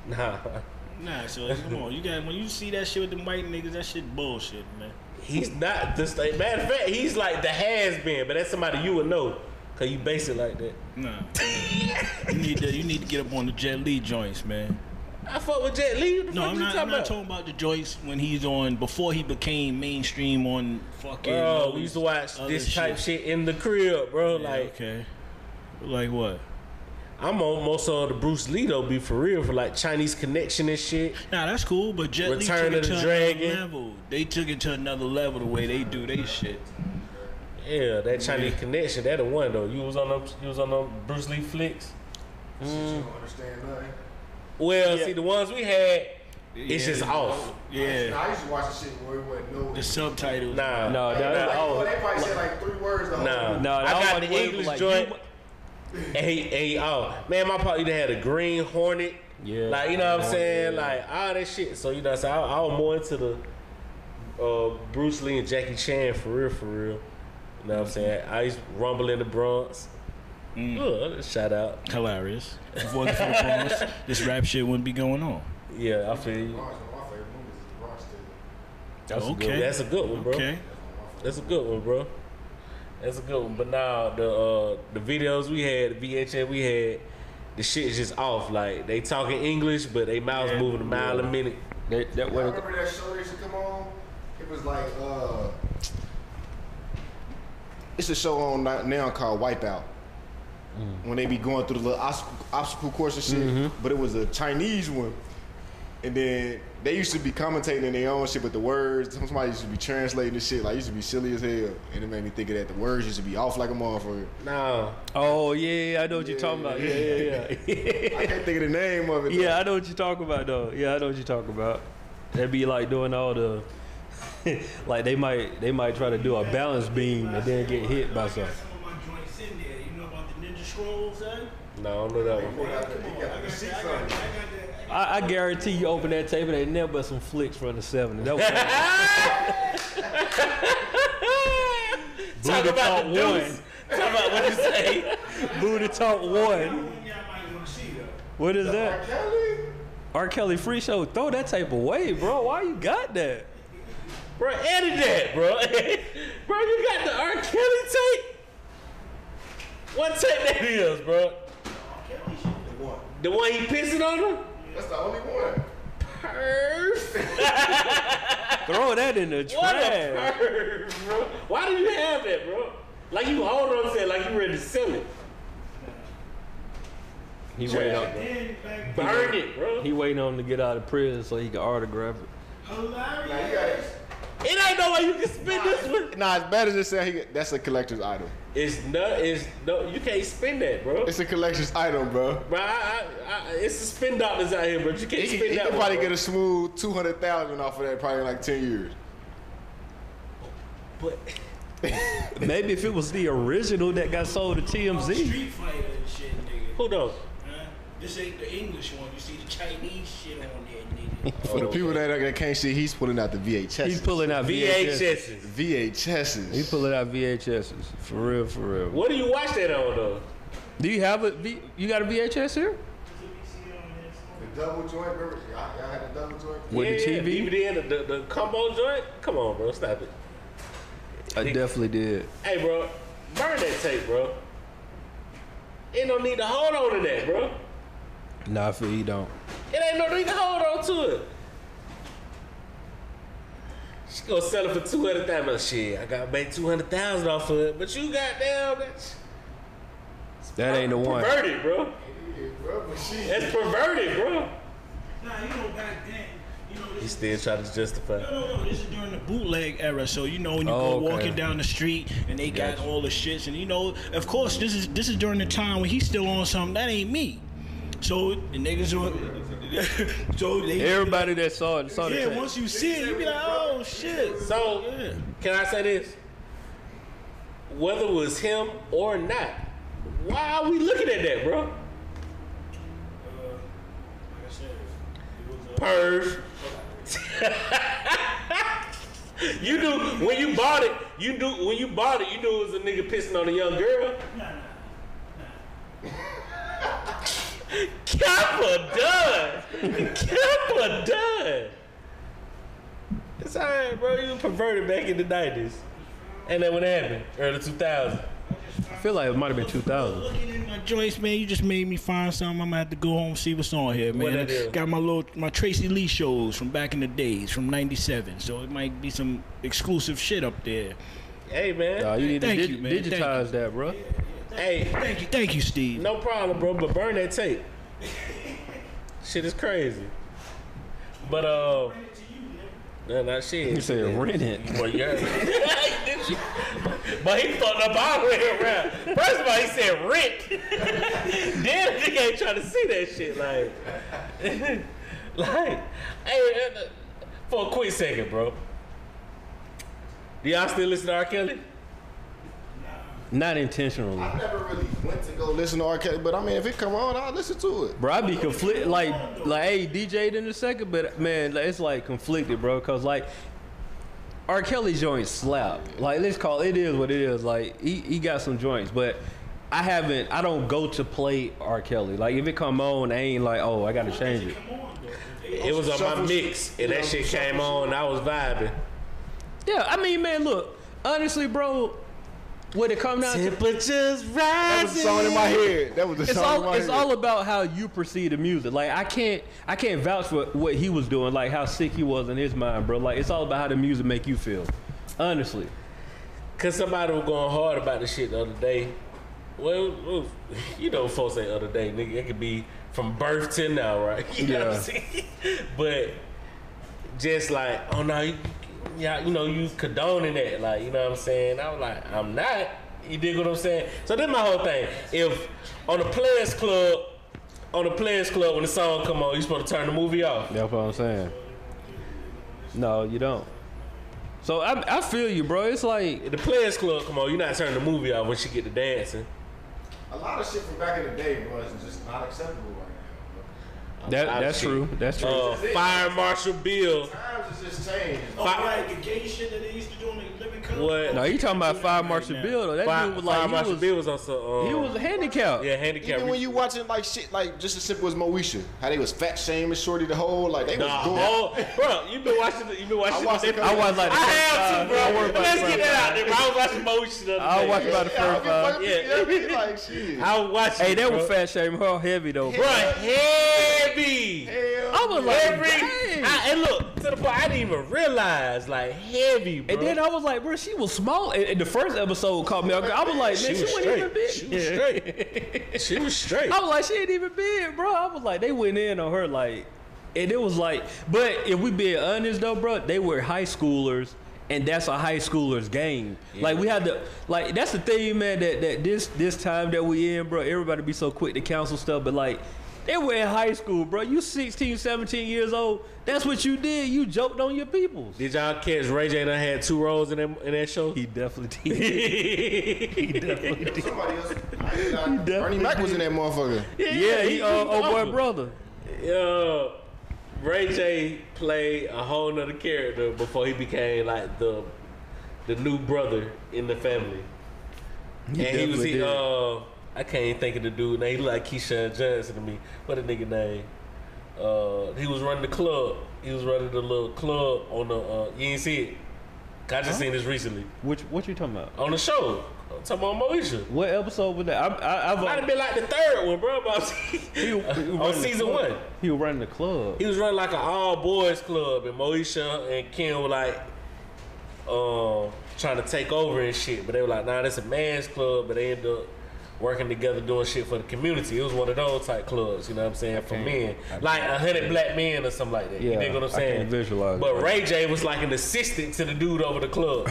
Nah, Nah, so come on, you got when you see that shit with them white niggas, that shit bullshit, man. he's not the star. Matter of fact, he's like the has been. But that's somebody you would know because you base it like that. Nah, you need to you need to get up on the Jet Li joints, man. I fuck with Jet Li. What the No, fuck I'm you not, talking I'm not about? talking about the joints when he's on before he became mainstream on fucking. Bro, all we used to these watch other this type shit. in the crib, bro. Yeah, like okay, like what? I'm almost on the Bruce Lee though. Be for real for like Chinese connection and shit. Nah, that's cool, but Jet Li Return took it of the to Dragon. another level. They took it to another level the way they do they shit. Yeah, that Chinese connection. That the one though. You was on them. You was on them Bruce Lee flicks. Mm. You don't understand nothing. Well, see the ones we had. It's Yeah. just off. Yeah, Nah, I used to watch the shit where it wasn't no. the subtitles. Nah, No, Like, that, like, that, oh, they probably said like three words the whole No, No, I that got one the was English like, joint. you- And he, and he- oh man, my partner either had a green hornet. Yeah. Like you know what I'm saying? Like all that shit. So you know, so I, I was more into the uh, Bruce Lee and Jackie Chan for real, for real. You know what I'm saying? I used to rumble in the Bronx. Mm. Ugh, shout out. Hilarious. If it wasn't for the pause, this rap shit wouldn't be going on. Yeah, I feel you. Bronx, one of my favorite movies is Bronx Tale. That's A Okay. good, that's a good one, bro. Okay. That's a good one, bro. That's a good one. But now the uh, the videos we had, the VHS we had, the shit is just off. Like they talking English, but they mouths Yeah. moving a mile a minute. That, that I way, remember that show that used to come on? It was like, uh, It's a show on ni- now called Wipeout. When they be going through the little obs- obstacle course and shit, but it was a Chinese one. And then they used to be commentating their own shit, but the words somebody used to be translating this shit. Like it used to be silly as hell, and it made me think of that. The words used to be off like a motherfucker. Nah, oh yeah, I know what you're talking about. Yeah, yeah, yeah. I can't think of the name of it. though. Yeah, I know what you're talking about though. Yeah, I know what you're talking about. That'd be like doing all the like they might they might try to do a balance beam and then get hit by I got something. some of my joints in there. You know about the Ninja Scrolls, son? no, I don't know that one. boy, I could- he I got got the that. sheets I on. got that. I got that. I, I guarantee you open that table, they never but some flicks from the 70s. That was Talk Booty about Talk the one. deuce. Talk about what you say. Booty Talk 1. One y'all might want to see, though. What is that? Kelly? R. Kelly Free Show. Throw that tape away, bro. Why you got that? Bro, edit that, bro. bro, you got the R. Kelly tape? What tape that is, bro? The one he pissing on him? That's the only one. Perfect. Throw that in the What trash. a perv, bro. Why do you have that, bro? Like you hold on to it, like you ready to sell it. He waiting, on, Then back Burn it, bro. he waiting on him to get out of prison so he can autograph it. Now, you hilarious. got it. It ain't no way you can spin this one. Nah, as bad as it sounds, he- that's a collector's item. It's not. It's no. You can't spin that, bro. It's a collector's item, bro. Bro, I, I, I, it's the spin doctors out here, bro. You can't He, spin could- he that could one, probably bro. get a smooth two hundred thousand off of that, probably in like ten years. But Maybe if it was the original that got sold to TMZ. Street Fighter and shit, nigga. who knows? Huh? This ain't the English one. You see the Chinese shit on there, Oh, nigga. For the people that, that can't see, he's pulling out the VHS. He's pulling out VHS. VHSs. VHSs. He pulling out VHSs. For real, for real. What do you watch that on though? Do you have a V? You got a VHS here? The double joint, remember? Y'all, y'all had the double joint? With the TV? DVD, and the, the, the combo joint. Come on, bro, stop it. I definitely did. Hey, bro, burn that tape, bro. Ain't no need to hold on to that, bro. Nah, for you don't. It ain't no need to hold on to it. She gonna sell it for two hundred thousand. Shit, I gotta make two hundred thousand off of it. But you goddamn, that's That ain't the one. perverted, bro. Yeah, bro, but she. That's perverted, bro. Nah, you know back then, you know He this. still trying to justify. No, no, no. This is during the bootleg era, so you know when you Oh, go okay. walking down the street and they got all the shits, and you know, of course, this is this is during the time when he's still on something that ain't me. So the niggas on, so they Everybody that saw it saw yeah. the tape. Once you see it, you be like, oh shit. So yeah. can I say this? Whether it was him or not, why are we looking at that, bro? Like Uh, I said, it was, uh, Perv. you do when you bought it. You do when you bought it. You knew it was a nigga pissing on a young girl. Kappa done. Kappa done. It's alright, bro. You perverted back in the nineties, and then what happened? Early two thousand. I feel like it might have been 2000. Looking in my joints, man, you just made me find something. I'm gonna have to go home and see what's on here, What man. that is? Got my little my Tracy Lee shows from back in the days, from '97. So it might be some exclusive shit up there. Hey man. Nah, you need Thank to dig- you, man. Thank digitize that, bro. Hey, Thank you, thank you, Steve. no problem, bro. But burn that tape. Shit is crazy. But uh, no, not shit. You said rent it. Well, yeah. Did you? But he fucked up all the way around. First of all, he said rent. then the nigga ain't trying to see that shit. Like, like, hey, uh, for a quick second, bro. Do y'all still listen to R. Kelly? Not intentionally. I never really went to go. Go listen to R. Kelly, but I mean, if it come on, I'll listen to it. Bro, I be conflict like like hey DJ'd in a second, but man, like, it's like conflicted, bro, cause like R. Kelly joints slap. Like let's call it is what it is. Like he, he got some joints, but I haven't. I don't go to play R. Kelly. Like if it come on, I ain't like, oh, I gotta change it. Come on, though. It was on my Shuffles- mix, and Yeah, that shit came on. and I was vibing. Yeah, I mean, man, look, honestly, bro, when it come down to Temperatures That was a song in my head. That was a it's song in all my it's head. all about how you perceive the music. Like I can't I can't vouch for what he was doing, like how sick he was in his mind, bro. Like it's all about how the music make you feel. Honestly. Cause somebody was going hard about this shit the other day. Well, it was- you know, folks say other day, nigga. It could be from birth to now, right? You know what Yeah. I'm saying? But just like, oh no, you, yeah, you know, you condoning that, like, you know what I'm saying? I was like, I'm not. You dig what I'm saying? So that's my whole thing. If on the Players Club, on the Players Club, when the song come on, you supposed to turn the movie off. That's what I'm saying. No, you don't. So I I feel you, bro. It's like If the Players Club come on, you're not turning the movie off when she get to dancing. A lot of shit from back in the day was just not acceptable right now. that I've that's seen- true. That's true. Uh, Fire Marshal Bill. Times has just changed. Oh, Fi- right, the gay shit that they used to do in the living color. What? no, you talking about five Marshall Bill though. That Fire, dude was Fire like he Marshal was, Bill was also. Um, he was handicapped. yeah handicap. Even when you watching like shit, like just as simple as Moesha, how they was fat shaming Shorty the whole, like they the was going. whole, bro, you been watching. The, you been watching. I watched the- the- I watched like the I first have five- to, bro. I watched about the Let's get first that out five. there. Bro. I was watching motion. The other I day. watched about the Yeah, first five. I mean, like shit. I was watching. Hey, that bro. was fat shaming her heavy though. Bro, heavy. I was like, Every, dang. I, and look to the point I didn't even realize like heavy, bro. and then I was like, bro, she was small. And, and the first episode caught me. off guard. I was like, man, she, wasn't even big. She was straight. she was straight. I was like, she ain't even big, bro. I was like, they went in on her like, and it was like, but if we being honest though, bro, they were high schoolers. And that's a high schooler's game. Like we had to, like that's the thing, man. That that this this time that we in, bro. Everybody be so quick to counsel stuff, but like they were in high school, bro. You 16, 17 years old. That's what you did. You joked on your peoples. Did y'all catch Ray J done had two roles in that in that show? He definitely did. he definitely did. Somebody else. I did not- Bernie Mac was in that motherfucker. Yeah, he, uh, oh boy, brother. Yo, Ray J played a whole nother character before he became like the the new brother in the family. and he was definitely he, did. uh I can't even think of the dude name. He look like Keyshawn Johnson to me. What a nigga name. Uh he was running the club. He was running the little club on the uh you ain't see it. 'Cause I just seen this recently. Which what you talking about? On the show. I'm talking about Moesha. What episode was that? I, I, I've I'd have been like the third one, bro. But Uh, on running the Oh, season club. one. He was running the club. He was running like an all boys club, and Moesha and Ken were like, um, trying to take over and shit. But they were like, nah, that's a man's club. But they ended up working together doing shit for the community. It was one of those type clubs, you know what I'm saying, for men. Like a hundred black men or something like that. Yeah, you dig what I'm I saying? can't visualize But it. Ray J was like an assistant to the dude over the club.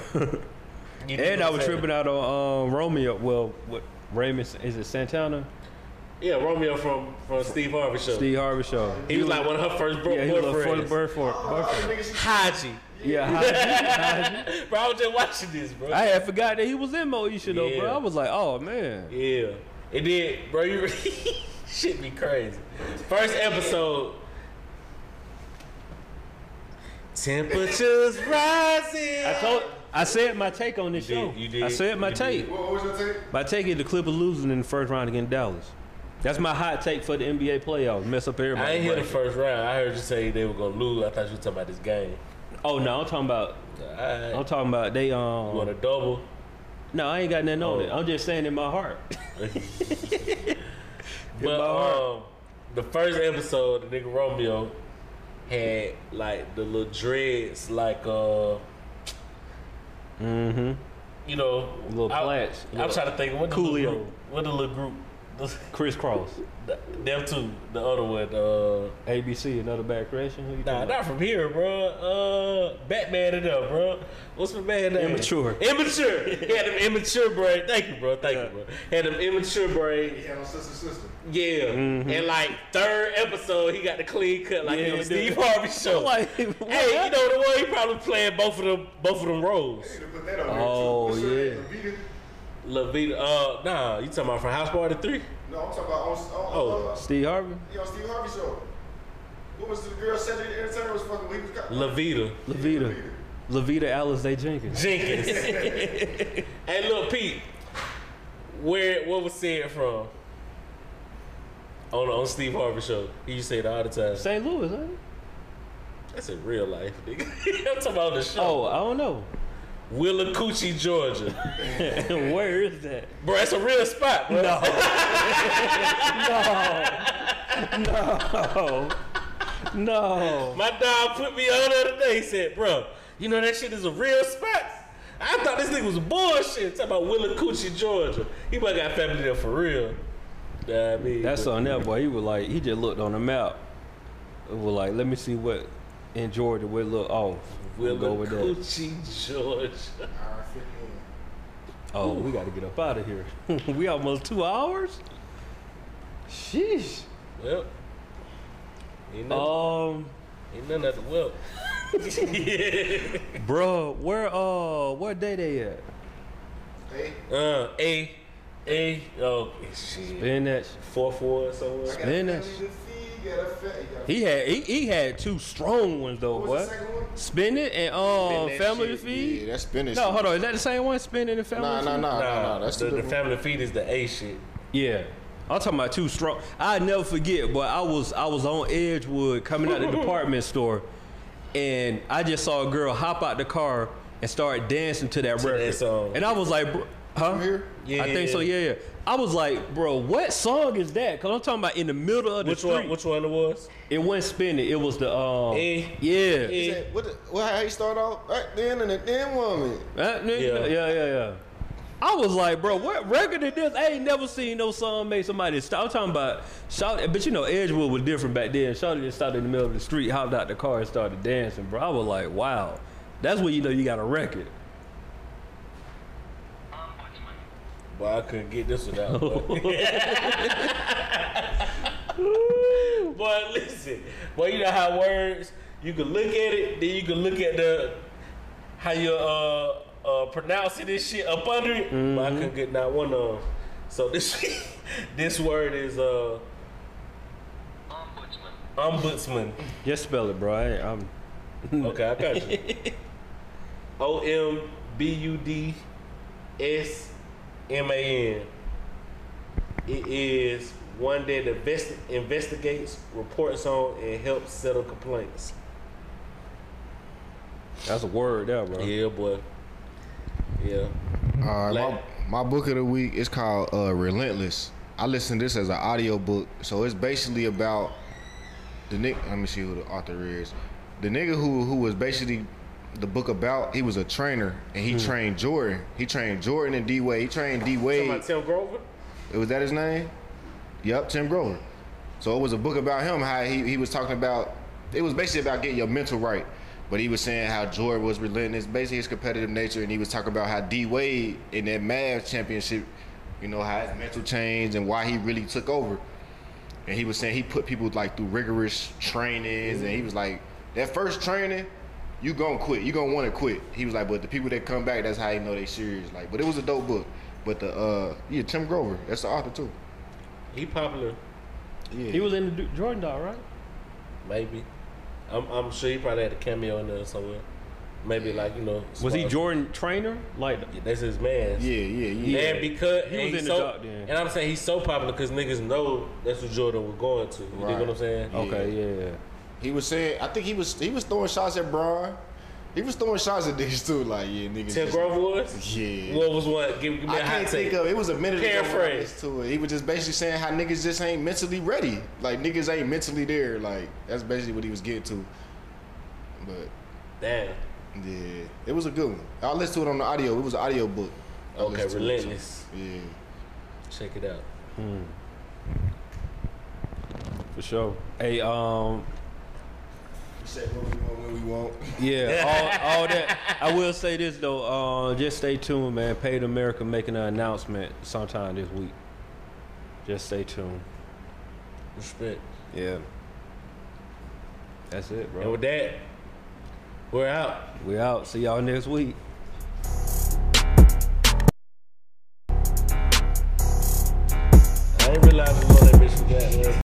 You dig what and I I'm was saying? tripping out on um, Romeo. Well, what Raymond is it Santana? Yeah, Romeo from from Steve Harvey show. Steve Harvey show. He was like one of her first bro- yeah, he was a for the boyfriends. bird for Oh, boyfriend. Haji. Yeah, hi- hi. Bro, I was just watching this, bro. I had forgot that he was in Moesha though, bro. Yeah. I was like, oh man. Yeah. And then, bro, you shit be crazy. First episode. Temperatures rising. I told. I said my take on this You show. did, you did, I said my you take. did. What what was your take? By taking the Clippers losing in the first round against Dallas. That's my hot take for the NBA playoffs. Mess up everybody. I ain't hear the first round. I heard you say they were gonna lose. I thought you were talking about this game. Oh no, I'm talking about. Alright. I'm talking about they You want um. a double? No, I ain't got nothing on Oh. it. I'm just saying in my heart. But my heart. um, the first episode, the nigga Romeo had like the little dreads, like uh, Mm-hmm. you know, Little I- plaits. I'm trying to think what the little Coolio. group, what the little group. Crisscross. The- Them two, the other one. Uh, ABC, another bad creation. Who you nah, talking about? not from here, bro. Uh, Batman it up, bro. What's my man name? Immature. Immature. He had them immature brain. Thank you, bro. Thank you, bro. Had them immature brain. He had on sister sister. Yeah. And like third episode, he got the clean cut like Mm-hmm. Yeah, he on he Steve did. Harvey show. Like, what? hey, you know the one he probably playing both of them, both of them roles. Should have put that on there, too. Oh, What's your- yeah. Levita? Levita. Uh, nah, you talking about from House Party Three? No, I'm talking about on, Oh. on, uh, Steve Harvey. he on Steve Harvey show. What was the girl Cedric the Entertainer was fucking? with? He was got- Levita. Levita. Levita Alice Day Jenkins. Jenkins. hey, look, Pete. where what was said from? On on Steve Harvey show, he used to say it all the time. St. Louis, huh? That's in real life, nigga. I'm talking about the show. Oh, I don't know. Willacoochee, Georgia, Where is that? bro. That's a real spot, bro. No. no. No. No. My dog put me on the other day. He said, bro, you know that shit is a real spot. I thought this nigga was bullshit. Talking about Willacoochee, Georgia. He might got family there for real. Nah, I mean, That's but- on that boy. He was like, he just looked on the map. It was like, let me see what in Georgia would look off. We'll go with that. Willacoochee, Georgia. Hour 15. Oh, we got to get up out of here. we almost two hours. Sheesh. Well, ain't nothing, Um, ain't nothing at the well. bro, where uh, where day they at? Hey, Uh, A, A, oh, shit. Spin that. Four, four, somewhere. Spin that. you got a fa- you got a- He had he, he had two strong ones though, What was the boy. second one? Spin it and um, family to feed. Yeah, that's spinach. No, hold on. Is that the same one? Spinning and family? Nah, to nah, nah, feed? nah, nah. Nah, That's the, the, the family feed is the A shit. Yeah. I'm talking about two strong. I never forget, but I was I was on Edgewood coming out of the department store, and I just saw a girl hop out the car and start dancing to that To that record. song. And I was like, bro, huh? here? I think so. Yeah, yeah. I was like, bro, what song is that? Cause I'm talking about in the middle of the Which street. one? Which one it was? It wasn't spinning. It was the um. Eh. Yeah. Eh. Is that- What, the, what how you start off? Back then and the damn woman. Uh, n- Yeah. yeah, yeah, yeah. I was like, bro, what record is this? I ain't never seen no song make somebody stop. I'm talking about shout, but you know Edgewood was different back then. Shawty just stopped in the middle of the street, hopped out the car, and started dancing, bro. I was like, wow, that's when you know you got a record. Boy, I couldn't get this without. boy. boy, listen, boy, you know how words. You can look at it, then you can look at the how you uh uh pronouncing this shit up under it. But I couldn't get not one of. 'em. So this this word is uh ombudsman. Just spell it, bro. I ain't, I'm Okay, I got you. O M B U D S M A N. It is one that invest- investigates, reports on, and helps settle complaints. that's a word there, bro. Yeah, boy. Yeah. All right, Like- my, my book of the week is called uh, Relentless. I listen to this as an audiobook. So it's basically about the nigga. Let me see who the author is. The nigga who who was basically the book about, he was a trainer and Hmm. he trained Jordan. He trained Jordan and D Wade. He trained D Talking Wade. about Tim Grover? It was that his name? Yep, Tim Grover. So it was a book about him, how he, he was talking about it was basically about getting your mental right. But he was saying how Jordan was relentless, basically his competitive nature, and he was talking about how D Wade in that Mavs championship, you know, how his mental changed and why he really took over. And he was saying he put people like through rigorous trainings, and he was like, that first training, you gonna quit, you gonna want to quit. He was like, but the people that come back, that's how you know they serious. Like, but it was a dope book. But the uh, yeah, Tim Grover, that's the author too. He popular, Yeah, He was in the Du- Jordan doll, right? maybe. I'm, I'm sure he probably had a cameo in there somewhere. Maybe like, you know. Was he Spar- Jordan trainer? Like, Yeah, that's his man. yeah, yeah, yeah. And because He and was he's in the so, dock then. and I'm saying he's so popular because niggas know that's what Jordan was going to. You dig Right. what I'm saying? Oh, okay, yeah. He was saying, I think he was he was throwing shots at Braun. He was throwing shots at niggas too. Like, yeah, niggas. Tim just- Grover was. Yeah. What was what? Give, give me I a hot can't take. think of it was a minute ago when I Paraphrase. listened to it. He was just basically saying how niggas just ain't mentally ready. Like niggas ain't mentally there. Like that's basically what he was getting to. But Damn. yeah, it was a good one. I listened to it on the audio. It was an audio book. I Okay, listened to it, so- relentless. Yeah. Check it out. For sure. Hey, um, we said what we want, when we want. Yeah, all, all that. I will say this though. Uh, just stay tuned, man. Paid America making an announcement sometime this week. Just stay tuned. Respect. Yeah. That's it, And bro. with that, we're out. We out. See y'all next week. I didn't realize we was on that bitch with that. man.